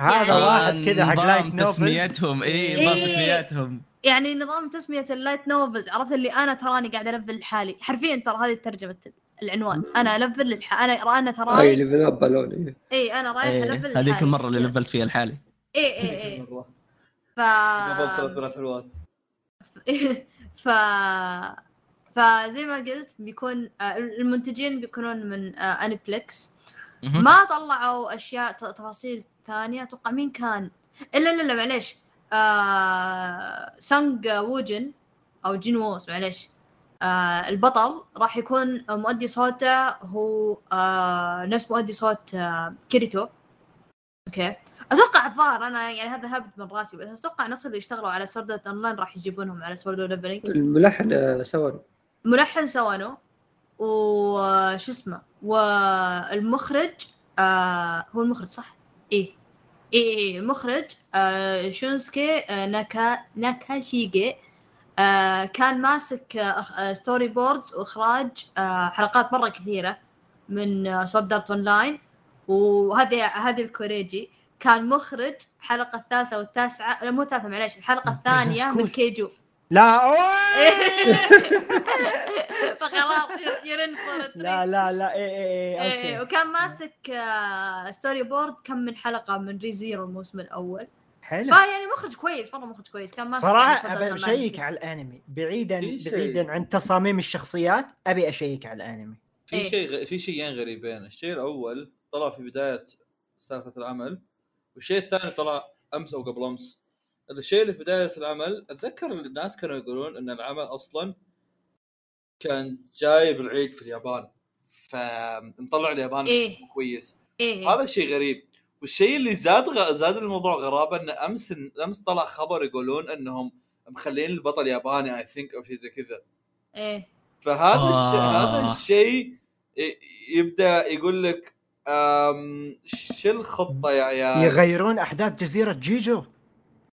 هذا
يعني-
آه، واحد كذا حق لايت
نظام
نوفلز
آه، تسميتهم اي نظام
إيه.
تسمياتهم
يعني نظام تسمية اللايت نوفلز عرفت اللي أنا تراني قاعدة ألفل لحالي حرفيا ترى هذه ترجمة العنوان أنا ألفل للح... أنا أنا
اي
تراني
ليفل اب بالون
إي أنا رايح
إيه،
ألفل
هذيك المره اللي لفلت فيها لحالي
إي إي إي
إيه.
مرة.
ف
قبل ثلاث بنات حلوات
[LAUGHS] ف فزي ما قلت بيكون آه، المنتجين بيكونون من آه، انيبلكس
مهم.
ما طلعوا اشياء ت- تفاصيل ثانيه اتوقع مين كان الا لا لا معليش آه... سانج ووجن او جين ووس معليش آه... البطل راح يكون مؤدي صوته هو آه... نفس مؤدي صوت آه... كيريتو اوكي اتوقع الظاهر انا يعني هذا هبت من راسي بس اتوقع نص اللي اشتغلوا على سوردات اونلاين راح يجيبونهم على سوردو ليفلينج
الملحن آه، سوى
ملحن سوانو وش اسمه والمخرج آه هو المخرج صح؟ ايه ايه ايه المخرج آه شونسكي آه ناكا ناكاشيجي آه كان ماسك آه أخ- آه ستوري بوردز واخراج آه حلقات مره كثيره من آه سورد ارت اونلاين وهذه هذه الكوريجي كان مخرج الحلقه الثالثه والتاسعه لا مو الثالثه معليش الحلقه الثانيه من
سكول.
كيجو
لا أوي!
[LAUGHS] إيه. فخلاص ير- يرن فور
لا لا لا اي اي
إيه
اي اوكي
وكان ماسك آه، ستوري بورد كم من حلقه من ريزيرو الموسم الاول
حلو
فيعني مخرج كويس مره مخرج كويس كان ماسك
صراحه
يعني
ابي
صدر أونلاين.
اشيك على الانمي بعيدا
في شيء.
بعيدا عن تصاميم الشخصيات ابي اشيك على الانمي
في
إيه.
شيء غ- في شيئين غريبين الشيء الاول طلع في بدايه سالفه العمل والشيء الثاني طلع امس او قبل امس الشيء اللي في بدايه العمل اتذكر إن الناس كانوا يقولون ان العمل اصلا كان جايب العيد في اليابان فمطلع اليابان
إيه.
كويس
ايه
هذا شيء غريب والشيء اللي زاد غ... زاد الموضوع غرابه ان امس امس طلع خبر يقولون انهم مخلين البطل ياباني اي ثينك او شيء زي كذا
ايه
فهذا آه. الشيء
آه.
هذا الشيء ي- يبدا يقول لك أم، شو الخطه يا عيال؟
يغيرون احداث جزيره جيجو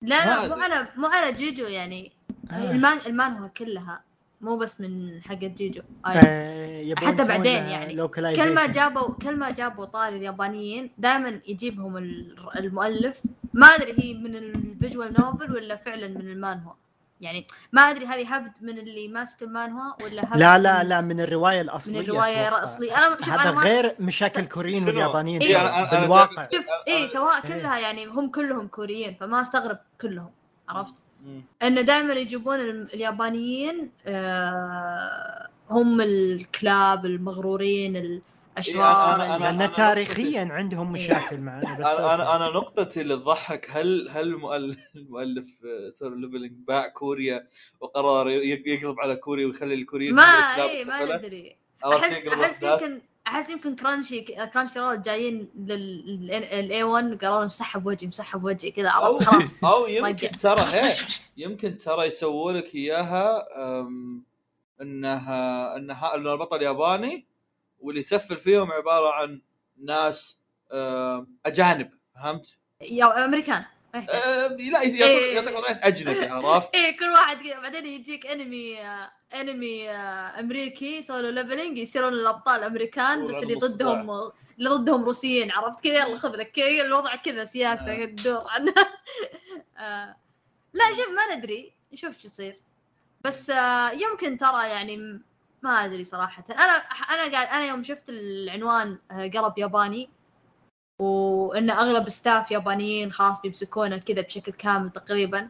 لا
ما
لا مو
أدري.
على مو على جيجو يعني
آه.
المان المانهوا كلها مو بس من حق جيجو آه، حتى بعدين يعني. كل ما جابوا كل ما جابوا طاري اليابانيين دائما يجيبهم ال- المؤلف ما ادري هي من الفيجوال نوفل ولا فعلا من المانهوا يعني ما ادري هذه هبد من اللي ماسك المانهوا ولا هبد
لا لا
من-
لا من الروايه
من
الاصليه
الروايه
أتوقع.
الاصليه انا شوف
هذا
انا ما
غير مشاكل كوريين
شنو؟
واليابانيين
إيه،
ترى،
أنا- أنا- أنا
بالواقع
جايب-
شوف اي سواء كلها يعني هم كلهم كوريين فما استغرب كلهم عرفت
مم.
انه دائما يجيبون ال- اليابانيين آه، هم الكلاب المغرورين الاشرار
إيه، أنا- أنا-
ال-
لان
أنا-
تاريخيا عندهم
إيه.
مشاكل مع بس
انا انا
أوكي.
انا نقطتي اللي تضحك هل هل المؤل- المؤلف آه، سولو ليفلنج باع كوريا وقرر ي- يقلب على كوريا ويخلي الكوريين
ما
هم الكلاب
اي ما
السفلة؟
ندري
عرفت
احس
يقلب
احس
الأحداث؟
يمكن احس يمكن كرانشي كرانشي رول جايين للاي 1 قالوا مسحب وجهي مسحب وجهي كذا عرفت
أو-
خلاص [LAUGHS]
او
رجع.
يمكن ترى
خلاص،
هيك
مش- مش-
يمكن ترى يسووا لك اياها أم، انها انها إن البطل ياباني واللي يسفل فيهم عباره عن ناس أم، اجانب فهمت؟
يا امريكان ما يحتاج
أم، لا يس-
إيه.
يعطيك يعطيك وضعيه
[LAUGHS]
اجنبي عرفت؟
ايه كل واحد كذا، بعدين يجيك انمي آه، انمي آه، امريكي سولو ليفلنج يصيرون الابطال امريكان بس اللي
والعيال
ضدهم اللي ضدهم روسيين عرفت كذا يلا خذ لك كذا الوضع كذا سياسه
آه.
تدور عنها [LAUGHS] آه، لا شوف ما ندري نشوف شو يصير بس آه، يمكن ترى يعني م- ما ادري صراحه انا انا قاعد انا يوم شفت العنوان آه، قلب ياباني وان اغلب ستاف يابانيين خلاص بيمسكونه كذا بشكل كامل تقريبا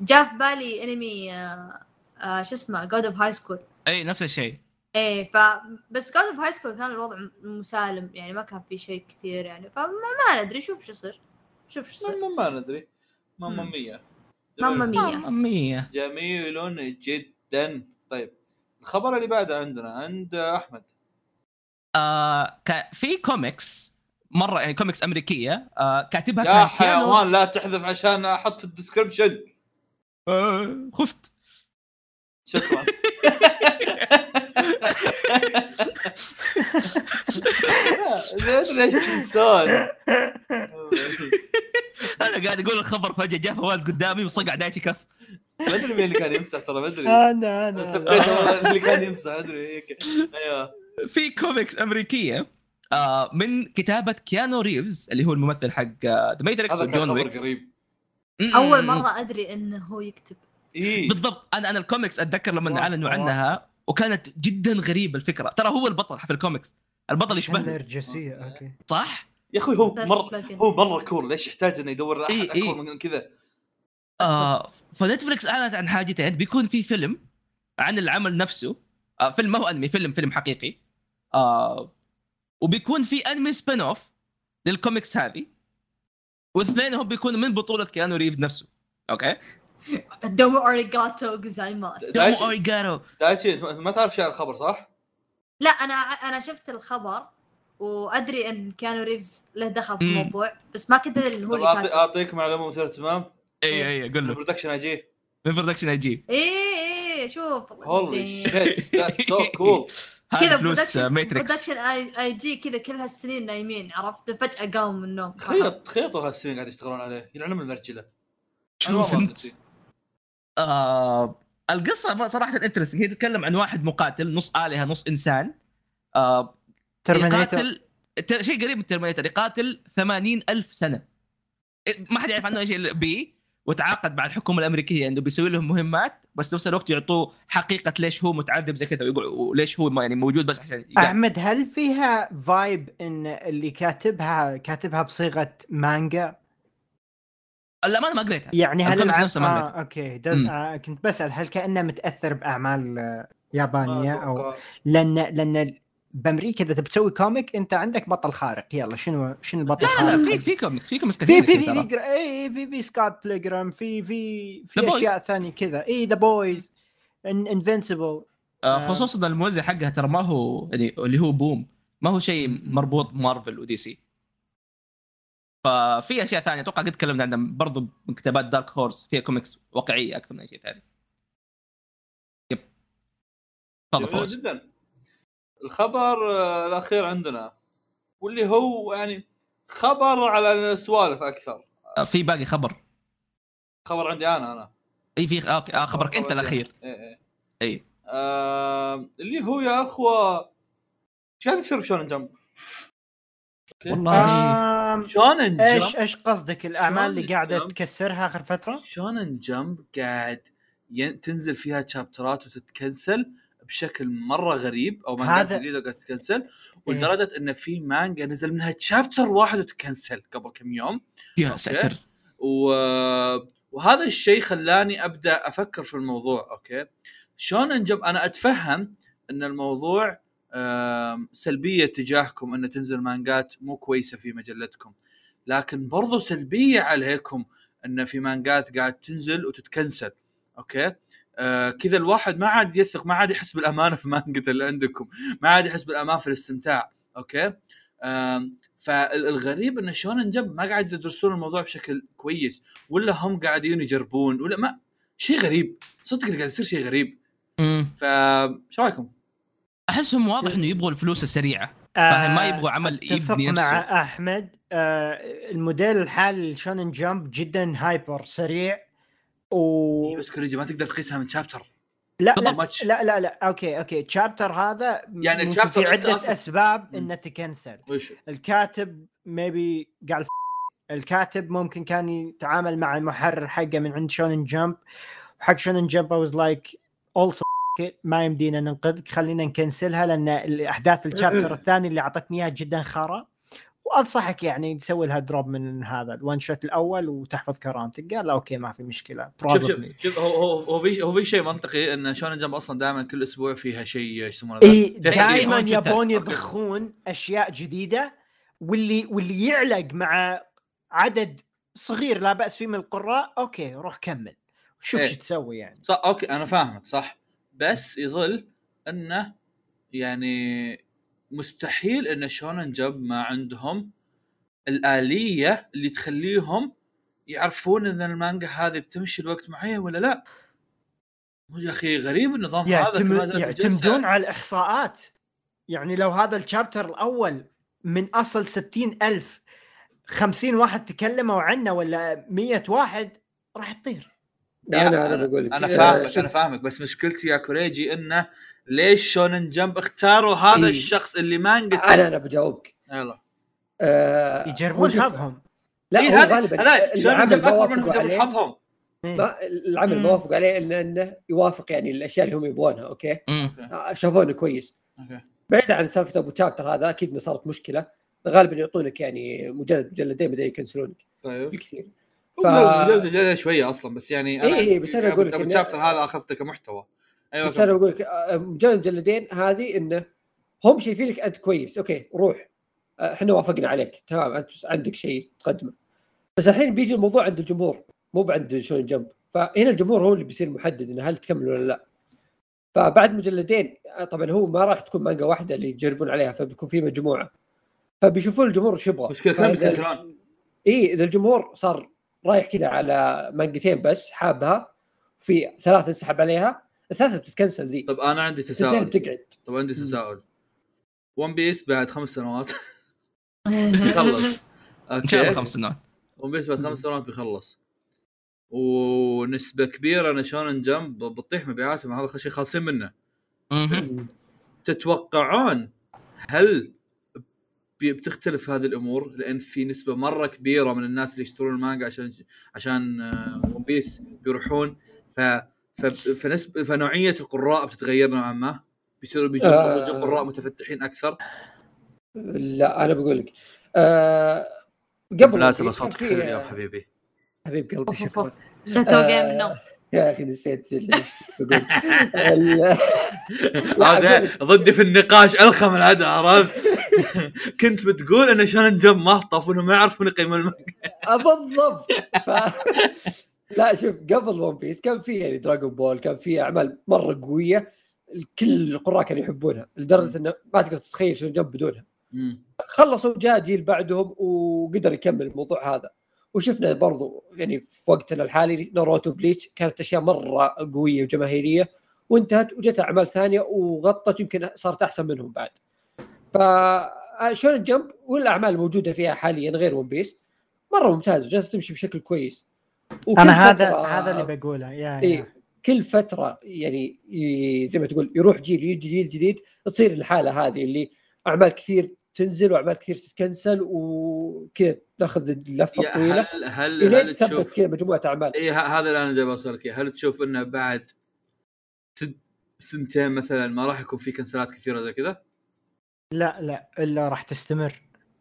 جاء في بالي انمي آه، آه، شو اسمه جود اوف هاي سكول
اي إيه، نفس الشيء
ايه ف بس جود اوف هاي سكول كان الوضع م- مسالم يعني ما كان في شيء كثير يعني فما ما ندري شوف شو يصير شوف شو يصير
ما- ما ما ندري ماما مية
ماما مية
آه، مية
جميل جدا طيب الخبر اللي بعده عندنا عند احمد
آه كا- في كوميكس مره يعني كوميكس امريكيه آه كاتبها
يا
كان كيانو-
حيوان لا تحذف عشان احط في الديسكربشن
آه خفت
شكرا لا ادري ايش تنسون
انا قاعد اقول الخبر فجاه جاء فواز قدامي وصقع دايتي كف
ما ادري مين اللي كان يمسح ترى ما ادري
انا
أنا
انا
سبيت هو اللي كان يمسح ادري هيك ايوه
في كوميكس امريكيه آه من كتابه كيانو ريفز اللي هو الممثل حق ذا ماتريكس
هذا كان
وجون
خبر
ويك
قريب
م-
اول
م-
مره ادري انه هو يكتب
اي
بالضبط انا انا الكوميكس اتذكر لما
واصلة،
اعلنوا عنها وكانت جدا غريبه الفكره ترى هو البطل في الكوميكس البطل يشبهه
نرجسيه اوكي
صح؟
يا اخوي هو مره
لكن-
هو مره كور ليش يحتاج انه يدور احد
إي،
اكبر
إي.
من كذا
آه فنتفلكس اعلنت عن حاجتين بيكون في فيلم عن العمل نفسه آه فيلم ما هو انمي فيلم فيلم حقيقي آه وبيكون في انمي سبين اوف للكوميكس هذه واثنين هم بيكونوا من بطوله كيانو ريفز نفسه اوكي
دومو اريجاتو جوزايماس
دايتشي.
دومو اوريجارو
دايتشي انت ما تعرف شيء عن الخبر صح؟
لا انا انا شفت الخبر وادري ان كانوا ريفز له دخل في
مم.
الموضوع بس ما كنت ادري انه هو
طب
اللي
أعطي-
كاتب
اعطيك معلومه مثيره اهتمام
اي اي إيه، قول له
البرودكشن اجي
من برودكشن اجيب
ايه ايه شوف
هولي شيت ذاتس سو كول
[LAUGHS] هذا
كذا
فلوس
برودكشن
ماتريكس
برودكشن اي اي جي كذا كل هالسنين نايمين عرفت فجاه قاموا من النوم
تخيل تخيل طول هالسنين قاعد يشتغلون عليه يلعنهم المرجله أنا
شوف
والله ما
انت
أدري.
آه القصه ما- صراحه انترستنج هي تتكلم عن واحد مقاتل نص الهه نص انسان آه
ترمينيتر
يقاتل ت- شيء قريب من ترمينيتر يقاتل 80 ألف سنه إيه، ما حد يعرف عنه أي شيء إلا بي وتعاقد مع الحكومه الامريكيه انه بيسوي لهم مهمات بس نفس الوقت يعطوه حقيقه ليش هو متعذب زي كذا ويقع- وليش هو ما- يعني موجود بس عشان يقاتل.
احمد هل فيها فايب ان اللي كاتبها كاتبها بصيغه مانجا
لا ما انا ما قريتها
يعني هل
الكوميكس
العم...
نفسه مانجا.
آه، اوكي دز...
مم.
آه، كنت بسال هل كانه متاثر باعمال آه، يابانيه
ما
او
أتوقع.
لان لان بامريكا اذا تبتسوي كوميك انت عندك بطل خارق يلا شنو شنو البطل
لا لا
الخارق
في في كوميكس في كوميكس
في
كثير
في في
ترى.
في جر- اي في في سكوت بليجرام في في
The
في
Boys.
اشياء ثانيه كذا إيه، اي ذا بويز انفنسبل
آه، خصوصا الموزع حقها ترى ما هو يعني اللي هو بوم ما هو شيء مربوط مارفل ودي سي ففي اشياء ثانيه اتوقع قد تكلمنا عنها برضو من كتابات دارك هورس فيها كوميكس واقعيه اكثر من اي شيء ثاني يب تفضل
جميل
فوز
جدا الخبر آه، الاخير عندنا واللي هو يعني خبر على السوالف اكثر
آه، في باقي خبر
خبر عندي انا انا
اي في آه، اوكي آه خبرك انت
خبر عندي.
الاخير
إيه، إيه.
اي
آه، اللي هو يا اخوه ايش قاعد يصير بشونن جمب؟ أوكي.
والله
آم،
شونن جمب
ايش ايش قصدك الاعمال
شلون
اللي قاعده
الكلام؟
تكسرها اخر فتره؟
شونن جمب قاعد ين... تنزل فيها شابترات وتتكنسل بشكل مره غريب او مانجا
هذا-
جديده قاعد تتكنسل ولدرجه ان في مانجا نزل منها تشابتر واحد وتكنسل قبل كم يوم
يا ساتر
و... وهذا الشيء خلاني ابدا افكر في الموضوع اوكي شلون انجب انا اتفهم ان الموضوع آم، سلبيه تجاهكم ان تنزل مانجات مو كويسه في مجلتكم لكن برضو سلبيه عليكم ان في مانجات قاعد تنزل وتتكنسل اوكي آه كذا الواحد ما عاد يثق ما عاد يحس بالامان في مانجته اللي عندكم ما عاد يحس بالامان في الاستمتاع اوكي آم، فالغريب انه شونن جمب ما قاعد يدرسون الموضوع بشكل كويس ولا هم قاعدين يجربون ولا ما شيء غريب صدق اللي قاعد يصير شيء غريب
مم.
فش رايكم؟
احسهم واضح انه يبغوا الفلوس السريعه فاهم؟ ما يبغوا عمل
اتفق
يبني نفسه.
آه، مع احمد آه الموديل الحالي شونن جمب جدا هايبر سريع و
إيه، بس كوريجي ما تقدر تقيسها من شابتر
لا
بالضبط
لا
ماتش.
لا لا, لا. اوكي اوكي الشابتر هذا
يعني
ممكن
الشابتر
في
أنت
عده
أصلاً-
اسباب
مم.
انه تكنسل
وش
الكاتب ميبي قال ف- الكاتب ممكن كان يتعامل مع المحرر حقه من عند شونن جمب وحق شونن جمب واز لايك اولسو ما يمدينا ننقذك خلينا نكنسلها لان الاحداث الشابتر الثاني اللي اعطتني اياها جدا خرا وانصحك يعني تسوي لها دروب من هذا الون شوت الاول وتحفظ كرامتك قال لا اوكي ما في مشكله
شوف شوف
probably
شوف هو هو هو في هو في شيء منطقي ان شونن جمب اصلا دائما كل اسبوع فيها شيء ايش يسمونه ذا؟
اي
تحقيق.
دائما
جداً.
يبون
أوكي.
يضخون اشياء جديده واللي واللي يعلق مع عدد صغير لا باس فيه من القراء اوكي روح كمل شوف
إيه.
شو تسوي يعني
صح اوكي انا فاهمك صح بس يظل انه يعني مستحيل ان شونن جمب ما عندهم الاليه اللي تخليهم يعرفون ان المانجا هذه بتمشي لوقت معين ولا لا يا اخي غريب النظام هذا كل ما
يعتمد
زاد
يعتمدون
يجلسه.
على الاحصاءات يعني لو هذا الشابتر الاول من اصل ستين ألف خمسين واحد تكلموا عنه ولا مية واحد راح تطير
انا
يعني
انا بقول لك
انا
آه،
فاهمك
شوف،
انا فاهمك بس مشكلتي يا كوريجي انه ليش شونن جمب اختاروا هذا
إيه. آه.
الشخص اللي مانجته
انا انا بجاوبك
يلا
آه،
يجربون
هو شوف-
حظهم
لا
إيه،
هو
هذا-
غالبا
هذا شونن
العمل
جمب
ما
اكبر منهم
وافقوا
جابوا
عليه
حظهم
إيه.
ما- العمل
مم.
ما وافقوا عليه الا انه يوافق يعني الاشياء اللي هم يبغونها اوكي
مم.
آه، شافوه انه كويس
أوكي.
بعيد عن سالفه ابو تشابتر هذا اكيد انه صارت مشكله غالبا يعطونك يعني مجلد مجلدين بعدين يكنسلونك
طيب
بالكثير
ف...
ف-
شويه اصلا بس يعني
إيه إيه، بس أنا أقول لك
ابو
إن-
تشابتر هذا اخذته كمحتوى ايوه
بس
كمل.
انا بقول لك آه، مجرد مجلدين هذه انه هم شايفينك انت كويس اوكي روح آه، احنا وافقنا عليك تمام انت عندك شيء تقدمه بس الحين بيجي الموضوع عند الجمهور مو عند شون جمب فهنا الجمهور هو اللي بيصير محدد انه هل تكمل ولا لا فبعد مجلدين آه، طبعا هو ما راح تكون مانجا واحده اللي يجربون عليها فبيكون في مجموعه فبيشوفون الجمهور ايش يبغى
مشكلة كلام
فإذا-
الكسلان.
اي اذا الجمهور صار رايح كذا على مانجتين بس حابها في ثلاثه انسحب عليها الثلاثه بتتكنسل ذي
طب انا عندي
سنتين
تساؤل
بتقعد
طب عندي
مم. [LAUGHS]
تساؤل ون بيس بعد خمس سنوات [LAUGHS]
[LAUGHS]
بيخلص
ان شاء الله
اوكي
خمس سنوات
ون بيس بعد خمس سنوات بيخلص ونسبة كبيرة ان شونن جمب بتطيح مبيعاتهم هذا شيء خالصين منه
مهم.
تتوقعون هل بي- بتختلف هذه الامور لان في نسبه مره كبيره من الناس اللي يشترون المانجا عشان عشان ون بيس بيروحون ف ف- فنسب فنوعيه القراء بتتغير نوعا ما بيصيروا بيجوا
آه.
بيجوا قراء متفتحين اكثر
لا انا بقول لك آه قبل
لازم
كان
صوتك
في-
حلو اليوم حبيبي
حبيب قلبي
اوف
شكرا
اوف شتو جيم
[LAUGHS]
نو
يا اخي نسيت اللي بقول ال- لا، أقول
هذا ضدي في النقاش الخم من هذا عرفت [LAUGHS] كنت بتقول ان شلون جم مهطف وانه ما يعرفون يقيمون المانجا
[LAUGHS] آه، بالضبط ف- لا شوف قبل ون بيس كان في يعني دراغون بول كان في اعمال مره قويه كل القراء كانوا يحبونها لدرجه انه ما تقدر تتخيل شنو جنب بدونها خلصوا جاء جيل بعدهم وقدر يكمل الموضوع هذا وشفنا برضو يعني في وقتنا الحالي ناروتو بليتش كانت اشياء مره قويه وجماهيريه وانتهت وجت اعمال ثانيه وغطت يمكن صارت احسن منهم بعد. ف شون جمب والاعمال الموجوده فيها حاليا غير ون بيس مره ممتاز وجالسه تمشي بشكل كويس. وكل
انا هذا
فترة-
هذا اللي بقوله يا
إيه
يا.
كل فتره يعني ي- زي ما تقول يروح جيل يجي جيل جديد تصير الحاله هذه اللي اعمال كثير تنزل واعمال كثير تتكنسل وكذا تاخذ اللفه
يا هل
الطويله
هل
الين
هل تشوف
تثبت كذا مجموعه اعمال
اي إيه، ه- هذا اللي انا جاي بوصلك إياه. هل تشوف انه بعد ست سنتين مثلا ما راح يكون في كنسلات كثيره زي كذا؟
لا لا الا راح تستمر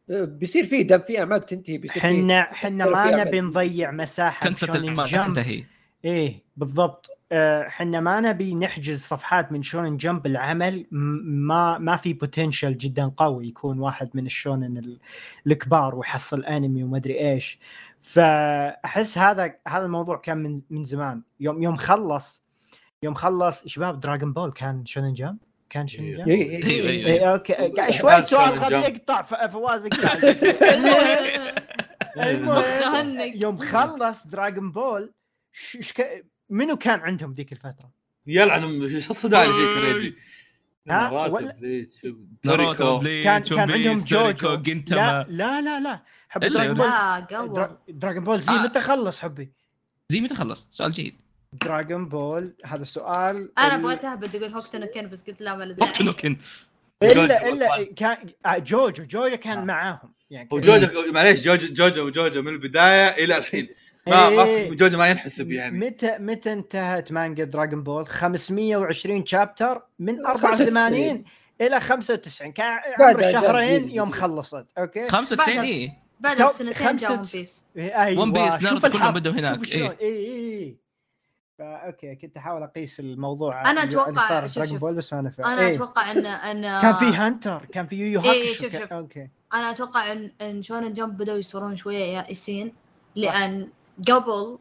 بيصير في دب في اعمال بتنتهي بيصير في
حنا حنا
صار في
ما
أمل.
نبي نضيع مساحه
كنسلت
بشونن
ما
جمب
تنتهي
ايه بالضبط آه، حنا ما نبي نحجز صفحات من شونن جمب العمل م- ما ما في بوتنشل جدا قوي يكون واحد من الشونن ال- الكبار ويحصل انمي وما ادري ايش فاحس هذا هذا الموضوع كان من من زمان يوم يوم خلص يوم خلص شباب دراغون بول كان شونن جمب كان شونن جمب
إيه، إيه، إيه.
ايوه ايوه
إيه، اوكي قاعد شوي
أحداث
سؤال
شونن
غبي
جمب.
يقطع ف- فواز يقطع إيه.
إيه،
مخ
المهم
هنك
يوم خلص دراغون بول ش- ش- ك- منو كان عندهم ذيك الفتره؟
يلعن شو الصداع اللي فيك ريجي
ها؟
مراتب
ولا-
ليش؟
ناروتو
توريكو.
بليتش
كان كان عندهم جوجو لا
جنتما
لا لا لا حب
إلا
دراغون بول
لا قبل
درا- دراغون بول زي
آه.
متى خلص حبي؟
زي متى خلص سؤال
[LAUGHS]
جيد
دراغون بول هذا السؤال
انا
ال-
بغيت اهبد يقول هوكتو نو كين بس قلت لا ما له داعي.
وقت انك انت
الا الا كان آه، جوجو جوجو كان معاهم يعني كان-
وجوجو معليش آه. جوجو جوجو وجوجو من البدايه الى الحين ما ما في
إيه.
جوجو ما ينحسب يعني
متى متى انتهت مانجا دراغون بول 520 شابتر من
95.
84 الى 95 كان
بعد-
عمره
بعد-
شهرين
جيد-
يوم
جيد.
خلصت اوكي
95
بعد-
اي
بعدها
تو-
بسنتين جاء ون
خمسة-
بيس
ايوه
One Piece،
شوف
ناروتو كلهم
الحظ،
بدوا هناك،
شوف
إيه.
شلون اي اي اوكي كنت احاول اقيس الموضوع
أنا
اللي- اللي
أتوقع-
صار
شوف-
في دراغون
شوف.
بول بس ما نفع
انا
إيه.
اتوقع ان ان
[LAUGHS] كان في هانتر كان في يو يو
إيه،
هاكشو
شوف-
كان-
شوف.
اوكي
انا اتوقع ان ان شونن جمب بداوا يصيرون شويه يائسين لان قبل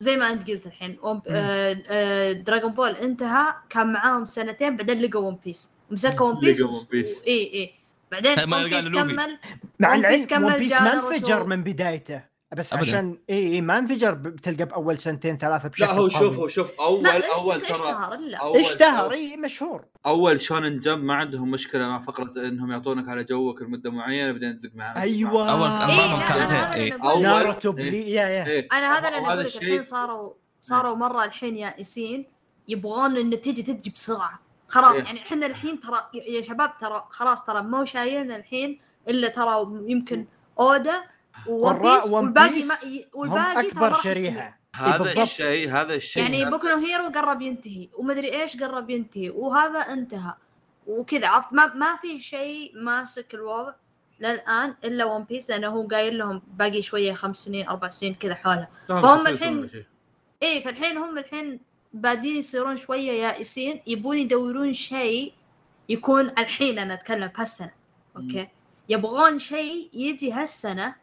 زي ما انت قلت الحين ون- آه، آه، دراغون بول انتهى كان معاهم سنتين بعدين لقوا ون بيس مسكوا ون بيس
لقوا One Piece.
اي اي بعدين
ما
ون بيس
قال لوفي.
كمل
مع
One Piece
العلم ون
كمل
بيس
جاء
ما
ناروتو.
انفجر من بدايته بس
أبداً.
عشان اي اي ما انفجر ب- بتلقى باول سنتين ثلاثه بشكل
لا هو
قوي.
شوف هو شوف اول
لا
اول ترى
اشتهر الا
أول-
اشتهر اي مشهور
اول شونن جمب ما عندهم مشكله مع فقره انهم يعطونك على جوك لمده معينه بعدين تزق معاهم
ايوه
أول
إيه،
أيوة. أمامهم
لا،
كان إيه،
أنا هذا اللي
إيه.
أنا أقوله.
أول-
ناروتو بلي يا يا
إيه.
انا هذا اللي انا
وهذا
اقول لك
الشيء- نعم.
الحين صاروا صاروا مره الحين يائسين يبغون النتيجه تجي بسرعه خلاص
إيه.
يعني احنا الحين ترى يا شباب ترى خلاص ترى مو شايلنا الحين الا ترى
إيه.
يمكن اودا وون
والرا-
بيس
ون
والباقي
بيس
ما
هم
والباقي ترى ما
اكبر
راح
شريحه
يستمر.
هذا
بالضبط.
الشيء هذا الشيء
يعني بوكو نو هيرو قرب ينتهي ومدري ايش قرب ينتهي وهذا انتهى وكذا عرفت ما ما في شيء ماسك الوضع للان الا ون بيس لانه هو قايل لهم باقي شويه خمس سنين اربع سنين كذا حولها فهم الحين- ايه فالحين هم الحين بادين يصيرون شويه يائسين يبون يدورون شيء يكون الحين انا اتكلم في هالسنه اوكي يبغون شيء يجي هالسنه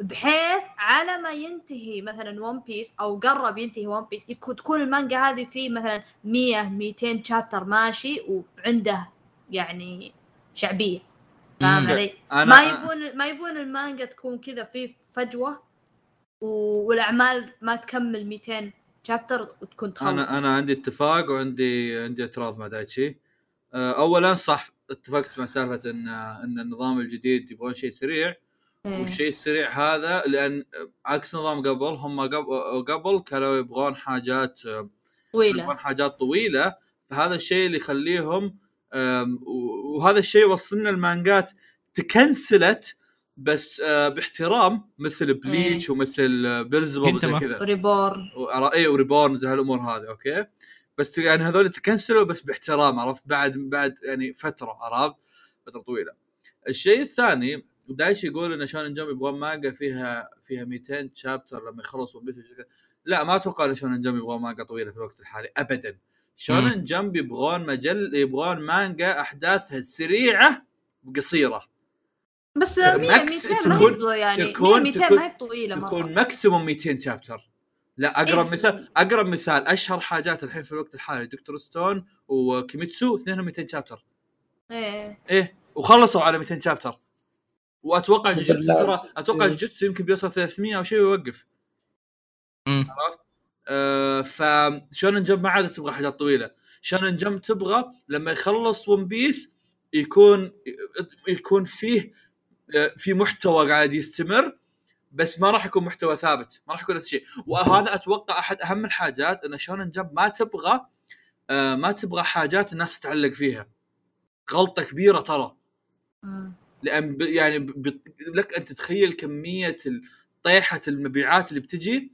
بحيث على ما ينتهي مثلا ون بيس او قرب ينتهي ون بيس يكون تكون المانجا هذه في مثلا 100 200 شابتر ماشي وعنده يعني شعبيه فاهم
مم.
علي؟
أنا...
ما يبون ما يبون المانجا تكون كذا في فجوه و- والاعمال ما تكمل 200 شابتر وتكون تخلص
انا انا عندي اتفاق وعندي عندي اعتراض مع دايتشي آه، اولا صح اتفقت مع سالفه ان ان النظام الجديد يبغون شيء سريع
إيه.
والشيء السريع هذا لان عكس نظام قبل هم قبل قبل كانوا يبغون حاجات
طويله
يبغون حاجات طويله فهذا الشيء اللي يخليهم آم، و- وهذا الشيء وصلنا المانجات تكنسلت بس آه، باحترام مثل بليتش ومثل بيلزبوب وزي
جنتما.
كذا
ريبورن
اي إيه، وريبورنز هالامور هذه اوكي بس يعني هذول تكنسلوا بس باحترام عرفت بعد بعد يعني فتره عرفت فتره طويله الشيء الثاني دايش يقول ان شونن جمب يبغون مانجا فيها فيها 200 شابتر لما يخلص ون بيس وشكل- لا ما اتوقع ان شونن جمب يبغون مانجا طويله في الوقت الحالي ابدا شونن جمب يبغون مجل يبغون مانجا احداثها سريعه وقصيره
بس 100
ماكس
200 ما
تكون-
يبطلوا يعني 100
تكون-
200
تكون-
ما هي طويله
يكون
مره
ماكسيموم 200 شابتر لا
إيه
اقرب
بس-
مثال اقرب مثال اشهر حاجات الحين في الوقت الحالي دكتور ستون وكيميتسو اثنينهم 200 شابتر
ايه
ايه وخلصوا على 200 شابتر واتوقع
الحمد
جوجيتسو
لله.
ترى اتوقع
إيه.
جوجيتسو يمكن بيوصل 300 او شيء ويوقف
مم.
عرفت؟ آه فشونن جمب ما عاد تبغى حاجات طويله شونن جمب تبغى لما يخلص ون بيس يكون يكون فيه آه، في محتوى قاعد يستمر بس ما راح يكون محتوى ثابت ما راح يكون نفس الشيء وهذا اتوقع احد اهم الحاجات ان شونن جمب ما تبغى آه، ما تبغى حاجات الناس تتعلق فيها غلطه كبيره ترى
مم.
لان ب يعني ب ب لك ان تتخيل كميه ال- طيحه المبيعات اللي بتجي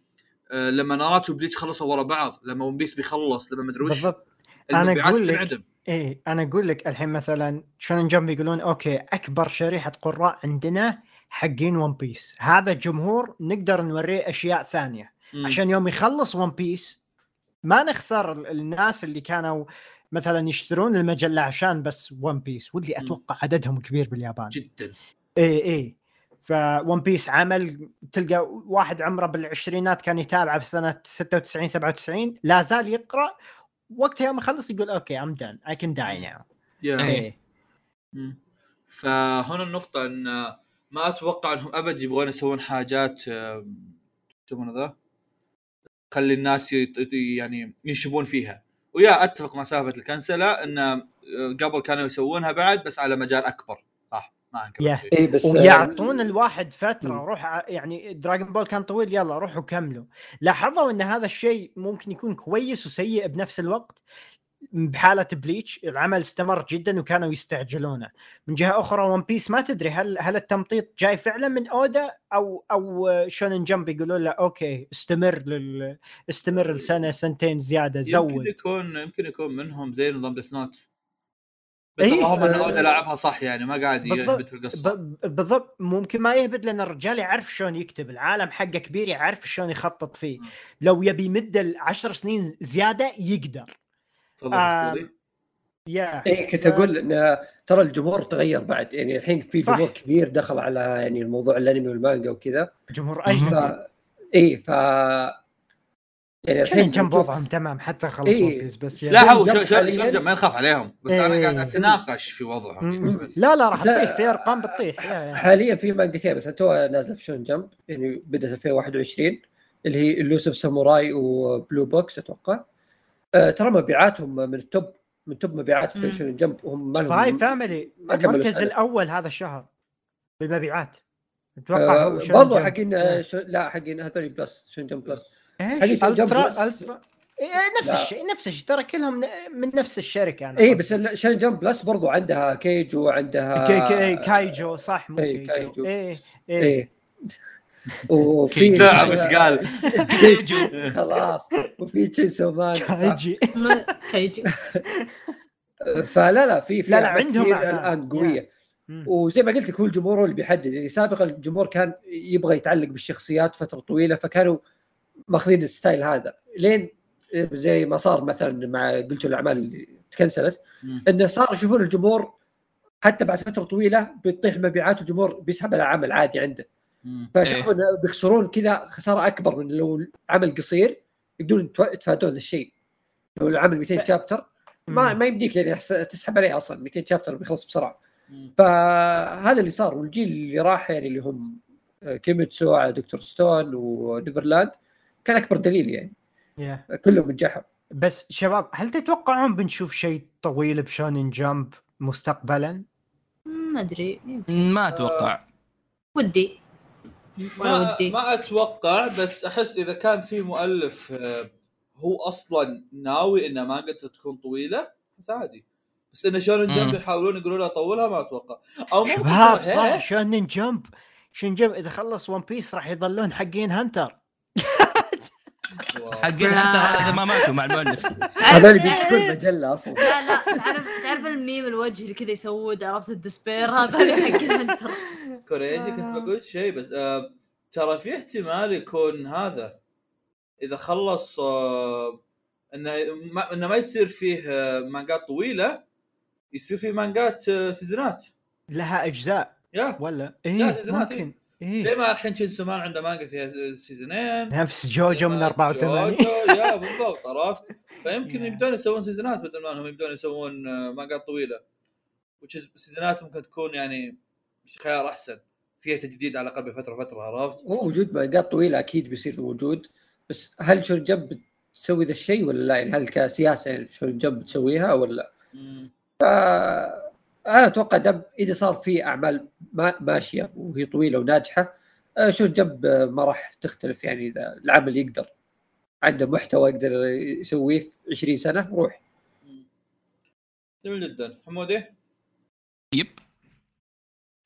آه، لما ناراتو وبليتش خلصوا ورا بعض لما ون بيس بيخلص لما مدري وش
بالضبط أنا
المبيعات
أقول لك-
بتنعدم
ايه انا اقول لك الحين مثلا شونن جمب يقولون اوكي اكبر شريحه قراء عندنا حقين ون بيس هذا الجمهور نقدر نوريه اشياء ثانيه
مم.
عشان يوم يخلص ون بيس ما نخسر ال- الناس اللي كانوا مثلا يشترون المجله عشان بس ون بيس واللي اتوقع عددهم كبير باليابان إيه،
جدا
اي اي فون بيس عمل تلقى واحد عمره بالعشرينات كان يتابعه بسنه 96 97 لا زال يقرا وقتها يوم يخلص يقول اوكي ام دان اي كان داي ناو
يا.
إيه.
مم. فهنا النقطة ان ما اتوقع انهم ابد يبغون يسوون حاجات آم، يسمونه ذا تخلي الناس يت- يت- يعني ينشبون فيها ويا اتفق مع سالفة الكنسلة ان آه، قبل كانوا يسوونها بعد بس على مجال اكبر صح ما انكر
يا.
شيء.
اي إيه، بس آه،
ويعطون الواحد فتره
مم.
روح ع- يعني دراغون بول كان طويل يلا روحوا كملوا لاحظوا ان هذا الشيء ممكن يكون كويس وسيء بنفس الوقت بحاله بليتش العمل استمر جدا وكانوا يستعجلونه من جهه اخرى ون بيس ما تدري هل هل التمطيط جاي فعلا من اودا او او شونن جمب يقولون له اوكي استمر لل استمر لسنه سنتين زياده
يمكن
زود
يكون يمكن يكون منهم زي نظام ديث نوت بس
إيه،
اللهم ان
آه،
اودا لعبها صح يعني ما قاعد
بالضبط.
يهبط في القصه
ب- بالضبط ممكن ما يهبد لان الرجال يعرف شلون يكتب العالم حقه كبير يعرف شلون يخطط فيه
مم.
لو يبي يمد العشر سنين زياده يقدر
تفضل
آم،
أستاذي.
يا
اي إيه، كنت اقول ان ترى الجمهور تغير بعد يعني الحين في
صح.
جمهور كبير دخل على يعني الموضوع الانمي والمانجا وكذا
جمهور
ف
اجنبي
اي ف يعني
شنو جنب
نشوف-
وضعهم تمام حتى خلصوا
إيه.
إيه. بس يا
لا هو
جنب
شو شو
حالياً.
شو- ما نخاف عليهم بس انا
إيه.
قاعد اتناقش في وضعهم يعني
مم.
بس.
لا لا راح
لا.
تطيح في ارقام بتطيح يا- يا.
حاليا في مانجتين مثلا توها نازله في شون جمب يعني بدات 2021 اللي هي اللوسف ساموراي وبلو بوكس اتوقع آه ترى مبيعاتهم من التوب من توب مبيعات في
مم.
شون جمب وهم ما
سباي
لهم
فاميلي
ما قبل
المركز
السنة.
الاول هذا الشهر بالمبيعات اتوقع
آه
هو شلون
برضو
جنب.
حقين
إيه.
آه، شون- لا حقين هذول بلس شون جمب بلس
ايش
حقيقة جنب
الترا
بس-
الترا إيه، نفس
لا.
الشيء نفس الشيء ترى كلهم ن- من نفس الشركه انا
اي
قصدي.
إيه، بس ال- شون جمب بلس برضو عندها كيج وعندها
كي كي كايجو صح مو
إيه،
كايجو
كايجو.
ايه ايه
اي إيه. وفي [LAUGHS]
تعب ايش قال
خلاص وفي تشينسو
إيه،
مان
كايجي
كيجي
فلا لا في في
لا، لا،
ألعاب
عندهم
كثير
ألعاب.
الان قويه
[LAUGHS] مم.
وزي ما قلت لك هو الجمهور هو اللي بيحدد يعني سابقا الجمهور كان يبغى يتعلق بالشخصيات فتره طويله فكانوا ماخذين الستايل هذا لين زي ما صار مثلا مع قلت الاعمال اللي تكنسلت انه صار يشوفون الجمهور حتى بعد فتره طويله بتطيح مبيعات الجمهور بيسحب على عمل عادي عنده فشافوا
إيه.
انه بيخسرون كذا خساره اكبر من لو العمل قصير يقدرون يتوا- يتفادون ذا الشيء لو العمل 200 شابتر ما
مم.
ما يمديك يعني أحس- تسحب عليه اصلا 200 شابتر بيخلص بسرعه فهذا اللي صار والجيل اللي راح يعني اللي هم آه، كيميتسو على دكتور ستون ونيفرلاند كان اكبر دليل يعني
يا.
كلهم نجحوا
بس شباب هل تتوقعون بنشوف شيء طويل بشونن جمب مستقبلا؟
ما ادري يمكن.
ما اتوقع
ودي ما
ما,
ودي
ما اتوقع بس احس اذا كان في مؤلف آه، هو اصلا ناوي ان مانجته تكون طويله بس عادي بس ان شلون جنب
مم.
يحاولون يقولون له طولها ما اتوقع او ممكن
شباب
ترى-
صح
إيه،
شونن جمب شونن جمب اذا خلص ون بيس راح يظلون حقين هانتر
والله.
حقين حتى هذا ما ماتوا مع المؤلف
هذول بيمسكون مجله اصلا
لا لا تعرف تعرف الميم الوجه اللي كذا يسود عرفت الدسبير هذا حق الهنتر
كوريجي كنت بقول شيء بس آه ترى في احتمال يكون هذا اذا خلص آه انه ما انه ما يصير فيه آه مانجات طويله يصير فيه مانجات آه سيزونات
لها اجزاء
يا
ولا
لا،
ايه
سيزونات، إيه.
ممكن
زي
ايه
ما الحين شينسو مان عنده مانجا فيها س- سيزونين
نفس جوجو من 84
جوجو، يا بالضبط عرفت فيمكن
يا.
يبدون يسوون سيزونات بدل ما انهم يبدون يسوون آه، مانجات طويله وسيزونات ممكن تكون يعني خيار احسن فيها تجديد على الاقل بفتره فتره عرفت
هو وجود مانجات طويله اكيد بيصير موجود بس هل شون جمب تسوي ذا الشيء ولا لا يعني هل كسياسه يعني شون جمب تسويها ولا انا اتوقع دم اذا صار في اعمال ما ماشيه وهي طويله وناجحه آه، شون جنب آه، ما راح تختلف يعني اذا العمل يقدر عنده محتوى يقدر يسويه في 20 سنه روح
جميل جدا حمودي
يب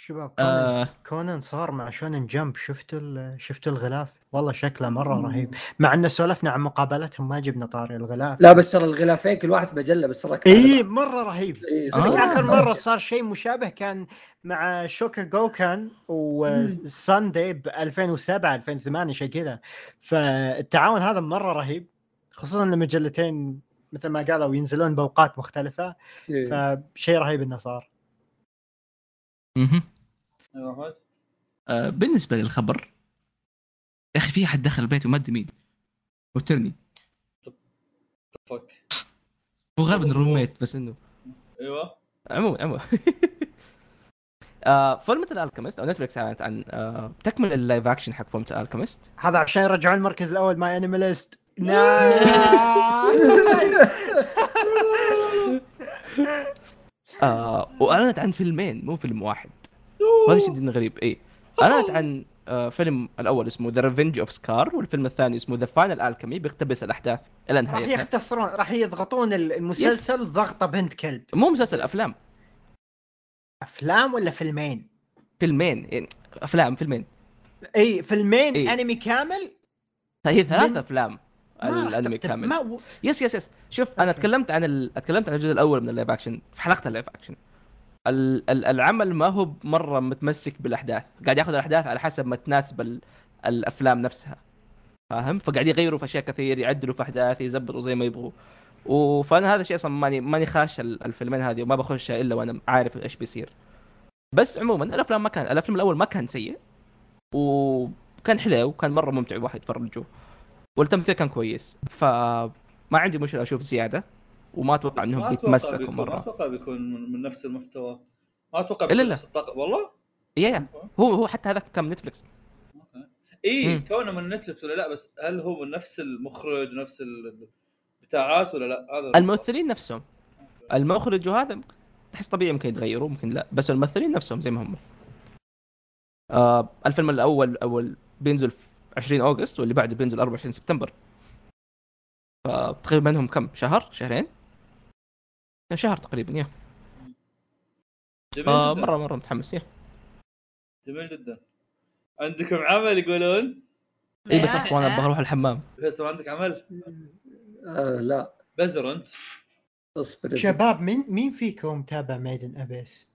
شباب
آه
كونان صار مع شونن جمب شفتوا ال- شفتوا الغلاف والله شكله مره رهيب مع انه سولفنا عن مقابلتهم ما جبنا طاري الغلاف
لا بس ترى الغلافين كل واحد مجله بس ترى
اي مره إيه، رهيب
إيه،
صدق
صدق.
آه.
اخر مره صار شيء مشابه كان مع شوكا جوكان وساندي ب 2007 2008 شيء كذا فالتعاون هذا مره رهيب خصوصا لما مجلتين مثل ما قالوا ينزلون باوقات مختلفه
إيه.
فشيء رهيب انه صار
مهم.
أيوة، أحمد.
آه، بالنسبه للخبر يا اخي في احد دخل البيت وما ادري مين وترني
فك
هو غالبا الروميت بس انه
ايوه
عموما عموما [LAUGHS] آه فول ميتال الكيمست او نتفلكس اعلنت عن آه تكمل اللايف اكشن حق فول ميتال الكيمست
هذا عشان يرجعون المركز الاول مع انيماليست
آه واعلنت عن فيلمين مو فيلم واحد وهذا شيء جدا غريب اي اعلنت عن آه فيلم الاول اسمه ذا ريفنج اوف سكار والفيلم الثاني اسمه ذا فاينل الكيمي بيقتبس الاحداث الى
راح
نهايتها
يختصرون راح يضغطون المسلسل ضغطه بنت كلب
مو مسلسل افلام
افلام ولا فيلمين؟
فيلمين يعني افلام فيلمين
اي إيه، فيلمين
إي.
انمي كامل
هي ثلاث
من-
افلام
ما راح
الانمي
تقتل-
كامل
ما و-
يس يس يس شوف انا
أوكي.
تكلمت عن ال... تكلمت عن الجزء الاول من اللايف اكشن في حلقه اللايف اكشن ال... ال... العمل ما هو مره متمسك بالاحداث قاعد ياخذ الاحداث على حسب ما تناسب ال... الافلام نفسها فاهم فقاعد يغيروا في اشياء كثير يعدلوا في احداث يزبطوا زي ما يبغوا و... فانا هذا الشيء اصلا ماني ماني خاش ال- الفيلمين هذه وما بخشها الا وانا عارف ايش بيصير بس عموما الافلام ما كان الفيلم الاول ما كان سيء وكان حلو وكان مره ممتع الواحد يتفرج والتمثيل كان كويس ف ما عندي مشكله اشوف زياده وما اتوقع
بس ما
انهم
أتوقع
بيتمسكوا
بيكون- ما
مره
اتوقع بيكون من, من نفس المحتوى ما اتوقع
إلا
بيكون
لا.
نفس الطاقه والله
يا يا هو هو حتى هذاك كان من نتفلكس
اي
مم.
إيه، كونه من نتفلكس ولا لا بس هل هو من نفس المخرج نفس البتاعات ولا لا هذا
الممثلين نفسهم المخرج وهذا تحس طبيعي ممكن يتغيروا ممكن لا بس الممثلين نفسهم زي ما هم آه الفيلم الاول اول بينزل في 20 اوغست واللي بعده بينزل 24 سبتمبر فتقريبا بينهم كم شهر شهرين شهر تقريبا يا
جميل
آه
جداً.
مره مره متحمس يا
جميل جدا عندكم عمل يقولون
اي إيه، بس اصبر
آه،
انا بروح الحمام
فيصل عندك عمل
آه لا
بزر انت
اصبر اصبر
شباب مين مين فيكم متابع ميدن ابيس؟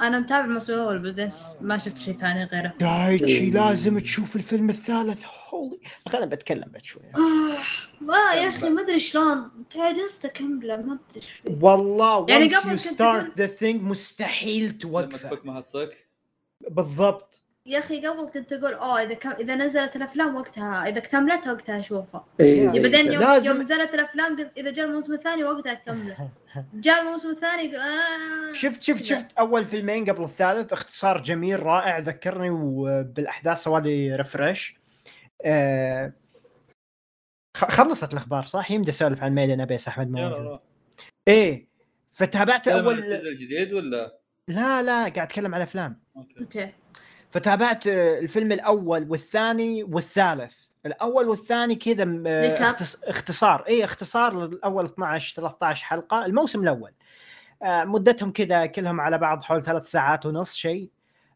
انا متابع الموسم الاول بس ما شفت شيء ثاني غيره
دايتشي لازم تشوف الفيلم الثالث هولي خلنا بتكلم بعد شوي
آه، ما يا اخي ما ادري شلون تعجزت اكمله ما ادري شو فيه.
[LAUGHS] والله
يعني قبل
يعني قبل
كنت
يو
تقول-
ستارت ذا ثينج مستحيل
لما
توقفه
تفك ما هتصك
بالضبط
يا اخي قبل كنت اقول اوه اذا كم... اذا نزلت الافلام وقتها اذا اكتملتها وقتها اشوفها
إيه، زي
بعدين
كذا.
يوم
لازم-
يوم نزلت الافلام قلت اذا جاء الموسم الثاني وقتها
[LAUGHS]
اكمله جاء الموسم الثاني يقول آه
شفت شفت
كذا.
شفت اول فيلمين قبل الثالث اختصار جميل رائع ذكرني وبالاحداث سوالي ريفرش آه خ- خلصت الاخبار صح يمدي اسولف عن ميدن ابيس احمد مو
يلا
موجود.
روح.
ايه فتابعت
تكلم عن
اول
السيزون الجديد ولا
لا لا قاعد اتكلم عن افلام
اوكي
اوكي
فتابعت آه، الفيلم الاول والثاني والثالث الاول والثاني كذا م- آه،
ريكاب.
اختص- اختصار اي اختصار للاول 12 13 حلقه الموسم الاول آه، مدتهم كذا كلهم على بعض حول ثلاث ساعات ونص شيء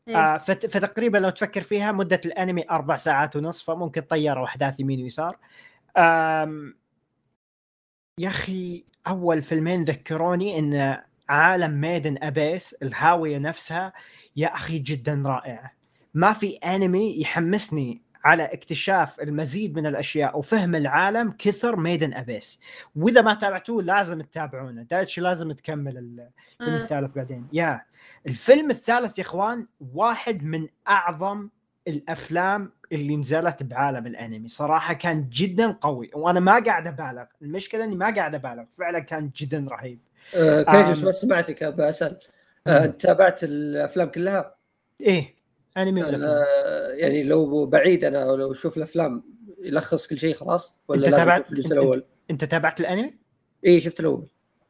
إيه.
آه، فت- فتقريبا لو تفكر فيها مده الانمي اربع ساعات ونص فممكن طياره واحداث يمين ويسار آم، يا اخي اول فيلمين ذكروني ان عالم ميدن ابيس الهاويه نفسها يا اخي جدا رائعه ما في انمي يحمسني على اكتشاف المزيد من الاشياء وفهم العالم كثر ميدن ابيس واذا ما تابعتوه لازم تتابعونه دايتشي لازم تكمل ال- الفيلم
آه.
الثالث بعدين يا الفيلم الثالث يا اخوان واحد من اعظم الافلام اللي نزلت بعالم الانمي صراحه كان جدا قوي وانا ما قاعد ابالغ المشكله اني ما قاعد ابالغ فعلا كان جدا رهيب
آه، كريجوس
آم.
ما سمعتك ابى اسال آه، انت تابعت الافلام كلها؟
ايه انمي ولا فيلم؟
آه، يعني لو بعيد انا لو اشوف الافلام يلخص كل شيء خلاص ولا
أنت
لازم
تابعت-
اشوف الجزء
أنت-
الاول؟
انت تابعت الانمي
اي شفت الاول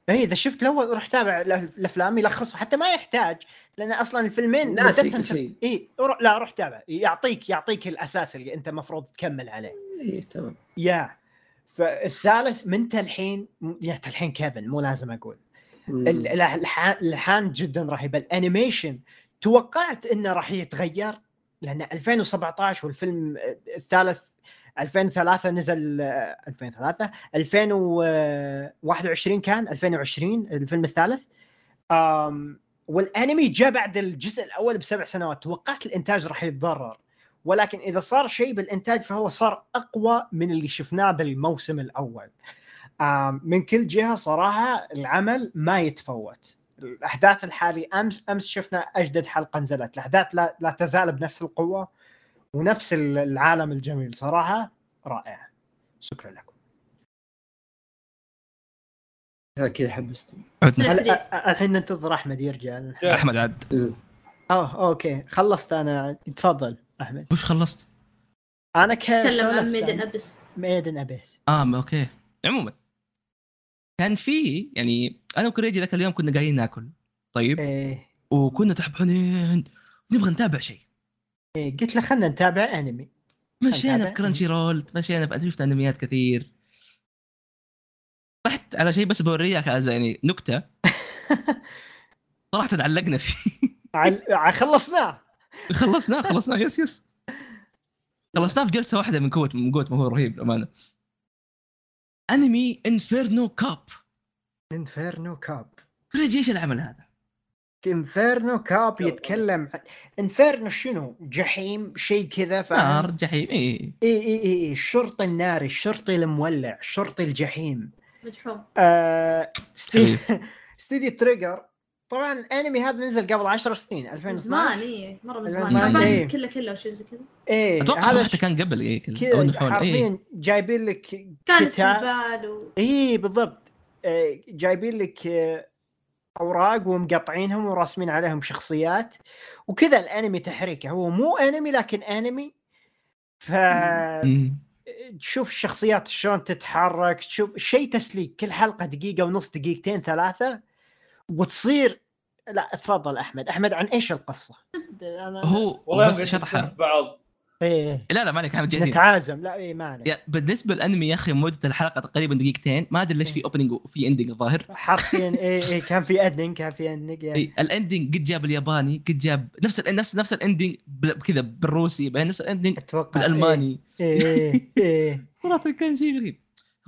اي اذا شفت الاول روح تابع الأف- الافلام يلخصه حتى ما يحتاج لان اصلا الفيلمين
ناسي
مدتهم
كل شيء.
اي رو- لا روح تابع يعطيك يعطيك الاساس اللي انت مفروض تكمل عليه
اي إيه، تمام
يا فالثالث من تلحين يا تلحين كيفن مو لازم اقول
مم.
ال- ال- الح- الحان جدا رهيب الانيميشن توقعت انه راح يتغير لان 2017 والفيلم الثالث 2003 نزل آه، 2003 2021 كان 2020 الفيلم الثالث آم، والانمي جاء بعد الجزء الاول بسبع سنوات توقعت الانتاج راح يتضرر ولكن اذا صار شيء بالانتاج فهو صار اقوى من اللي شفناه بالموسم الاول آم، من كل جهه صراحه العمل ما يتفوت الاحداث الحالي امس امس شفنا اجدد حلقه نزلت الاحداث لا, لا تزال بنفس القوه ونفس ال- العالم الجميل صراحه رائع شكرا لكم
كذا حمستني
لا،
هل-
سريع.
أ- أ- الحين ننتظر احمد يرجع
احمد عاد
اه اوكي خلصت انا تفضل احمد
وش خلصت؟
انا كيف
تكلم عن ميدن ابس
ميدن ابيس
اه ما اوكي عموما كان في يعني انا وكريجي ذاك اليوم كنا قاعدين ناكل طيب
ايه
وكنا تحبحنين نبغى نتابع شيء
إيه، قلت له خلنا نتابع انمي
مشينا في
نتابع.
كرنشي رول مشينا في شفت انميات كثير رحت على شيء بس بوريك از يعني نكته صراحه علقنا فيه [LAUGHS]
عل-
[LAUGHS]
ع- خلصناه
خلصناه خلصناه يس يس خلصناه في جلسه واحده من قوه من قوه ما هو رهيب بامانه انمي انفيرنو كاب
انفيرنو كاب
كريجي ايش العمل هذا؟
انفيرنو كاب يتكلم عن انفيرنو شنو جحيم شيء كذا فاهم
نار جحيم إيه. اي
اي اي اي إي، الشرطي الناري الشرطي المولع الشرطي الجحيم
مجحوم
آه، ستي- [LAUGHS] ستيديو تريجر طبعا الانمي هذا نزل قبل 10 سنين
من
2012
زمان اي مره من زمان
زمان،
ما
إيه.
كله كله وشيء زي كذا
ايه
اتوقع هذا
هذا
حتى
ش-
كان إيه. قبل اي كذا او
كذا
إنه حول اي
حرفيا جايبين لك
كان
كتاب-
استهبال و...
اي إيه، بالضبط آه، جايبين لك آه، اوراق ومقطعينهم وراسمين عليهم شخصيات وكذا الانمي تحريكه هو مو انمي لكن انمي فتشوف الشخصيات شلون تتحرك تشوف شيء تسليك كل حلقه دقيقه ونص دقيقتين ثلاثه وتصير لا تفضل احمد احمد عن ايش القصه أنا...
هو بس شطحه
في بعض
إيه.
لا لا مالك احنا جاهزين
نتعازم لا اي ما عليك
يا- بالنسبه للانمي يا اخي مده الحلقه تقريبا دقيقتين ما ادري
إيه.
ليش في اوبننج وفي اندنج الظاهر
حرفيا اي اي إيه، كان في ادن كان في ادن يعني
اي الاندنج قد جاب الياباني قد جاب نفس ال- نفس نفس الاندنج بل- كذا بالروسي بعدين نفس الاندنج
اتوقع إيه.
بالالماني إيه،
ايه ايه
صراحه كان شيء غريب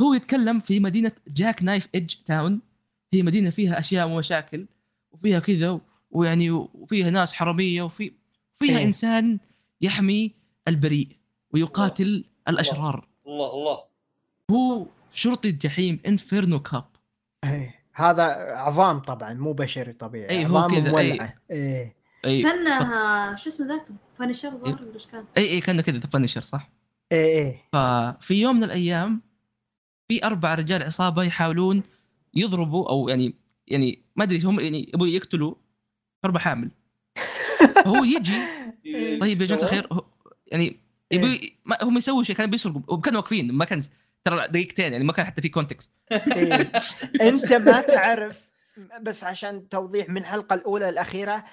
هو يتكلم في مدينه جاك نايف ايدج تاون هي مدينه فيها اشياء ومشاكل وفيها كذا و- ويعني وفيها ناس حراميه وفي فيها
إيه.
انسان يحمي البريء ويقاتل الاشرار
الله الله
هو شرطي الجحيم انفيرنو كاب
[LAUGHS] إيه. هذا عظام طبعا مو بشري طبيعي
إيه، هو
عظام
كذا،
مولعه ايه
اي
كانها شو اسمه ذاك فانيشر
إيه.
ظهر ولا ايش كان؟
اي اي كانه كذا ذا بانشر صح؟
ايه ايه
ففي يوم من الايام في اربع رجال عصابه يحاولون يضربوا او يعني يعني ما ادري هم يعني يبغوا يقتلوا اربع حامل
[LAUGHS]
هو يجي طيب يا جماعه الخير هو- يعني
إيه.
يبي ما هم يسووا شيء كانوا بيسرقوا كانوا واقفين ما كان ترى دقيقتين يعني ما كان حتى في كونتكست
إيه. انت ما تعرف بس عشان توضيح من الحلقه الاولى الاخيره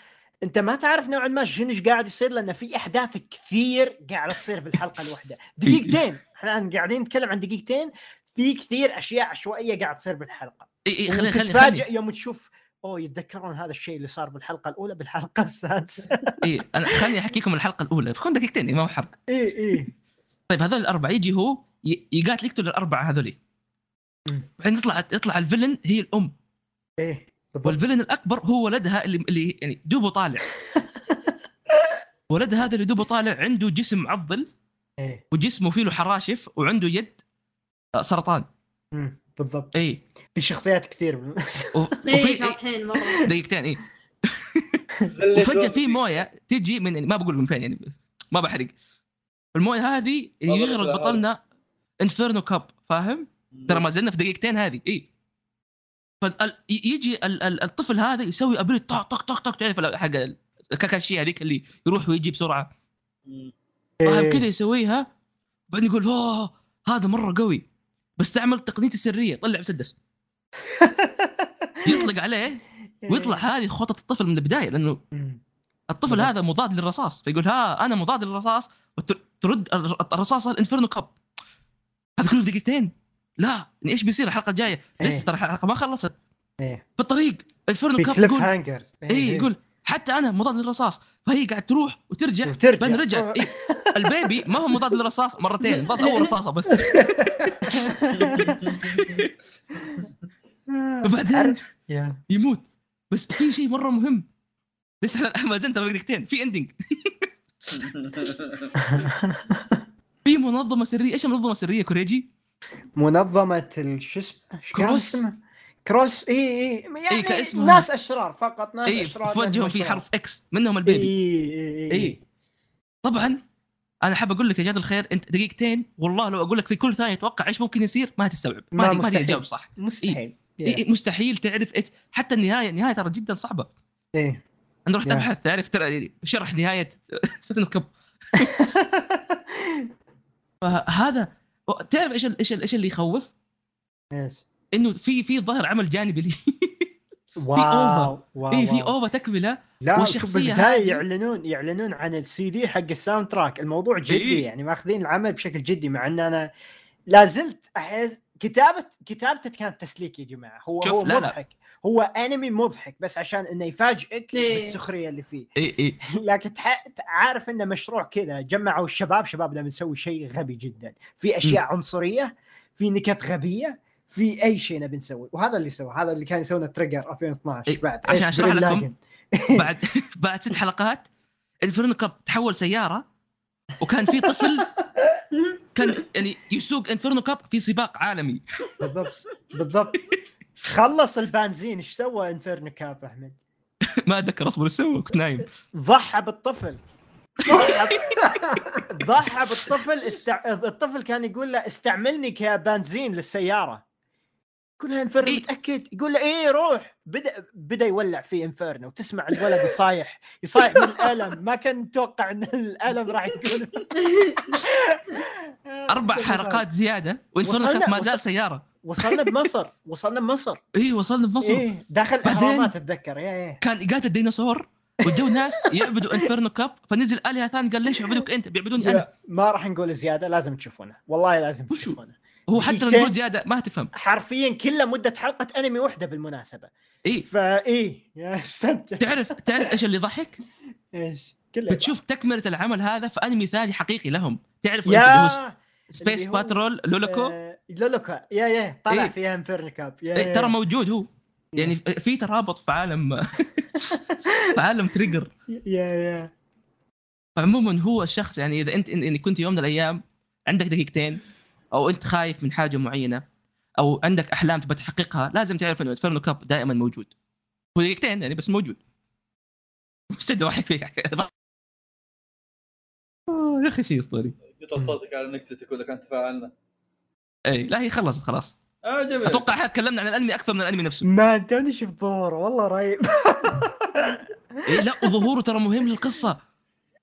انت ما تعرف نوعا ما شنو إيش قاعد يصير لان في احداث كثير قاعده تصير بالحلقه الواحده
[LAUGHS]
دقيقتين احنا الآن قاعدين نتكلم عن دقيقتين في كثير اشياء عشوائيه قاعد تصير بالحلقه
اي اي خليني خليني خليني
وتتفاجئ يوم تشوف اوه يتذكرون هذا الشيء اللي صار بالحلقه الاولى بالحلقه
[LAUGHS]
السادسه
اي انا خليني احكيكم الحلقه الاولى بكون دقيقتين يعني ما هو حرق
ايه ايه
طيب هذول الاربعه يجي هو ي- يقاتل يقتل الاربعه هذول
مم.
بعدين يطلع يطلع الفيلن هي الام
ايه بالضبط
والفيلن الاكبر هو ولدها اللي, اللي يعني دوبه طالع ولدها هذا اللي دوبه طالع عنده جسم معضل
ايه
وجسمه فيه له حراشف وعنده يد آه، سرطان
مم، بالضبط
اي
في شخصيات
[LAUGHS]
كثير من-
و-
اي
وفي إي،
شاطحين مره
[LAUGHS]
دقيقتين اي وفجاه في مويه تجي من ما بقول من فين يعني ما بحرق المويه هذه يعني
والله
يغرق
هذا-
بطلنا انفيرنو كاب فاهم ترى ما زلنا في دقيقتين هذه إيه. اي فيجي الطفل هذا يسوي ابريد طق طق طق طق تعرف حق ال- كاكاشي هذيك اللي يروح ويجي بسرعه فاهم
إيه.
كذا يسويها بعدين يقول اوه هذا مره قوي بستعمل تقنيتي السريه طلع مسدس
[LAUGHS]
يطلق عليه ويطلع هذه خطط الطفل من البدايه لانه
إيه. مم.
الطفل هذا مضاد للرصاص فيقول ها انا مضاد للرصاص وترد الرصاصه الانفيرنو كاب هذا كله في دقيقتين لا يعني ايش بيصير الحلقه الجايه
إيه.
لسه ترى الحلقه ما خلصت
إيه.
في الطريق الانفيرنو
في
كاب
كليف
يقول
هانجرز إيه.
اي يقول حتى انا مضاد للرصاص فهي قاعد تروح وترجع
وترجع
بعدين رجعت إيه. البيبي ما هو مضاد للرصاص مرتين مضاد اول رصاصه بس وبعدين
آه. يا.
يموت بس في شيء مره مهم بس احنا احمد انت باقي دقيقتين في اندنج في منظمه سريه ايش منظمه سريه كوريجي؟
منظمه ال- شو اسمه إيش كان
كروس. إيه،
اسمه؟ كروس اي اي يعني
كاسمها.
ناس اشرار فقط ناس
اي
اشرار
إيه، في وجههم في حرف إيه. اكس منهم
اي
البيبي
اي
اي طبعا انا حاب اقول لك يا جماعه الخير انت دقيقتين والله لو اقول لك في كل ثانيه اتوقع ايش ممكن يصير ما تستوعب ما
ما
تقدر- ما
مستحيل.
تقدر تجاوب صح
مستحيل
إي إي مستحيل تعرف ايش حتى النهايه النهايه ترى جدا صعبه
اي
انا رحت
يا.
ابحث تعرف ترى شرح نهايه فيلم
[LAUGHS]
كب فهذا تعرف ايش ال- ايش ال- ايش اللي يخوف؟
يس
انه في في ظاهر عمل جانبي لي
واو واو
في إيه، [LAUGHS] في
واو.
اوفا تكمله
لا
والشخصية
والشخصية بالبداية
هذه-
يعلنون يعلنون عن السي دي حق الساوند تراك الموضوع جدي
إيه.
يعني ماخذين العمل بشكل جدي مع ان انا لا زلت احس كتابة كتابته كانت تسليك يا جماعة هو
شوف،
هو
لا، لا.
مضحك هو انمي مضحك بس عشان انه يفاجئك
إيه.
بالسخرية اللي فيه [LAUGHS]
اي اي
لكن تح- عارف انه مشروع كذا جمعوا الشباب شبابنا بنسوي شيء غبي جدا في اشياء عنصريه في نكت غبيه في اي شيء نبي نسوي وهذا اللي سوى هذا اللي كان يسوونه تريجر 2012
إيه،
بعد
عشان
إيش
أشرح
برين
لكم.
لاجن.
بعد بعد ست حلقات الفرن كاب تحول سياره وكان في طفل كان يعني يسوق انفرنو كاب في سباق عالمي [LAUGHS]
بالضبط بالضبط خلص البنزين ايش سوى انفيرنو كاب احمد؟
ما اتذكر اصبر ايش سوى كنت
[LAUGHS]
نايم
ضحى بالطفل ضحى ب- ضحى بالطفل استع... الطفل كان يقول له استعملني كبنزين للسياره يقول له انفيرنو
إيه.
متاكد يقول له ايه روح بدا بدا يولع في انفيرنو وتسمع الولد يصايح يصايح من الالم ما كان متوقع ان الالم راح يكون [LAUGHS]
اربع حلقات زياده وانفرنو
وصلنا-
كاب ما
وصل-
زال سياره
وصلنا بمصر وصلنا بمصر
اي وصلنا بمصر
ايه داخل
بعدين-
الاهرامات اتذكر يا ايه
كان قاتل الديناصور وجو ناس يعبدوا انفرنو كاب فنزل الهه ثاني قال ليش يعبدوك انت بيعبدوني انا
يا- ما راح نقول زياده لازم تشوفونه والله لازم
وشو؟
تشوفونه
هو حتى لو
دقيقتين.
نقول زياده ما تفهم
حرفيا كله مده حلقه انمي واحده بالمناسبه
اي
فاي إيه. يا استمتع
تعرف تعرف ايش اللي ضحك؟
ايش كله
بتشوف تكمله العمل هذا في انمي ثاني حقيقي لهم تعرف
يا
سبيس
اللي هو-
باترول لولوكو
آه، لولوكا يا يا طلع
إيه.
فيها انفيرنكاب يا
إيه،
يا
ترى موجود هو يعني في ترابط في عالم [LAUGHS] في عالم تريجر
يا يا
عموما هو الشخص يعني اذا انت يعني كنت يوم من الايام عندك دقيقتين او انت خايف من حاجه معينه او عندك احلام تبى تحققها لازم تعرف انه انفيرنو كاب دائما موجود هو دقيقتين يعني بس موجود مستعد اضحك فيك آه، يا اخي شيء اسطوري
قطع صوتك على نكتتك ولا كان تفاعلنا
اي إيه، لا هي خلصت خلاص
اه جميل
اتوقع احنا تكلمنا عن الانمي اكثر من الانمي نفسه
ما توني شفت ظهوره والله رهيب [LAUGHS]
إيه لا وظهوره ترى مهم للقصه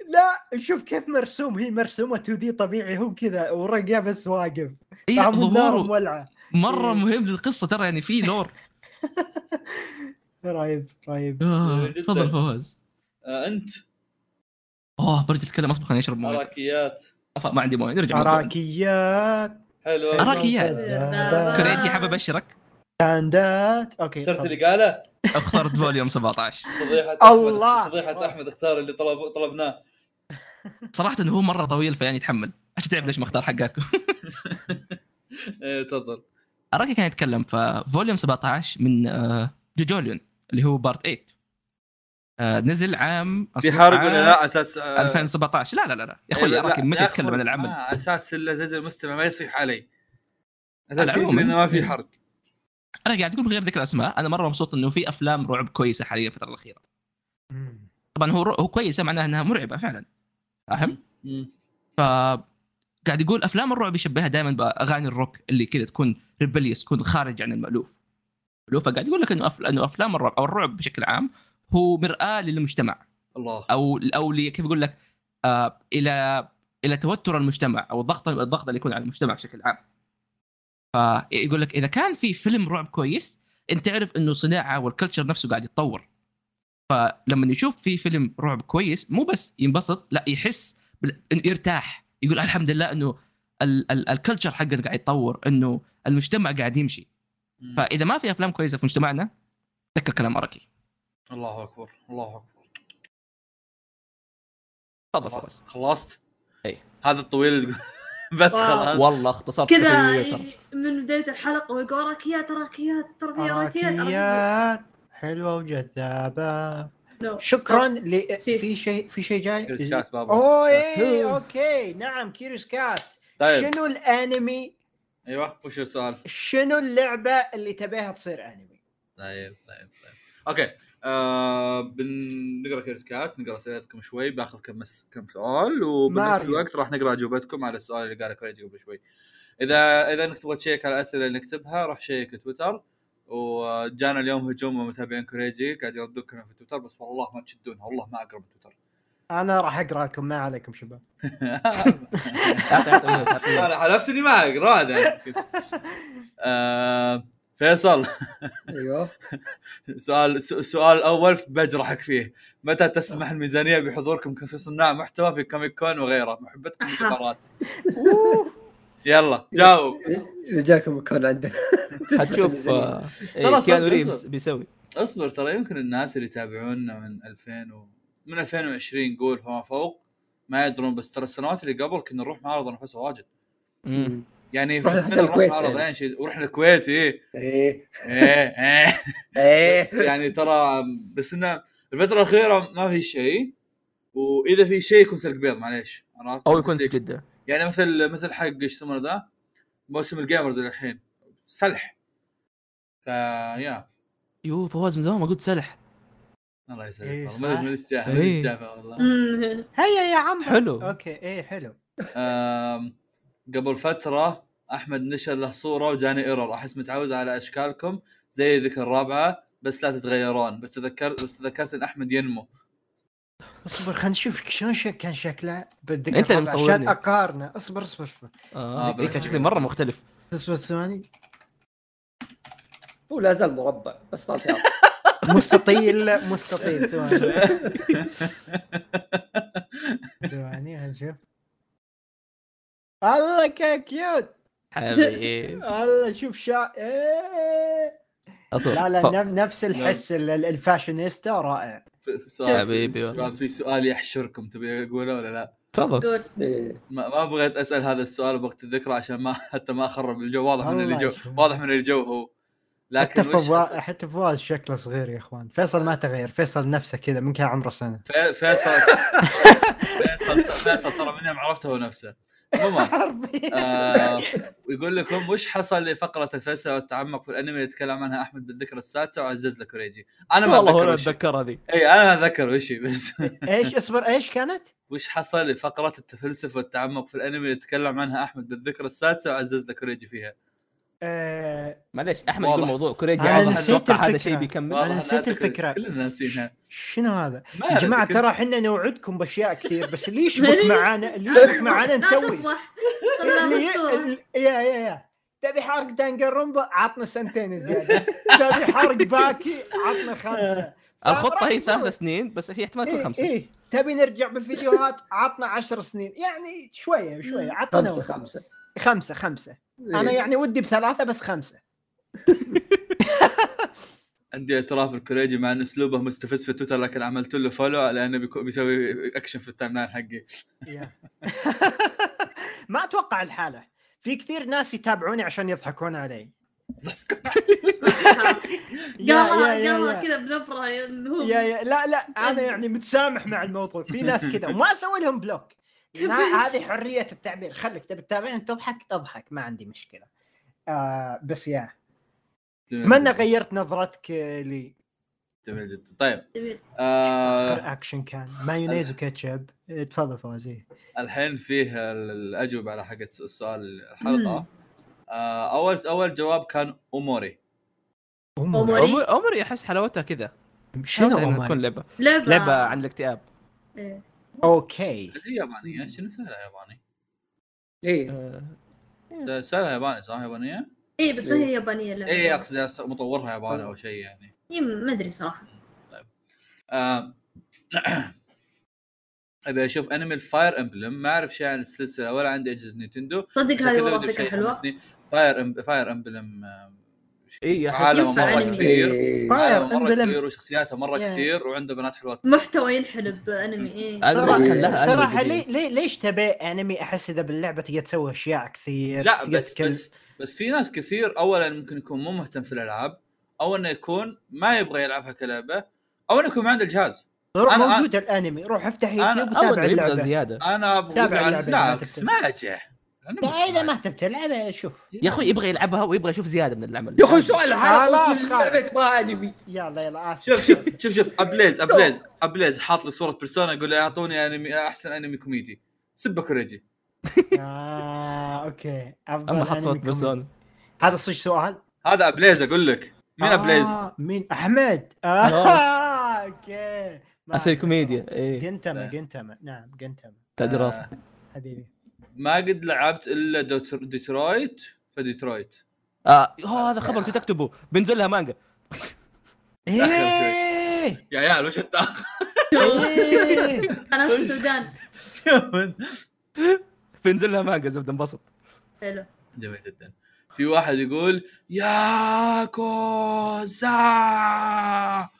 لا شوف كيف مرسوم هي مرسومه 2 دي طبيعي هو كذا ورقه بس واقف
اي لا
طعم النار
إيه، ظهوره
مولعه
مره مهم للقصه ترى يعني في لور
رهيب رهيب
آه،
جداً.
تفضل فواز
آه انت
اوه برجع اتكلم اصبر خليني اشرب مويه
حركيات
أف- ما عندي مويه نرجع موضوع.
اراكيات
حلوه
أراكيات. كريجي حابب ابشرك
كاندات اوكي
اخترت
تفضل.
اللي قاله
اخترت فوليوم 17
فضيحه أحمد-
الله.
فضيحه احمد اختار اللي طلب طلبناه
صراحه إنه هو مره طويل فيعني يتحمل عشان تعرف ليش ما اختار حقاتكم
إيه، تفضل
اراكي كان يتكلم ففوليوم 17 من آه، جوجوليون اللي هو بارت 8 آه، نزل عام أصلاً
بيحارب ولا
عام
لا آه، إيه، اساس
2017 لا لا لا لا آه، يا اخوي اراكي متى يتكلم عن العمل
آه اساس الا زي المستمع ما يصيح علي اساس
العموم.
يدري انه ما في حرق
انا قاعد اقول بغير ذكر اسماء انا مره مبسوط انه في افلام رعب كويسه حاليا الفتره الاخيره
مم.
طبعا هو هو كويسه معناها انها مرعبه فعلا فاهم؟ ف قاعد يقول افلام الرعب يشبهها دائما باغاني الروك اللي كذا تكون ريبليس تكون خارج عن المالوف مألوف فقاعد يقول لك انه أف... انه افلام الرعب او الرعب بشكل عام هو مراه للمجتمع
الله
او او لي- كيف اقول لك آه الى الى توتر المجتمع او الضغط الضغط اللي يكون على المجتمع بشكل عام. فيقول لك اذا كان في فيلم رعب كويس انت تعرف انه صناعه والكلتشر نفسه قاعد يتطور. فلما يشوف في فيلم رعب كويس مو بس ينبسط لا يحس بال- إنه يرتاح يقول الحمد لله انه ال- ال- الكلتشر حقنا قاعد يتطور انه المجتمع قاعد يمشي
مم.
فاذا ما في افلام كويسه في مجتمعنا تذكر كلام اركي
الله اكبر الله اكبر
تفضل فوز
خلصت؟
إي.
هذا الطويل [LAUGHS] بس
واو.
خلاص
والله اختصرت
كذا إيه،
كثير ترى.
من بدايه الحلقه ويقول راكيات راكيات ترى راكيات
حركيات حلوه وجذابه
No.
شكرا ل
سيس.
في شيء في شيء
كريس
جاي
كات بابا
اوه إيه، اوكي نعم كيريوس كات
طيب
شنو الانمي
ايوه وش السؤال؟
شنو اللعبه اللي تبيها تصير انمي
طيب طيب طيب اوكي آه بنقرا كيرس كات نقرا اسئلتكم شوي باخذ كم مس... كم سؤال وبنفس
ماريو.
الوقت راح نقرا اجوبتكم على السؤال اللي قاله كريجي قبل شوي اذا اذا انك تبغى تشيك على الاسئله اللي نكتبها روح شيك تويتر وجانا اليوم هجوم من متابعين كوريجي قاعد يردون كلام في تويتر بس والله ما تشدونها والله ما اقرا من [LAUGHS] تويتر
انا راح اقرا لكم ما عليكم شباب
أعطي- أعطي- أعطي- أعطي.
انا حلفت اني ما اقرا هذا آه، فيصل
ايوه
سؤال س- سؤال اول بجرحك فيه متى تسمح الميزانيه بحضوركم كصناع محتوى في كوميك كون وغيره محبتكم
أها.
الجبارات يلا جاوب
اذا جاكم يكون عندنا [LAUGHS]
[LAUGHS]
حتشوف آه، إيه،
ترى صدق
كيانو ريفز
أسوأ.
بيسوي
اصبر ترى يمكن الناس اللي يتابعونا من 2000 و... من 2020 قول فما فوق ما يدرون بس ترى السنوات اللي قبل كنا نروح معارض نفسها واجد
مم.
يعني في
رحنا
السنه
حتى
نروح
الكويت
معارض
يعني.
يعني شيء ورحنا الكويت ايه
ايه
ايه ايه
ايه
بس
إيه.
يعني ترى بس انه الفتره الاخيره ما في شيء واذا في شيء يكون سلك بيض معليش عرفت
او يكون في
تسليك.
جده
يعني مثل مثل حق ايش يسمونه ذا موسم الجيمرز الحين سلح فيا
يو فواز من زمان ما قلت سلح
الله
إيه،
يسلمك والله.
صح.
ما ادري من الساعه
إيه.
والله
مم.
هيا يا عم
حلو
اوكي ايه حلو
آم، قبل فتره احمد نشر له صوره وجاني ايرور احس متعود على اشكالكم زي ذيك الرابعه بس لا تتغيرون بس تذكرت بس تذكرت ان احمد ينمو
اصبر خلنا نشوف شلون شك- كان شكله بالذكر
أنت اللي
الرابع
مصورني.
عشان اقارنه اصبر اصبر اصبر
اه
بالحقيقة.
ذيك كان شكلي مره مختلف
اصبر الثاني
هو لا زال مربع بس
[LAUGHS]
طال عارف
مستطيل
[LAUGHS]
مستطيل ثواني ثواني هنشوف الله كان كيوت
حبيبي
الله شوف شا إيه. لا لا
ف-
نف- نفس
نعم.
الحس ال- ال- الفاشينيستا رائع
في في سؤال
حبيبي والله.
شباب، في سؤال يحشركم تبي اقوله ولا لا؟
تفضل
[LAUGHS] قول
إيه.
ما, ما بغيت اسال هذا السؤال بوقت الذكرى عشان ما حتى ما اخرب الجو واضح من
والله
اللي جو
شوف.
واضح من الجو هو لكن
حتى
وش
فواز
حصل-
حتى فواز شكله صغير يا اخوان فيصل ما تغير فيصل نفسه كذا من كان عمره سنه
في- فيصل فيصل فيصل ترى من يوم عرفته هو نفسه عموما [LAUGHS] آه يقول لكم وش حصل لفقره الفلسفه والتعمق في الانمي اللي تكلم عنها احمد بالذكرى السادسه وعزز لك ريجي انا ما
والله
اتذكر
انا
وش
اتذكر هذه
اي انا ما اتذكر وش هي، بس
ايش اصبر ايش كانت؟
وش حصل لفقره التفلسف والتعمق في الانمي اللي تكلم عنها احمد بالذكرى السادسه وعزز لك ريجي فيها
آه،
معليش احمد
واضح.
يقول موضوع كوريجي
أنا
عايز
نسيت
اتوقع هذا
الفكرة.
شيء بيكمل
والله أنا
نسيت
أتذكر-
الفكرة.
كلنا ناسينها
شنو هذا؟
ما
يا
أدري،
جماعه
كل-
ترى احنا نوعدكم باشياء كثير بس اللي يشبك معانا اللي يشبك
[LAUGHS]
معانا
لا
نسوي
تفضح
[LAUGHS] اللي
طلع الصورة
ي- يا يا يا تبي حرق دانجرومبا عطنا سنتين زياده تبي حرق باكي عطنا خمسه
الخطه هي ثلاث سنين بس هي احتمال تكون
إيه
خمسه
إيه تبي نرجع بالفيديوهات عطنا عشر سنين يعني شويه شويه عطنا
خمسه
وقت.
خمسه
خمسه خمسه انا
إيه.
يعني ودي بثلاثه بس خمسه
عندي اعتراف الكوريجي مع ان اسلوبه مستفز في تويتر لكن عملت له فولو لانه بيكو- بيسوي اكشن في التايم لاين حقي
يا. ما اتوقع الحاله في كثير ناس يتابعوني عشان يضحكون علي
[LAUGHS]
يا- يا-
قالها
يا-
قالها
يا.
كذا بنبره يعني هو
يا يا لا لا انا يعني متسامح مع الموضوع في ناس كذا وما اسوي لهم بلوك لا هذه حريه التعبير خليك تبي تتابعني تضحك اضحك ما عندي مشكله آه بس يا اتمنى غيرت نظرتك آه، لي
جميل جدا طيب
جميل.
آه
اخر اكشن كان مايونيز وكاتشب آه، تفضل فوزي
الحين فيه ال- الاجوبه على حق السؤال الحلقه آه اول اول جواب كان اموري
أموري.
عمري عمري احس حلاوتها كذا
شنو
حلاوتها إنها تكون
عمر؟
لعبه
لعبه
لعبه عن الاكتئاب
إيه.
اوكي
هي يابانيه شنو سهله ياباني
ايه
آه،
سهله ياباني صح يابانيه؟
اي إيه، بس ما هي يابانيه اللعبه
اي
[LAUGHS]
اقصد مطورها ياباني او شيء يعني
إي، إيه، ما ادري صراحه
آه، [CLEARS THROAT] ابي اشوف انمي الفاير امبلم ما اعرف شيء عن السلسله ولا عندي اجهزه نينتندو
صدق هذه والله فكره حلوه
فاير ام فاير امبلم
اي
عالم
ينفع
مره
أنمي.
كبير
إيه.
عالم
فاير
مره
انبلم
كبير وشخصياته مره
يا.
كثير وعنده بنات حلوات
محتوى ينحلب انمي ايه
هذا ما كان لها أنمي
صراحه
قديم.
ليه ليه ليش تبي انمي احس اذا باللعبه تقدر تسوي اشياء كثير
لا
تقدر
بس
تتكلم.
بس بس في ناس كثير اولا ممكن يكون مو مهتم في الالعاب او انه يكون ما يبغى يلعبها كلعبه او انه يكون ما عنده الجهاز
روح
أنا- أنا-
موجود الانمي روح افتح
أنا-
يوتيوب
اول
وتابع
ما يبغى
اللعبه
زياده
انا ابغى
تابع
ألعب-
اللعبة
لا
اللي ما
بس
تكتب.
ما اجح أنا مو
اذا
سماجة.
طيب، ما تبي تلعب شوف
يا اخوي يبغى يلعبها ويبغى يشوف زياده من العمل
يا اخوي سؤال الحلقه
خلاص،
وش اللعبه تبغى انمي
يلا يلا اسف
شوف
[LAUGHS]
شوف شوف شوف [LAUGHS] ابليز ابليز ابليز حاط لي صوره بيرسونا يقول لي اعطوني انمي احسن انمي كوميدي سبه كوريجي
اه اوكي افضل
اما حط صوت
أنمي كوميدي.
بيرسونا
هذا صدق سؤال
هذا ابليز اقول لك مين ابليز؟
آه، مين احمد اه [LAUGHS] اوكي ما
اسوي
أعرف.
كوميديا إيه.
إيه.
اي
جنتما جنتما نعم جنتما
تاج
آه.
راسك
حبيبي
ما قد لعبت الا دوتر- ديترويت فديترويت
آه أوه، هذا خبر نسيت اكتبه بنزل لها مانجا
أخي، أوكي.
إيه،
يا عيال وش التاخر؟
إيه.
انا في السودان
بنزل لها مانجا زبده انبسط
حلو
[LAUGHS] جميل جدا في واحد يقول يا كوزا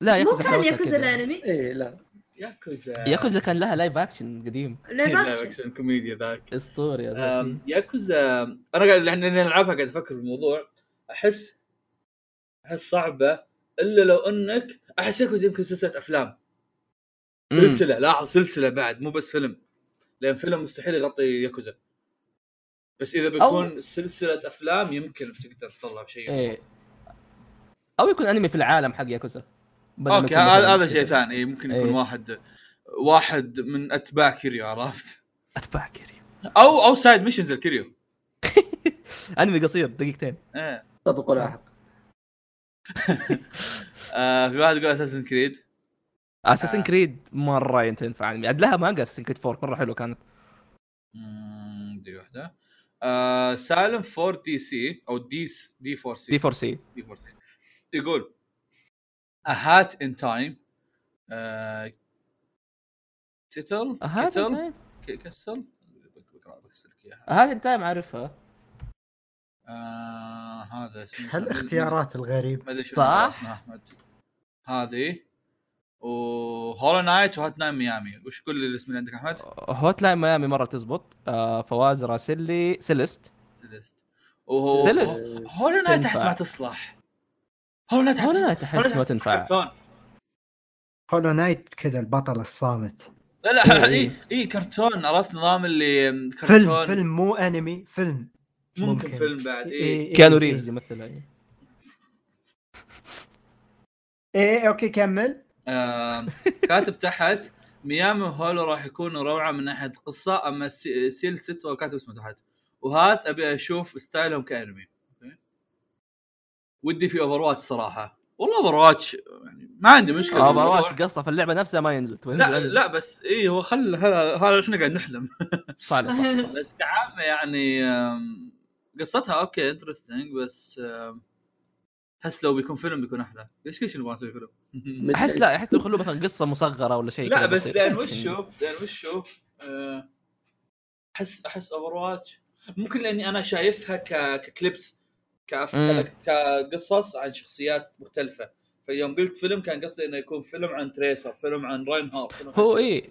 لا
مو
ياكوزا
كان
حلاوتها
ياكوزا
كذا.
الانمي
ايه لا
يا كوزا
ياكوزا كان لها لايف اكشن قديم
لايف اكشن
كوميديا ذاك
اسطوري يا
أم،
ذا.
ياكوزا انا قاعد لان أنا العبها قاعد افكر بالموضوع احس احس صعبه الا لو انك احس ياكوزا يمكن سلسله افلام
أمم.
سلسله لاحظ سلسله بعد مو بس فيلم لان فيلم مستحيل يغطي ياكوزا بس اذا بيكون سلسله افلام يمكن بتقدر تطلع شيء
ايه او يكون انمي في العالم حق ياكوزا بدل ما
اوكي
يكون
هذا
مثلاً
هذا
كذا.
شيء ثاني إيه، ممكن يكون
إيه.
واحد واحد من اتباع كيريو عرفت
اتباع كريم
او او سايد ميشنز الكيريو
انمي قصير دقيقتين
ايه
طبق لاحق
آه في واحد يقول اساسن كريد آه.
اساسن كريد مره تنفع انمي عاد لها مانجا اساسن كريد 4 مره حلوه كانت
دقيقه واحده آه سالم 4 دي سي او دي س- دي 4 سي
دي 4 سي
دي 4 سي يقول اهات ان تايم تتل
آه،
كتل
هذا
ك- آه، كسل بك- بقرأ- بكسر لك إياها.
هذا انت آه، ما عارفها
آه، هذا شنو-
هالاختيارات الغريبة
ما ادري شو
صح؟
اسمها احمد هذه وهولو نايت وهات نايم ميامي وش كل الاسم اللي عندك احمد؟
هوت لاين ميامي مره تزبط آه فواز راسلي سيليست
إيه، تلست وهو
تلست.
هولو نايت احس
تنفع.
ما تصلح هولو نايت
هولو نايت أحس
هولو نايت
ما تنفع.
كرتون.
هولو نايت كذا البطل الصامت
لا لا
إيه،
اي اي كرتون عرفت نظام اللي كرتون
فيلم فيلم مو انمي فيلم
ممكن
ممكن.
فيلم بعد اي
إيه،
كيانو
إيه،
ريفز يمثلها يعني.
ايه اوكي كمل [LAUGHS]
آم، كاتب تحت ميامي وهولو راح يكونوا روعه من ناحيه القصه اما سي- سيل ست وكاتب اسمه تحت وهات ابي اشوف ستايلهم كانمي أوكي. ودي في اوفر واتش صراحه والله اوفر واتش يعني ما عندي مشكله
اوفر واتش قصه في اللعبه نفسها ما ينزل طيب،
لا لا بس اي هو خل هذا هذا احنا قاعد نحلم
صالح صح
[LAUGHS]
بس كعامه يعني أم، قصتها اوكي انترستنج بس أم، احس لو بيكون فيلم بيكون احلى ليش ليش نبغى نسوي فيلم [LAUGHS]
احس لا احس يخلوه مثلا قصه مصغره ولا شيء
لا
كذا
بس
بسيط.
لان وشو لان وشو آه، احس احس اوفر واتش ممكن لاني انا شايفها ك... ككليبس كأف...
مم.
كلك- كقصص عن شخصيات مختلفه فيوم قلت فيلم كان قصدي انه يكون فيلم عن تريسر فيلم عن راينهارد فيلم عن-
هو ايه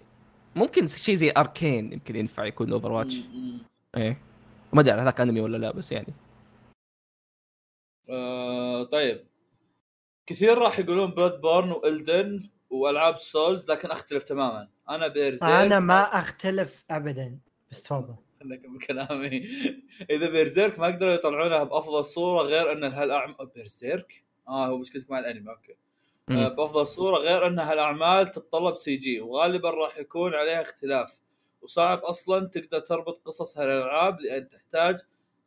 ممكن شيء زي اركين يمكن ينفع يكون اوفر واتش
مم.
ايه ما ادري هذاك انمي ولا لا بس يعني
آه، طيب كثير راح يقولون بلاد بورن والدن والعاب سولز لكن اختلف تماما انا بيرزيرك [LAUGHS]
انا ما اختلف ابدا بس تفضل
خلنا اكمل كلامي اذا بيرزيرك ما قدروا يطلعونها بافضل صوره غير ان الهالاعمال بيرزيرك اه هو مشكلتك مع الانمي اوكي
مم.
آه بافضل صوره غير انها الاعمال تتطلب سي جي وغالبا راح يكون عليها اختلاف وصعب اصلا تقدر تربط قصص هالالعاب لان تحتاج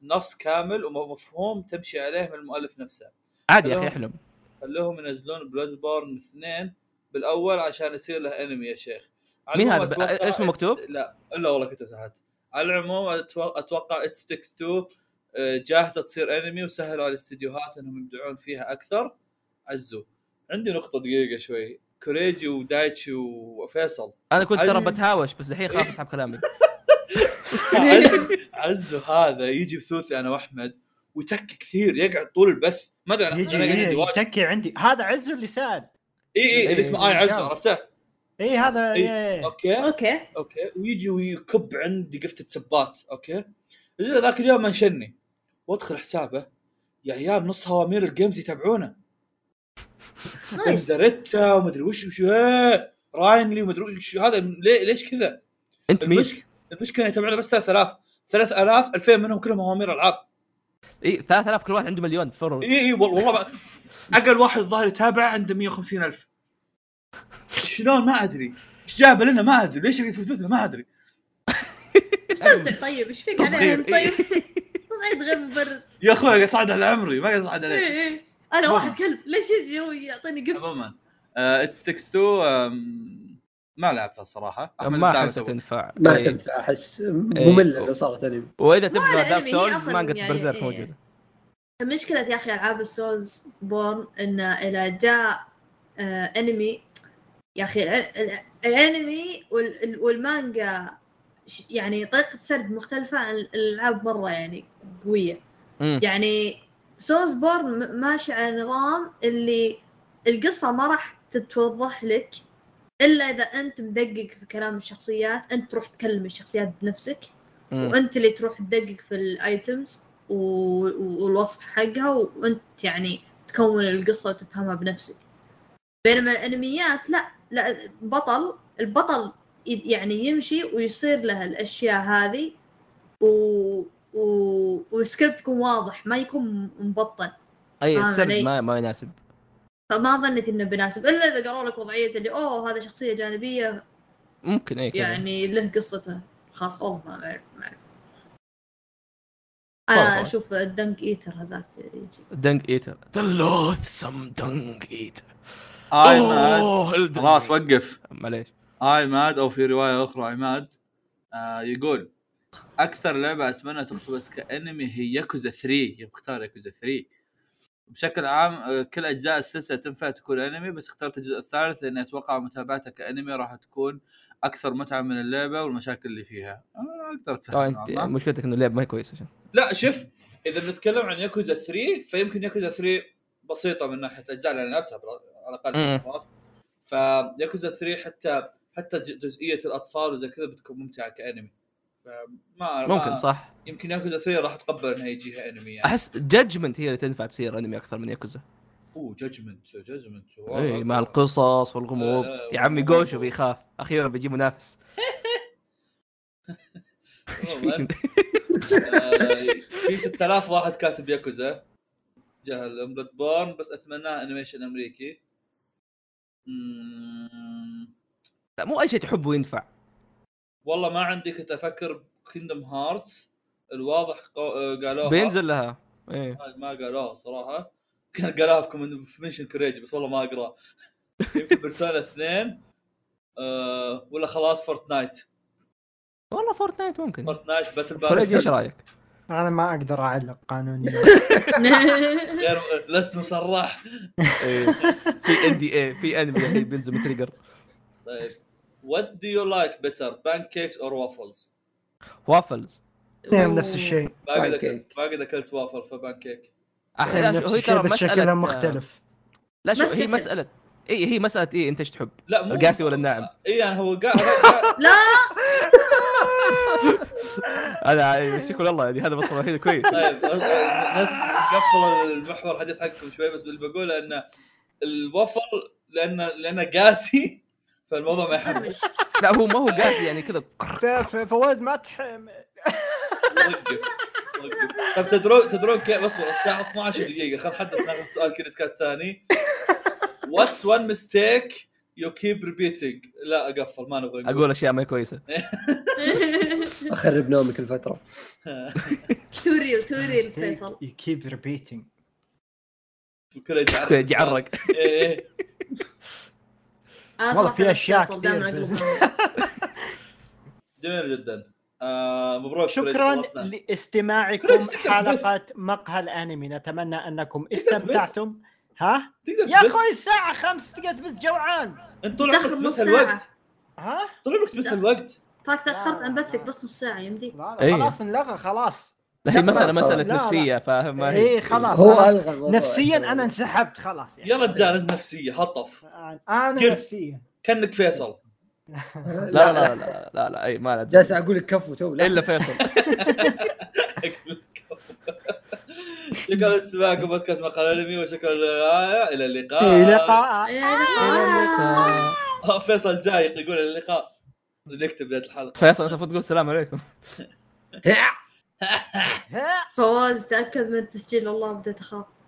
نص كامل ومفهوم تمشي عليه من المؤلف نفسه
عادي يا
حلو.
اخي احلم
خلوهم ينزلون بلاد بورن اثنين بالاول عشان يصير له انمي يا شيخ على
مين
العموم
هذا؟
أتوقع
أ- اسمه
It
مكتوب؟
St- لا الا والله كتب تحت على العموم أتو- اتوقع اتستكس 2 آه، جاهزه تصير انمي وسهل على الاستديوهات انهم يبدعون فيها اكثر عزو عندي نقطه دقيقه شوي كوريجي ودايتشي
[LAUGHS]
وفيصل
انا كنت ترى
عايز-
بتهاوش بس الحين
[LAUGHS]
خلاص اسحب كلامي
عزو- عزو هذا يجي بثوثي انا واحمد ويتك كثير يقعد طول البث ما ادري انا
يجي
أنا قاعد عندي
إيه،
واجد
يتكي عندي هذا عزو اللي سال
اي اي اللي اسمه اي عز
إيه.
عرفته
اي هذا
إيه.
إيه.
اوكي
اوكي
اوكي ويجي ويكب عندي قفة سبات اوكي الا ذاك اليوم منشني وادخل حسابه يا عيال نص هوامير الجيمز يتابعونه
نايس
مزرتا ومدري وش وش إيه، راينلي ومدري وش هذا ليه ليش كذا
انت مين؟
المشكله المشكله يتابعونه بس 3000 3000 2000 منهم كلهم هوامير العاب
إيه،
اي 3000 كل واحد عنده مليون فولور
اي اي وال- والله ما- اقل واحد الظاهر يتابع عنده 150 الف شلون ما ادري ايش جابه لنا ما ادري ليش يتفتفنا ما ادري
استمتع طيب ايش فيك عليه
تصغير، إيه.
طيب تصعيد غير مبرر
يا اخوي قاعد اصعد على عمري ما قاعد اصعد
إيه،
عليك
إيه. انا واحد كلب ليش يجي هو يعطيني قفل
عموما اتس تكس 2 ما لعبتها صراحه أحمد
ما
تعال
احسها
سوي.
تنفع
ما
طيب.
إيه.
تنفع احس ممله لو صارت انمي
واذا
ما
تبغى
لها
دارك
علم، هي
سولز
أصلاً
مانجا
يعني-
برزيرك
إيه.
موجوده
مشكلة يا أخي ألعاب السولز بورن إن إذا جاء آه أنمي يا أخي ال- ال- الأنمي وال- ال- والمانجا ش- يعني طريقة سرد مختلفة عن الألعاب مرة يعني قوية
مم.
يعني سولز بورن م- ماشي على نظام اللي القصة ما راح تتوضح لك إلا إذا أنت مدقق في كلام الشخصيات أنت تروح تكلم الشخصيات بنفسك
مم.
وانت اللي تروح تدقق في الايتمز والوصف حقها وانت يعني تكون القصه وتفهمها بنفسك بينما الانميات لا لا بطل البطل ي- يعني يمشي ويصير له الاشياء هذه و و والسكريبت يكون واضح ما يكون مبطن
اي
آه،
السرد
علي.
ما ما يناسب
فما ظنيت انه بناسب الا اذا قالوا لك وضعيه اللي اوه هذا شخصيه جانبيه
ممكن اي كذا.
يعني له قصته خاص والله ما اعرف ما اعرف
طيب،
انا
خلاص.
اشوف الدنك ايتر هذاك يجي
[LAUGHS]
دنج ايتر ذا لوثسم دنج ايتر
اي ماد
الدنج
خلاص وقف
معليش
اي ماد او في روايه اخرى اي ماد آه يقول اكثر لعبه اتمنى تقتبس كانمي هي ياكوزا 3 يا مختار ياكوزا 3 بشكل عام آه، كل اجزاء السلسله تنفع تكون انمي بس اخترت الجزء الثالث لاني اتوقع متابعته كانمي راح تكون اكثر متعه من اللعبه والمشاكل اللي فيها آه، انا اقدر
اه
طيب،
اتفهم
انت
نوعاً ما.
مشكلتك انه اللعب ما هي كويس عشان
لا شوف اذا بنتكلم عن ياكوزا 3 فيمكن ياكوزا 3 بسيطه من ناحيه الاجزاء اللي أنا لعبتها بال- على
مم.
الاقل عرفت؟ فياكوزا 3 حتى حتى ج- جزئيه الاطفال وزي كذا بتكون ممتعه كانمي فما
ممكن
ما-
صح
يمكن ياكوزا 3 راح تقبل انها يجيها انمي يعني
احس جادجمنت هي اللي تنفع تصير انمي اكثر من ياكوزا
اوه جاجمنت جاجمنت
اي مع القصص والغموض
آه، آه،
يا عمي
والغموض.
جوشو بيخاف اخيرا بيجي [LAUGHS] منافس [LAUGHS] ايش فيك انت؟
آه، في 6000 واحد كاتب ياكوزا جهل بلاد بورن بس اتمناه انيميشن امريكي مم.
لا، مو اي شيء تحبه ينفع
والله ما عندي كنت افكر بكيندم هارتس الواضح قو... آه، قالوها
بينزل لها ايه
ما- ما قالوها صراحه كان قالوها في كومن- في منشن كريج بس والله ما اقراه يمكن بيرسونا اثنين آه ولا خلاص فورتنايت
والله فورتنايت ممكن
فورتنايت باتل
كوريجي ايش
باس
رايك؟
انا ما اقدر اعلق قانونيا
غير لست
[LAUGHS]
مصرح
إيه. في ان دي اي في انمي الحين بينزل من تريجر
طيب وات دو يو لايك بيتر بانكيكس اور وافلز؟
وافلز
اثنين نفس الشيء
ما قد أكلت-
Pancake.
ما قد اكلت وافل فبانكيك
أحلى- لا، شو-
نفس
هي ترى
الشيء بس شكلها
مسألة-
مختلف
لا شو
بس
هي
شكل.
مساله اي هي مساله ايه انت ايش تحب؟
لا مو
القاسي ولا الناعم؟
اي يعني هو قا... قا-
انا شكرا والله يعني هذا بس الوحيد كويس
طيب ناس نقفل المحور الحديث حقكم شوي بس اللي بقوله ان الوفل لانه لانه قاسي فالموضوع ما يحمل
لا هو ما هو قاسي يعني كذا
ف- ف- فواز ما تح
وقف وقف طيب تدرون تدرون كيف اصبر الساعه 12 دقيقه خلينا نحدد ناخذ سؤال كريس كاست ثاني واتس وان ميستيك يو كيب ريبيتنج لا اقفل ما نبغى نقول.
اقول اشياء ما هي كويسه
اخرب نومي كل فتره
تو ريل تو ريل فيصل
يكيب ريبيتنج
[LAUGHS] كله يتعرق.
كذا يعرق
[LAUGHS] إيه، إيه.
انا
والله
صراحة
في
أحب
أشياء
فيصل، دائما
كثير.
اقلب
جميل جدا آه مبروك كريج،
شكرا
خلصنا. كريج،
لاستماعكم
تقدر
حلقه مقهى الانمي نتمنى انكم
بس.
استمتعتم ها
تقدر
يا
تبث
اخوي الساعه خمس دقيقه بس جوعان
انت طول عمرك
دخل نص
تبث
ساعة.
الوقت
ها
طول عمرك تبث الوقت
تراك تاخرت عن بثك بس نص ساعه يمديك
لا لا
إيه.
خلاص انلغى خلاص
هي مساله
خلاص.
مساله
لا، لا.
نفسيه فاهم ما هي
اي خلاص
هو
أنا
الغى الموضوع.
نفسيا انا انسحبت خلاص يعني
يا رجال انت نفسيه هطف
انا
كيف؟
نفسيا
كانك فيصل
لا لا لا لا لا, لا اي ما لا
جالس اقول لك كفو تو لا.
الا فيصل
[LAUGHS]
شكرا لاستماعكم بودكاست مقال الانمي وشكرا للرعاية. الى اللقاء
الى اللقاء
آه، فيصل جايق يقول الى اللقاء نكتب بدايه الحلقه
فيصل انت المفروض تقول السلام عليكم
إيه.
فواز تاكد من التسجيل والله بديت اخاف